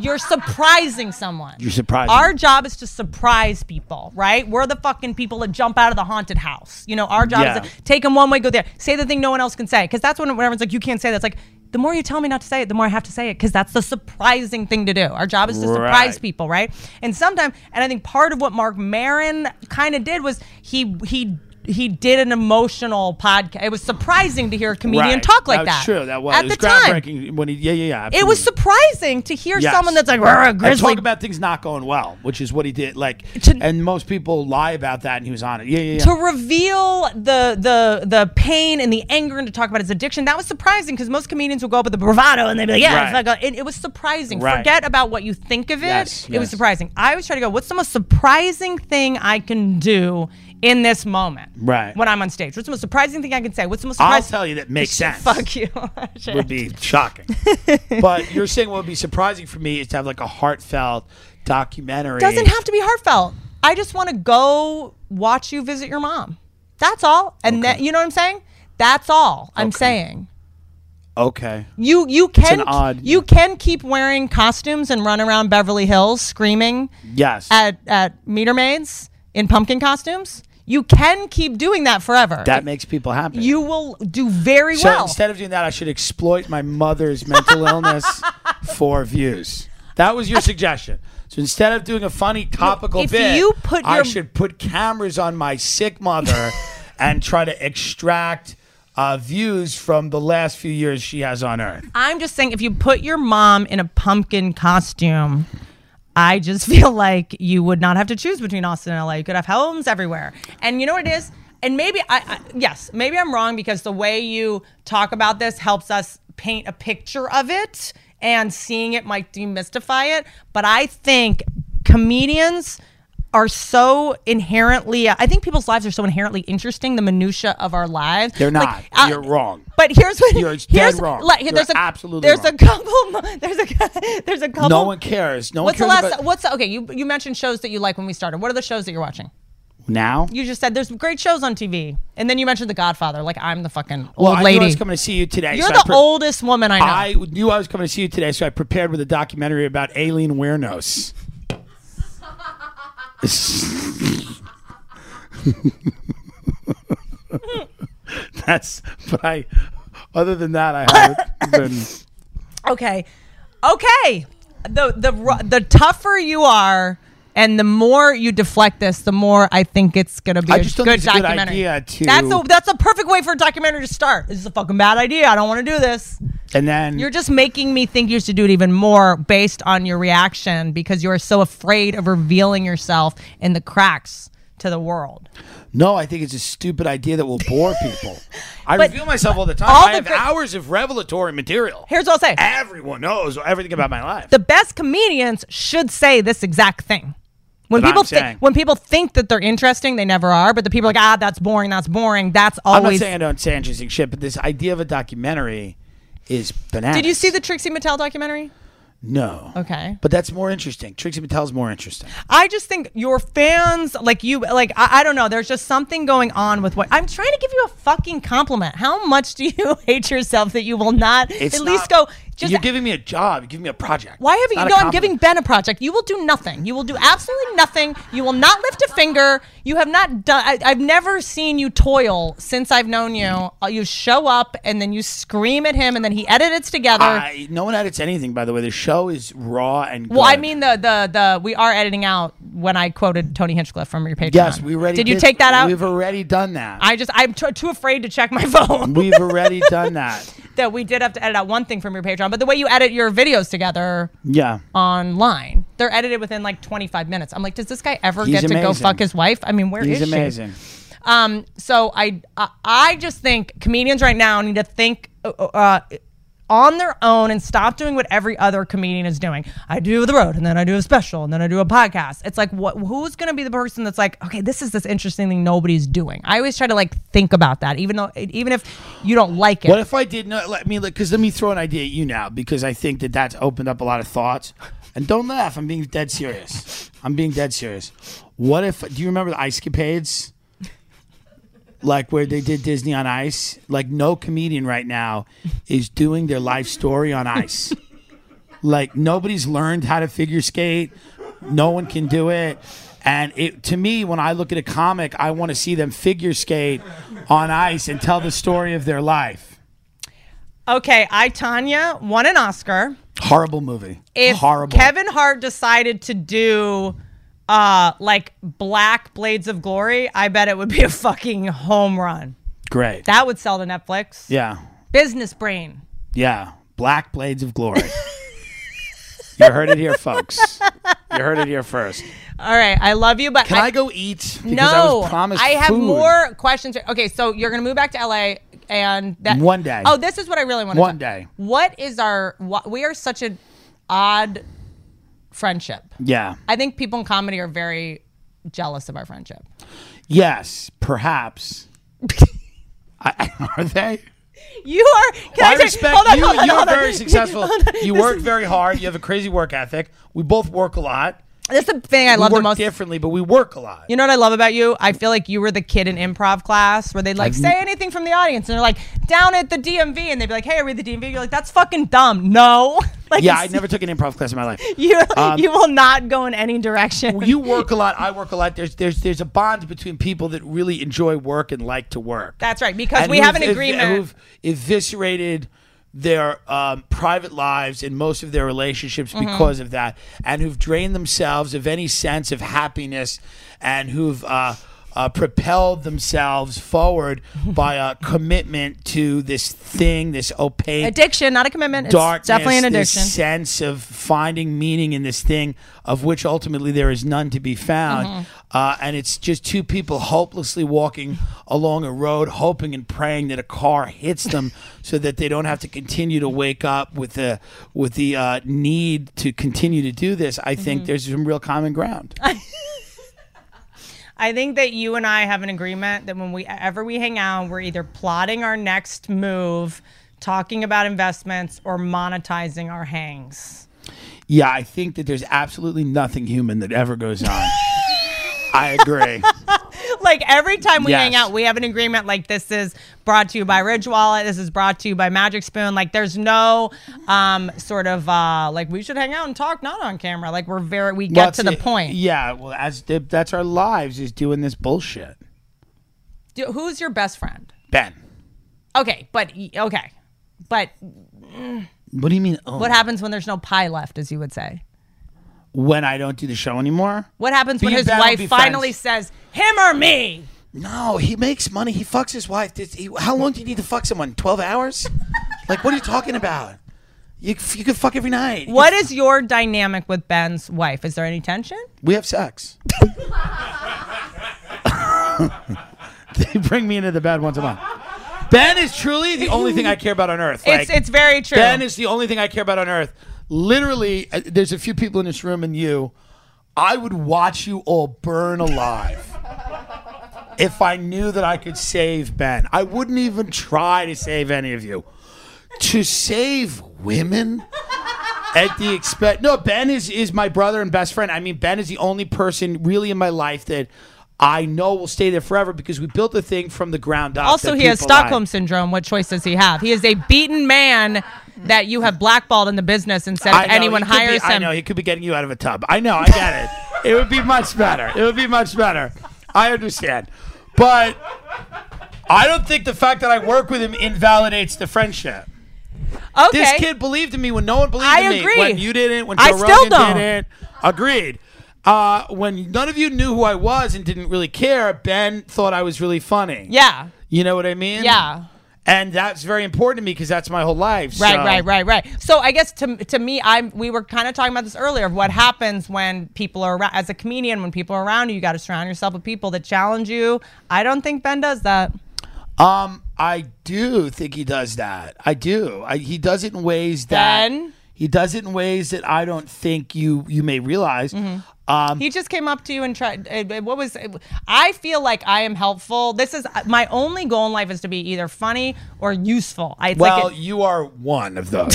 you're surprising someone.
You're surprising.
Our job is to surprise people, right? We're the fucking people that jump out of the haunted house. You know, our job
Yeah.
is to take them one way, go there, say the thing no one else can say, because that's when, when everyone's like, you can't say that. It's like the more you tell me not to say it, the more I have to say it, because that's the surprising thing to do. Our job is to surprise
Right.
people, right? And sometimes, and I think part of what Mark Marin kind of did was he he. He did an emotional podcast. It was surprising to hear a comedian
Right.
talk like
That's
that.
True. That was,
at
it was
the time.
groundbreaking when he. Yeah, yeah, yeah.
It
Hmm.
was
absolutely.
surprising to hear
Yes.
someone that's like, "Rah,
And
grizzly
talk about things not going well, which is what he did. Like, and most people lie about that, and he was on it. Yeah, yeah, yeah.
to reveal the the the pain and the anger and to talk about his addiction that was surprising because most comedians will go up with the bravado and they'd be like yeah
Right.
fuck it. And it was surprising
Right.
forget about what you think of it
Yes,
it was
yes.
surprising i always try to go what's the most surprising thing i can do in this moment
Eh.
Right.
when i'm on stage what's the most surprising thing i can say what's the most
I'll
surprising
tell you that makes sense.
fuck you
would be shocking. but you're saying what would be surprising for me is to have like a heartfelt documentary.
doesn't have to be heartfelt i just want to go watch you visit your mom that's all and then you know what i'm saying that's all i'm saying
Okay.
You you
It's
can
an odd-
you can keep wearing costumes and run around Beverly Hills screaming
Yes.
at at meter maids in pumpkin costumes. You can keep doing that forever.
That makes people happy.
you will do very
so
well.
instead of doing that, I should exploit my mother's mental illness for views. That was your suggestion. So instead of doing a funny topical
if
bit,
you put
I
your-
should put cameras on my sick mother and try to extract uh, views from the last few years she has on Earth.
I'm just saying if you put your mom in a pumpkin costume, I just feel like you would not have to choose between Austin and LA. You could have homes everywhere. And you know what it is? And maybe I, I yes, maybe I'm wrong because the way you talk about this helps us paint a picture of it and seeing it might demystify it, but I think comedians are so inherently I think people's lives are so inherently interesting the minutia of our lives.
They're
Like,
not.
I-
You're wrong.
but here's what
You're
here's
dead wrong.
Like,
You're
there's a
absolutely
there's
wrong.
a couple mo- there's a there's a couple.
No one cares. No one
what's the
cares
last?
about-
what's the, okay? You you mentioned shows that you like when we started. What are the shows that you're watching?
Now?
You just said there's great shows on TV, and then you mentioned The Godfather. Like I'm the fucking
Well,
old
I knew I was
lady.
coming to see you today.
You're
so I
the
pre-
oldest woman I know.
I knew I was coming to see you today, so I prepared with a documentary about Aileen Wernos. That's, but I, other than that, I haven't been.
okay, okay. The the ru- the tougher you are. And the more you deflect this, the more I think it's gonna be
I
a
just don't
good
think it's a good
documentary.
idea to-
that's a that's a perfect way for a documentary to start. This is a fucking bad idea. I don't want to do this.
And then
You're just making me think you should do it even more based on your reaction because you are so afraid of revealing yourself in the cracks to the world.
No, I think it's a stupid idea that will bore people. I
But-
reveal myself all the time.
all
I
the
have
great-
hours of revelatory material.
Here's what I'll say
Everyone knows everything about my life.
the best comedians should say this exact thing. When
That I'm
people thi-
saying.
when people think that they're interesting, they never are. But the people are like, ah, that's boring, that's boring, that's
I'm not
always.
saying I don't say interesting shit, but this idea of a documentary is bananas.
Did you see the Trixie Mattel documentary?
No.
Okay.
But that's more interesting. Trixie Mattel's more interesting.
I just think your fans, like you, like I, I don't know. There's just something going on with what I'm trying to give you a fucking compliment. How much do you hate yourself that you will not
It's
at least go?
not-
Just
You're giving me a job. You're giving me a project.
Why
It's
haven't
not a
you? No, I'm
compliment.
giving Ben a project. You will do nothing. You will do absolutely nothing. You will not lift a finger. You have not done. I, I've never seen you toil since I've known you. Uh, You show up and then you scream at him, and then he edits together.
I, no one edits anything, by the way. The show is raw and good.
well, I mean the the the we are editing out when I quoted Tony Hinchcliffe from your Patreon.
Yes, we already
Did you
did-
take that out?
We've already done that.
I just I'm t- too afraid to check my phone.
We've already done that.
that we did have to edit out one thing from your Patreon, but the way you edit your videos together
Yeah.
online, they're edited within like 25 minutes. I'm like, does this guy ever
He's
get to go
amazing.
fuck his wife? I mean, where is
He's
she?
amazing.
Um, so I, I I just think comedians right now need to think uh, uh, on their own and stop doing what every other comedian is doing. I do the road, and then I do a special, and then I do a podcast. It's like, what? Who's going to be the person that's like, okay, this is this interesting thing nobody's doing? I always try to like think about that, even though even if you don't like it.
What if I did not? Let me, because let me throw an idea at you now, because I think that that's opened up a lot of thoughts. And don't laugh. I'm being dead serious. I'm being dead serious. What if? Do you remember the Ice Capades? Like where they did Disney on Ice. Like no comedian right now is doing their life story on ice. like nobody's learned how to figure skate. No one can do it. And it, to me, when I look at a comic, I want to see them figure skate on ice and tell the story of their life.
Okay, I Tanya won an Oscar.
Horrible movie.
If
Horrible.
Kevin Hart decided to do uh like Black Blades of Glory, I bet it would be a fucking home run.
Great.
That would sell to Netflix.
Yeah.
Business brain.
Yeah. Black Blades of Glory. you heard it here, folks. You heard it here first.
All right, I love you, but
Can I go eat? Because
no,
I was promised
I have
food.
more questions. Okay, so you're gonna move back to LA, and that
One day.
Oh, this is what I really want.
One day.
What is our? What, we are such an odd friendship.
Yeah.
I think people in comedy are very jealous of our friendship.
Yes. Perhaps. I, are they?
You are. Can
I,
I, say-
respect
hold on,
you.
hold on,
you're
hold on.
very successful.
Hold on.
You
This
work
is-
very hard. You have a crazy work ethic. We both work a lot.
That's the thing I
We
love the
work
most.
differently, but we work a lot.
You know what I love about you? I feel like you were the kid in improv class where they'd like
I've-
say anything from the audience, and they're like down at the DMV, and they'd be like, "Hey, are we at the DMV?" You're like, "That's fucking dumb." No. like,
yeah, I
it's-
never took an improv class in my life.
You
Um,
you will not go in any direction.
you work a lot. I work a lot. There's there's there's a bond between people that really enjoy work and like to work.
That's right, because
And
we have
who've
an
ev-
agreement.
Who've eviscerated their um, private lives and most of their relationships
Mhm.
because of that, and who've drained themselves of any sense of happiness, and who've uh, uh, propelled themselves forward by a commitment to this thing, this opaque
addiction, not a commitment. it's
darkness,
definitely an
this
addiction.
sense of finding meaning in this thing of which ultimately there is none to be found.
Mhm.
Uh, and it's just two people hopelessly walking along a road, hoping and praying that a car hits them so that they don't have to continue to wake up with the with the uh, need to continue to do this. I think
Mhm.
there's some real common ground.
I think that you and I have an agreement that when we ever we hang out, we're either plotting our next move, talking about investments, or monetizing our hangs.
Yeah, I think that there's absolutely nothing human that ever goes on. I agree.
like every time we
Yes.
hang out, we have an agreement. Like this is brought to you by Ridge Wallet. This is brought to you by Magic Spoon. Like there's no um, sort of uh, like we should hang out and talk not on camera. Like we're very we get
Well,
to
it's-
the point.
Yeah, well, as that's our lives is doing this bullshit.
Do- who's your best friend?
Ben,
Okay, but okay, but mm,
what do you mean? Oh,
what happens when there's no pie left, as you would say?
when I don't do the show anymore?
What happens when
Me and
his
Ben will
wife
be
finally says, "Him or me"?
No, he makes money. He fucks his wife. This- he- how long do you need to fuck someone? Twelve hours? like, what are you talking about? You c- you could fuck every night.
What is your dynamic with Ben's wife? Is there any tension?
We have sex. they bring me into the bed once a month. Ben is truly the only thing I care about on earth.
It's- it's very true.
Ben is the only thing I care about on earth. Literally, uh, there's a few people in this room and you. I would watch you all burn alive if I knew that I could save Ben. I wouldn't even try to save any of you. To save women at the expense. No, Ben is is my brother and best friend. I mean, Ben is the only person really in my life that I know will stay there forever because we built the thing from the ground up.
Also,
that
he has
people like.
Stockholm syndrome. What choice does he have? He is a beaten man
that you have blackballed in the business and said if
I know,
anyone
he could be-
hires
I
him.
know he could be getting you out of a tub. I know. I get it. it would be much better. It would be much better. I understand, but I don't think the fact that I work with him invalidates the friendship.
Okay.
This kid believed in me when no one believed
I
in
agree.
me. When you didn't, when Joe
I still
Rogan
don't.
didn't. Agreed. Uh, when none of you knew who I was and didn't really care, Ben thought I was really funny.
Yeah.
You know what I mean?
Yeah.
And that's very important to me because that's my whole life.
Right,
so-
right, right, right. So I guess to to me, I'm we were kind of talking about this earlier of what happens when people are around. As a comedian, when people are around you, you got to surround yourself with people that challenge you. I don't think Ben does that.
Um, I do think he does that. I do. I, he does it in ways that he does it in ways that I don't think you you may realize.
Mm-hmm.
Um,
he just came up to you and tried. uh, uh, What was? I feel like I am helpful. This is uh, my only goal in life is to be either funny or useful. I think
well,
it-
you are one of those.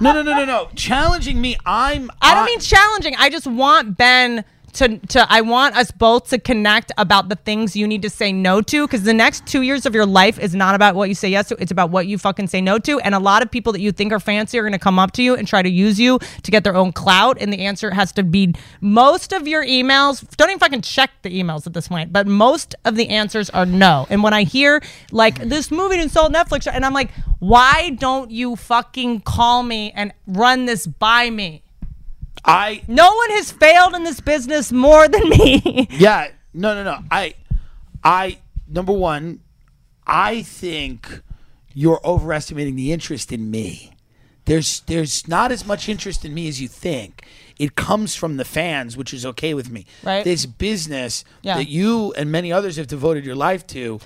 no, no, no, no, no. Challenging me, I'm.
I don't mean challenging. I just want Ben to to I want us both to connect about the things you need to say no to because the next 2 years of your life is not about what you say yes to, it's about what you fucking say no to and a lot of people that you think are fancy are going to come up to you and try to use you to get their own clout and the answer has to be most of your emails don't even fucking check the emails at this point but most of the answers are no and when I hear like this movie didn't sell at Netflix and I'm like why don't you fucking call me and run this by me
I
no one has failed in this business more than me.
yeah. No, no, no. I, I number one, I think you're overestimating the interest in me. There's there's not as much interest in me as you think. It comes from the fans, which is okay with me.
Right.
This business
Yeah.
that you and many others have devoted your life to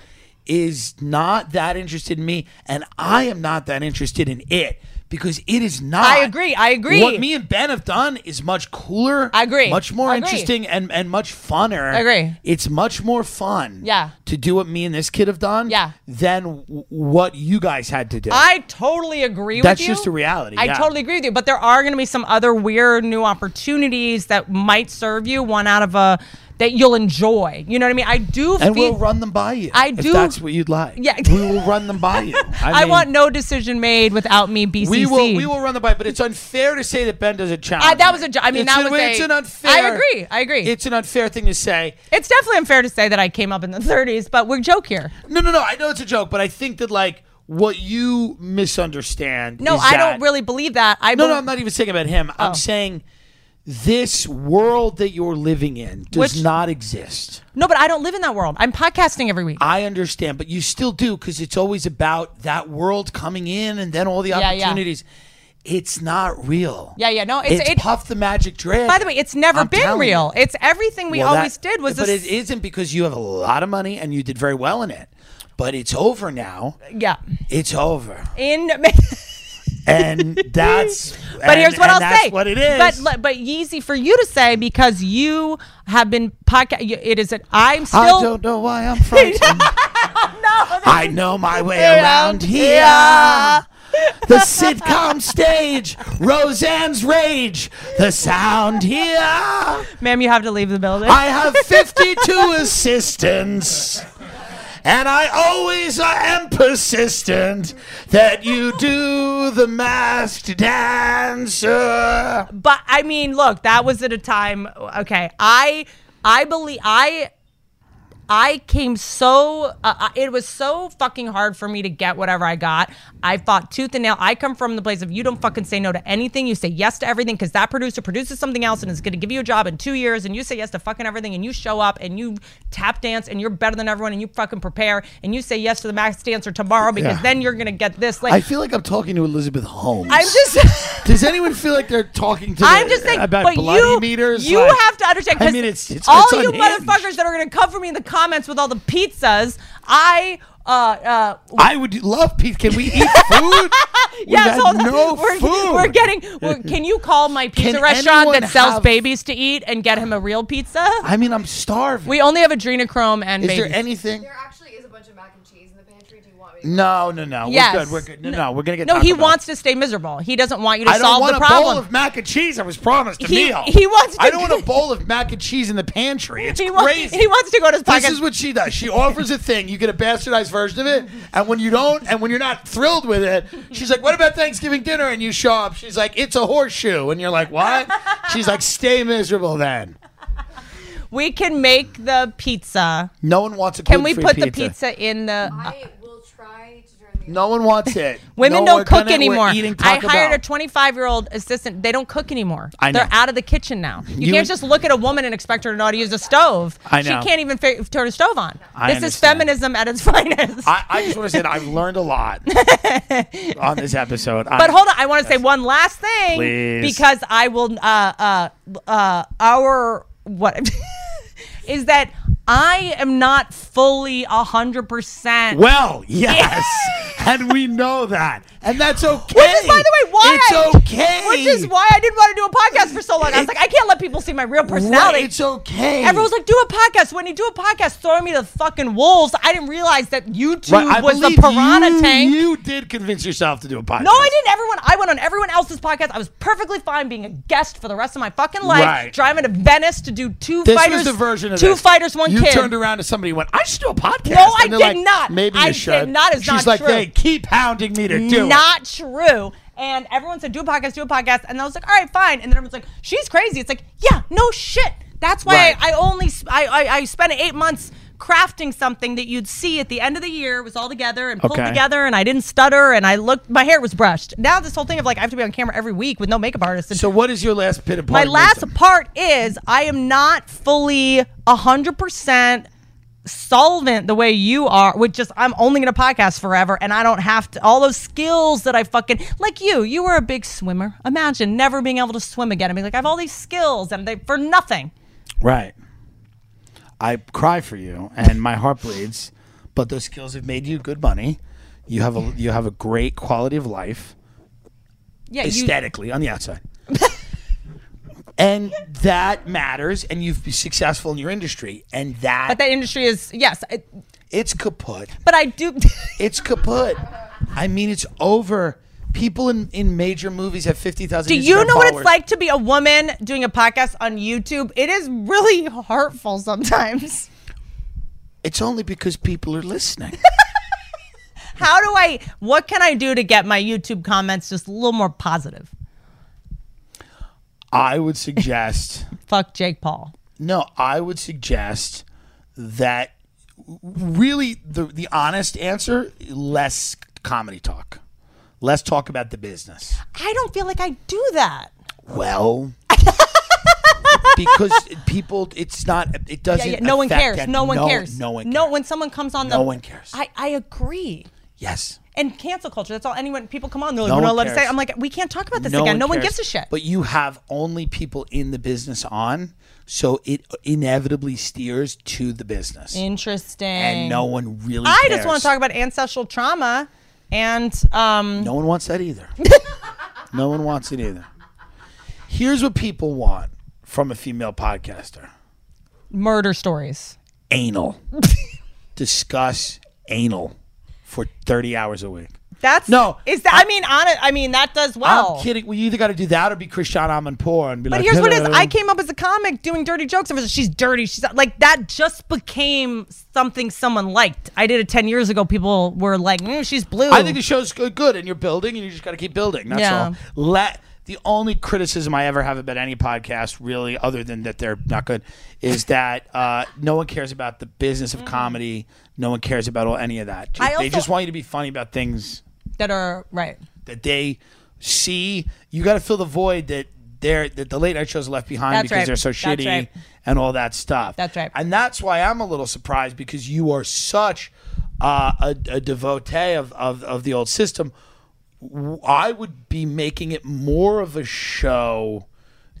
is not that interested in me, and I am not that interested in it because it is not.
I agree. I agree.
What me and Ben have done is much cooler.
I agree.
Much more
I agree.
interesting and and much funner.
I agree.
It's much more fun.
Yeah.
To do what me and this kid have done. Yeah. Than w- what you guys had to do.
I totally agree
That's
with you.
just the reality,
I
yeah.
totally agree with you, but there are going to be some other weird new opportunities that might serve you. One out of a that you'll enjoy. You know what I mean? I do.
and
feel,
we'll run them by you.
I
if
do-
that's what you'd like.
Yeah.
We will run them by you.
I,
mean,
want no decision made without me. BCC.
We will. We will run them by. But it's unfair to say that Ben doesn't challenge.
I, that was
me.
a. jo- I mean,
It's
that
an-
was a,
It's an unfair.
I agree. I agree.
It's an unfair thing to say.
It's definitely unfair to say that I came up in the 30s, but we're joke here.
No, no, no. I know it's a joke, but I think that like what you misunderstand.
No,
is
I
that-
don't really believe that. I
no,
bel- Oh.
no, I'm not even saying about him. I'm saying this world that you're living in does
Which-
not exist.
No, but I don't live in that world. I'm podcasting every week.
I understand, but you still do because it's always about that world coming in and then all the
Yeah, yeah.
opportunities. It's not real.
Yeah, yeah. No,
It's,
it's, it,
Puff the Magic Dragon.
By the way, it's never
I'm
been
telling
real.
you.
It's everything we
Well, that-
always did was
But
this.
it isn't because you have a lot of money and you did very well in it. But it's over now.
yeah.
It's over.
In
And that's.
But here's
and-
what
and
I'll
that's
say.
What it is.
But le- but Yeezy for you to say because you have been podcast. It is an I'm still.
I don't know why I'm frightened. I know my way around here. The sitcom stage, Roseanne's rage, the sound here.
Ma'am, you have to leave the building.
I have 52 assistants. And I always am persistent that you do the masked dancer.
But I mean, look, that was at a time. Okay, I I believe I I came so uh, I- it was so fucking hard for me to get whatever I got. I fought tooth and nail. I come from the place of you don't fucking say no to anything. You say yes to everything because that producer produces something else and is going to give you a job in two years, and you say yes to fucking everything, and you show up and you tap dance and you're better than everyone, and you fucking prepare and you say yes to the max dancer tomorrow because
Yeah.
then you're going to get this. Like
I feel like I'm talking to Elizabeth Holmes.
I'm just.
Does anyone feel like they're talking to?
I'm
the-
just saying
about
but
bloody
you,
meters.
You
Like,
have to understand.
I
'cause
mean, it's, it's
all
it's
you
unhinged.
motherfuckers that are going to come for me in the comments with all the pizzas. I uh uh.
I would love pizza. Can we eat food? We've
Yes,
had
hold on.
no
we're,
food.
we're getting. We're, can you call my pizza
Can
restaurant
anyone
that sells
have-
babies to eat and get him a real pizza?
I mean, I'm starving.
we only have adrenochrome and
Is there
babies.
anything?
There actually is a bunch of mac and cheese in the pantry. Do you want me
No, no, no.
Yes.
We're good. We're good. No, no, we're gonna get.
No,
Taco
he
Bell.
wants to stay miserable. He doesn't want you to
I don't
solve
want
the
a
problem.
bowl of mac and cheese. I was promised a
He-
meal.
he wants
I
to-
don't want a bowl of mac and cheese in the pantry. It's
He wa-
crazy.
he wants to go to his
This
pocket.
is what she does. She offers a thing. You get a bastardized version of it, and when you don't, and when you're not thrilled with it, she's like, "What about Thanksgiving dinner?" And you show up. She's like, "It's a horseshoe," and you're like, "What?" She's like, "Stay miserable then."
we can make the pizza.
No one wants a
Can we
gluten-free
put the
pizza.
pizza in the? uh,
No one wants it.
Women
No, we're
don't cook
gonna- we're
anymore.
eating
I
Taco
hired
Bell.
a 25 year old assistant. They don't cook anymore.
I know.
They're out of the kitchen now. You,
You
can't
would-
just look at a woman and expect her to know how to use a stove.
I know.
She can't even fa- turn a stove on.
I
this is
understand.
feminism at its finest.
I, I just want to say that I've learned a lot on this episode.
But hold on, I want to say one last thing
Please.
because I will. Uh, uh, uh, our what is that? I am not fully hundred percent.
Well, yes. and we know that. And that's okay.
Which is, by the way, why
It's
I,
okay.
Which is why I didn't want to do a podcast for so long. I was like, I can't let people see my real personality.
Right, it's okay.
Everyone's like, do a podcast. When you do a podcast, throw me to the fucking wolves. I didn't realize that YouTube
Right, I
was the
believe
piranha
you,
tank.
You did convince yourself to do a podcast.
No, I didn't. Everyone, I went on everyone else's podcast. I was perfectly fine being a guest for the rest of my fucking life.
Right.
Driving to Venice to do two
This
fighters,
was the version of
two
this.
fighters, one
you
kid.
turned around to somebody and went, I should do a podcast.
No, I
And they're
did
like,
not.
Maybe
I
you
did
should.
not. It's
She's
not
like,
true.
they keep hounding me to do
not true. And everyone said, do a podcast, do a podcast. And I was like, all right, fine. And then everyone's like, she's crazy. It's like, yeah, no shit. That's why
Right.
I, I only, sp- I, I, I spent eight months crafting something that you'd see at the end of the year. It was all together and pulled
Okay.
together and I didn't stutter and I looked, my hair was brushed. Now this whole thing of like, I have to be on camera every week with no makeup artist.
it. So what is your last pit of
my
party
last
wisdom?
part is I am not fully 100% solvent the way you are with just I'm only going to podcast forever and I don't have to all those skills that I fucking like you you were a big swimmer imagine never being able to swim again I mean like I have all these skills and they for nothing
Right. I cry for you, and my heart bleeds. But those skills have made you good money. You have a you have a great quality of life,
yeah you-
aesthetically on the outside, and that matters. And you've been successful in your industry, and that
but that industry is yes it-
it's kaput.
but I do
It's kaput. I mean, it's over. People in, in major movies have fifty thousand.
do you know what it's like to be a woman doing a podcast on YouTube it is really hurtful sometimes
It's only because people are listening.
how do I what can I do to get my YouTube comments just a little more positive
I would suggest.
fuck Jake Paul
No, I would suggest that really the the honest answer less comedy talk. Less talk about the business.
I don't feel like I do that.
Well, because people it's not it doesn't
yeah, yeah. No one
affect
cares.
that-
No one cares.
No one cares.
No, when someone comes on, the,
No one cares.
I, I agree.
Yes.
And cancel culture. That's all anyone. People come on. They're like,
No
we're not
one
allowed to say.
cares.
I'm like, we can't talk about this again. no one
cares.
gives a shit.
But you have only people in the business on, so it inevitably steers to the business.
Interesting.
And no one really
I just want
cares.
to talk about ancestral trauma, and um.
No one wants that either. no one wants it either. Here's what people want from a female podcaster
murder stories.
anal. Discuss anal for 30 hours a week.
That's
No,
Is that? I, mean, on it. I mean, that does well.
I'm kidding. Well, you either got to do that or be Christian Amanpour and be
Oh. But
like,
here's what it is. I
"Hello."
came up as a comic doing dirty jokes. I was like, she's dirty. She's like that. Just became something someone liked. I did it ten years ago. People were like, mm, she's blue.
I think the show's good, good and you're building and you just got to keep building. That's
Yeah.
all. Let the only criticism I ever have about any podcast, really, other than that they're not good, is that uh, no one cares about the business of comedy. No one cares about all, any of that.
Mm-hmm. I
they
also-
just want you to be funny about things
that are right.
that they see. You got to fill the void that they're that the late night shows are left behind
That's
because
right.
they're so
That's
shitty
right.
and all that stuff.
That's right.
And that's why I'm a little surprised because you are such uh, a, a devotee of, of of the old system. W- I would be making it more of a show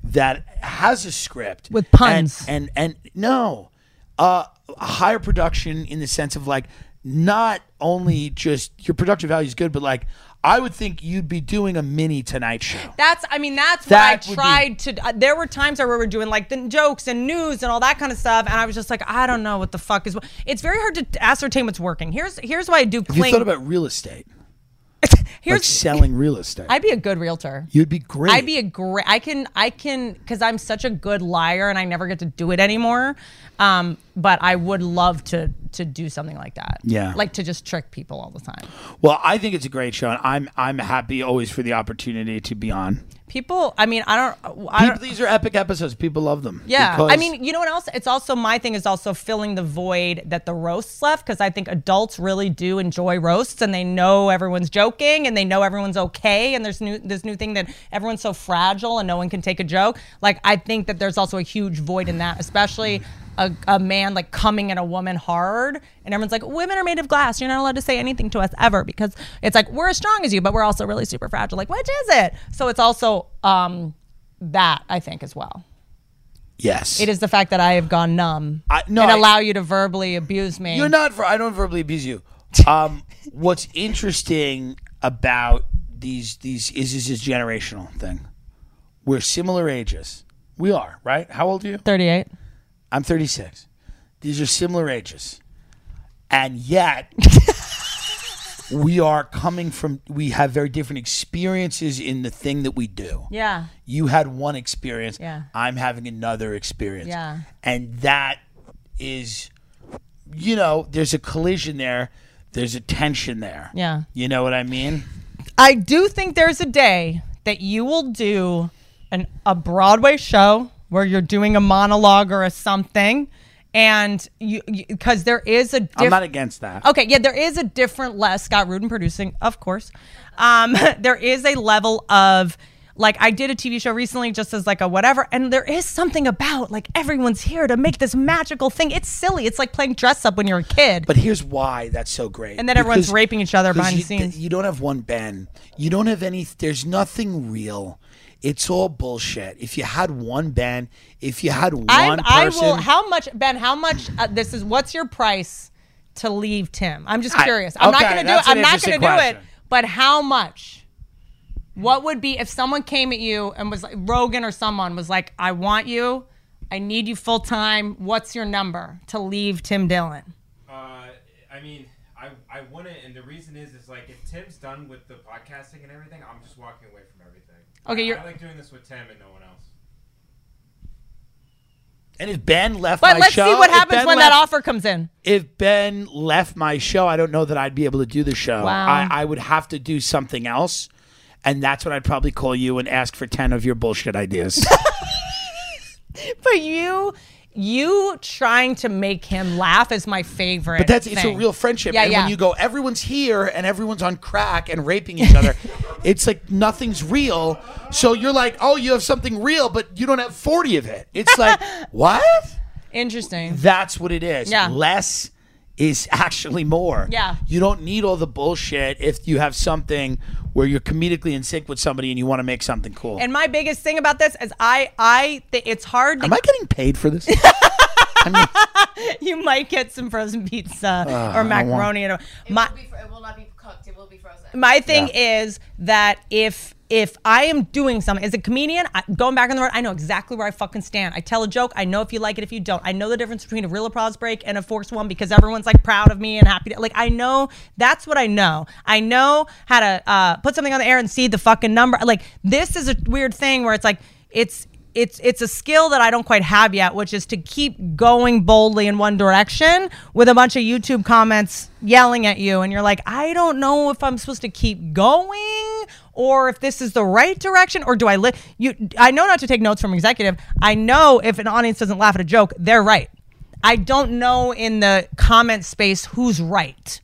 that has a script with puns and and, and no uh higher production in the sense of like not only just your production value is good but like I would think you'd be doing a mini Tonight Show.
That's, I mean, that's
That
what I
would
tried to. Uh, there were times where we were doing like the jokes and news and all that kind of stuff, and I was just like, I don't know what the fuck is. It's very hard to ascertain what's working. Here's here's why I do
Have you
cling.
thought about real estate? like selling real estate.
I'd be a good realtor.
You'd be great.
I'd be a great. I can. I can because I'm such a good liar, and I never get to do it anymore. Um, but I would love to to do something like that.
Yeah.
like to just trick people all the time.
well, I think it's a great show, and I'm I'm happy always for the opportunity to be on.
People. I mean, I don't. uh, I don't
People- these are epic episodes. People love them.
Yeah, I
because-
mean, you know what else? It's also my thing is also filling the void that the roasts left because I think adults really do enjoy roasts and they know everyone's joking and they know everyone's okay and there's new this new thing that everyone's so fragile and no one can take a joke. Like I think that there's also a huge void in that, especially. A, a man like coming at a woman hard, and everyone's like, "Women are made of glass. You're not allowed to say anything to us ever because it's like we're as strong as you, but we're also really super fragile. Like, what is it? So it's also um, that I think as well.
yes,
It is the fact that I have gone numb
no,
and
I-
allow you to verbally abuse me.
You're not. ver- I don't verbally abuse you. Um, what's interesting about these these is this is generational thing. We're similar ages. We are right. How old are you?
Thirty-eight.
I'm thirty-six. These are similar ages, and yet we are coming from. We have very different experiences in the thing that we do.
Yeah.
You had one experience.
Yeah.
I'm having another experience.
Yeah.
And that is, you know, there's a collision there. There's a tension there.
Yeah.
You know what I mean?
I do think there's a day that you will do an a Broadway show where you're doing a monologue or a something, and you because there is a.
I'm
diff-
not against that.
Okay, yeah, there is a different Les Scott Rudin producing, of course. Um, there is a level of like I did a TV show recently just as like a whatever, and there is something about like everyone's here to make this magical thing. It's silly. It's like playing dress up when you're a kid.
But here's why that's so great.
And then everyone's
Because-
raping each other
because
behind the
you-
scenes.
You don't have one Ben. You don't have any. There's nothing real. It's all bullshit. If you had one Ben, if you had one
I'm, I
person,
will. How much, Ben? How much? Uh, this is. What's your price to leave Tim? I'm just
I-
curious. I, am
okay,
not going to do it.
that's an
I'm not going
interesting
to do it.
question.
But how much? What would be if someone came at you and was like Rogan or someone was like, "I want you, I need you full time. What's your number to leave Tim Dillon?"
Uh, I mean, I I wouldn't, and the reason is, is like if Tim's done with the podcasting and everything, I'm just walking away from everything.
Okay,
I-
you're-
I like doing this with Tim and no one else.
and if Ben left
But
my
let's
show,
see what
if
happens
Ben
when that
left-
offer comes in.
if Ben left my show, I don't know that I'd be able to do the show.
Wow.
I, I would have to do something else. And that's when I'd probably call you and ask for 10 of your bullshit ideas.
But you, you trying to make him laugh is my favorite.
but that's it's a
thing.
real friendship.
Yeah,
and
yeah.
when you go, everyone's here and everyone's on crack and raping each other, it's like nothing's real. So you're like, oh, you have something real, but you don't have 40 of it. It's like, what?
Interesting.
That's what it is.
Yeah.
Less is actually more.
Yeah.
You don't need all the bullshit if you have something where you're comedically in sync with somebody and you want to make something cool.
And my biggest thing about this is I I th- it's hard. To,
Am I getting paid for this?
you might get some frozen pizza
Uh,
or
I want-
macaroni. Or, my,
It will not be cooked. It will be frozen.
my thing is that if if I am doing something as a comedian, I, going back on the road, I know exactly where I fucking stand. I tell a joke. I know if you like it, if you don't. I know the difference between a real applause break and a forced one because everyone's like proud of me and happy. To, like I know that's what I know. I know how to uh, put something on the air and see the fucking number. Like this is a weird thing where it's like it's it's it's a skill that I don't quite have yet, which is to keep going boldly in one direction with a bunch of YouTube comments yelling at you, and you're like, I don't know if I'm supposed to keep going or if this is the right direction, or do I li- you? I know not to take notes from executive. I know if an audience doesn't laugh at a joke, they're right. I don't know in the comment space who's right.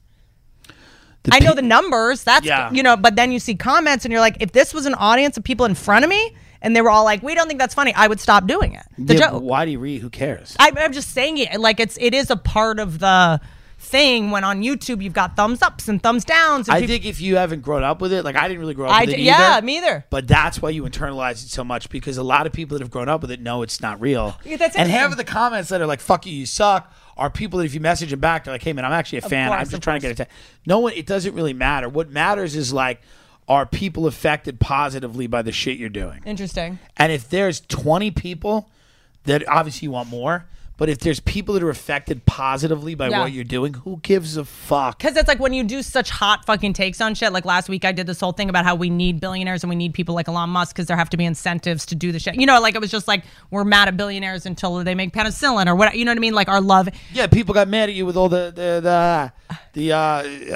I know the numbers. That's
Yeah.
you know, but then you see comments and you're like, if this was an audience of people in front of me and they were all like, we don't think that's funny, I would stop doing it. The
Yeah,
joke.
Why do you read? Who cares?
I, I'm just saying it. Like it's it is a part of the thing when on YouTube you've got thumbs ups and thumbs downs. And
I
peop-
think if you haven't grown up with it, like I didn't really grow up
I
with it
d-
either.
yeah, me either.
But that's why you internalize it so much because a lot of people that have grown up with it know it's not real.
Yeah, that's
and half
interesting.
of the comments that are like "fuck you, you suck" are people that if you message them back, they're like, "Hey man, I'm actually a
Of
fan.
course,
I'm just
of
trying to get a." T-. No one. It doesn't really matter. What matters is like, are people affected positively by the shit you're doing?
Interesting.
And if there's 20 people that obviously you want more, but if there's people that are affected positively by
Yeah.
what you're doing, who gives a fuck?
Because it's like when you do such hot fucking takes on shit. Like last week, I did this whole thing about how we need billionaires and we need people like Elon Musk because there have to be incentives to do the shit. You know, like it was just like we're mad at billionaires until they make penicillin or what. You know what I mean? Like our love.
Yeah, people got mad at you with all the the the, the uh,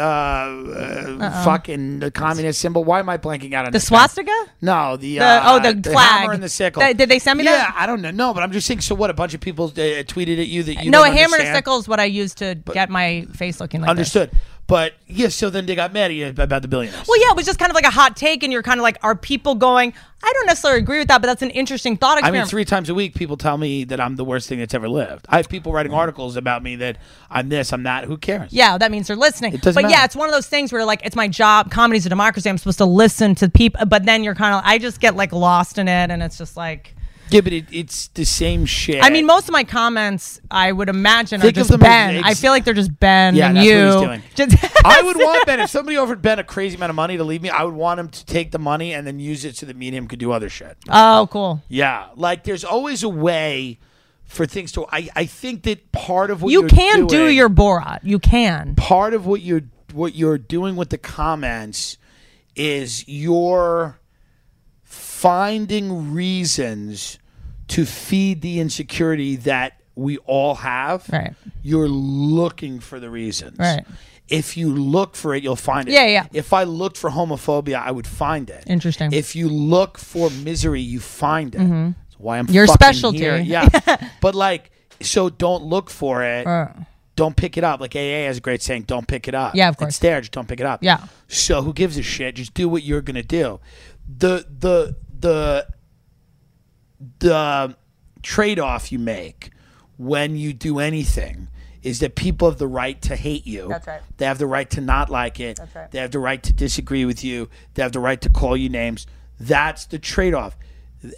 uh, uh, fucking the communist symbol. Why am I blanking out on
The
this now?
swastika?
No, the,
The-
uh,
oh, the flag.
hammer and the sickle.
Th- did they send me
yeah,
that?
I don't know. No, but I'm just saying. So what? A bunch of people uh, tweeted at you that you
no, a
don't
hammer and a
understand?
sickle is what I use to get my face looking like this.
Understood. But yeah, so then they got mad at you about the billionaires.
Well, yeah, it was just kind of like a hot take, and you're kind of like, are people going? I don't necessarily agree with that, but that's an interesting thought
I
experiment.
mean, three times a week, people tell me that I'm the worst thing that's ever lived. I have people writing articles about me that I'm this, I'm that. Who cares?
Yeah, that means they're listening.
It doesn't
but yeah,
matter.
it's one of those things where like it's my job. Comedy's a democracy. I'm supposed to listen to people, but then you're kind of I just get like lost in it, and it's just like
Yeah, but it, it's the same shit.
I mean, most of my comments I would imagine
Think
are
of
just
them as
Ben. I
ex-
feel like they're just Ben
Yeah,
and
that's what
you.
he's doing.
Just-
I would want Ben if somebody offered Ben a crazy amount of money to leave me. I would want him to take the money and then use it so that me and him could do other shit.
oh, cool.
Yeah, like there's always a way for things to. I I think that part of what
You
you're
can do
doing-
your Borat. You can.
part of what you're what you're doing with the comments is you're finding reasons to feed the insecurity that we all have. Right. You're looking for the reasons.
Right.
If you look for it, you'll find it.
Yeah, yeah.
If I looked for homophobia, I would find it.
Interesting.
If you look for misery, you find it.
Mhm.
That's why I'm
Your
fucking
specialty.
here. Yeah. but like, so don't look for it.
Uh.
Don't pick it up. Like AA has a great saying, don't pick it up.
Yeah, of course.
It's there, just don't pick it up.
Yeah.
So who gives a shit? Just do what you're gonna do. The the the the trade off you make when you do anything is that people have the right to hate you.
That's right.
They have the right to not like it.
That's right.
They have the right to disagree with you. They have the right to call you names. That's the trade off.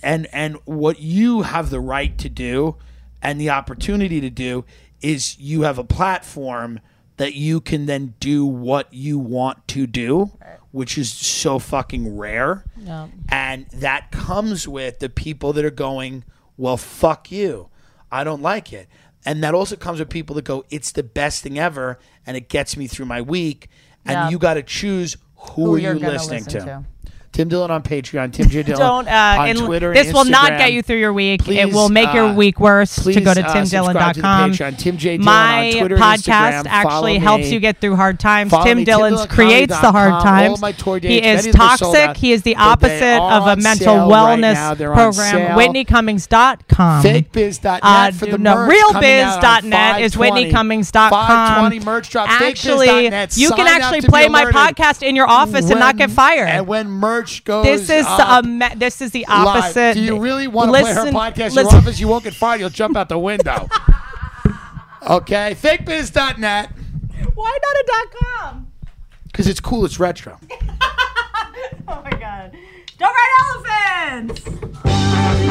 And and what you have the right to do and the opportunity to do is you have a platform that you can then do what you want to do, which is so fucking rare.
Yeah.
And that comes with the people that are going, well, fuck you. I don't like it. And that also comes with people that go, it's the best thing ever and it gets me through my week. And
Yeah.
you got to choose who,
Who
are
you're
you
gonna
listening
listen
to.
to.
Tim Dillon on Patreon, Tim J. Dillon
Don't. Uh,
on
and
Twitter.
this
and
will not
Instagram.
get you through your week. it
Please,
will make your
uh,
week worse. to
please,
go to
uh, subscribe to the
timdillon.com.
Patreon. Tim J. Dillon
My
on Twitter and
podcast
Instagram. Follow
actually helps
me.
you get through hard times.
Follow
Tim
me,
Dillon
timdillon.com.
creates the hard
All
times.
my tour
he
dates,
is
many of them are sold
toxic.
out,
He is the
but they
opposite
are
of a
on
mental
sale right
wellness
now. They're on
program.
sale.
WhitneyCummings.com.
Fakebiz.net
Um, Uh,
for the
no,
merch coming out on
realbiz.net is
520.
WhitneyCummings.com.
520 merch drop.
Actually,
fakebiz.net.
you can
Sign up
actually
to be
play my
alerted
podcast in your office and not
when-
get fired.
And when merch goes,
This is
up
a me- this is the
live,
opposite.
Do you really want to play her
Listen-
podcast in your
listen-
office? You won't get fired. You'll jump out the window. okay, fakebiz.net
Why not a dot com?
because it's cool. It's retro.
Oh my god. Don't ride elephants!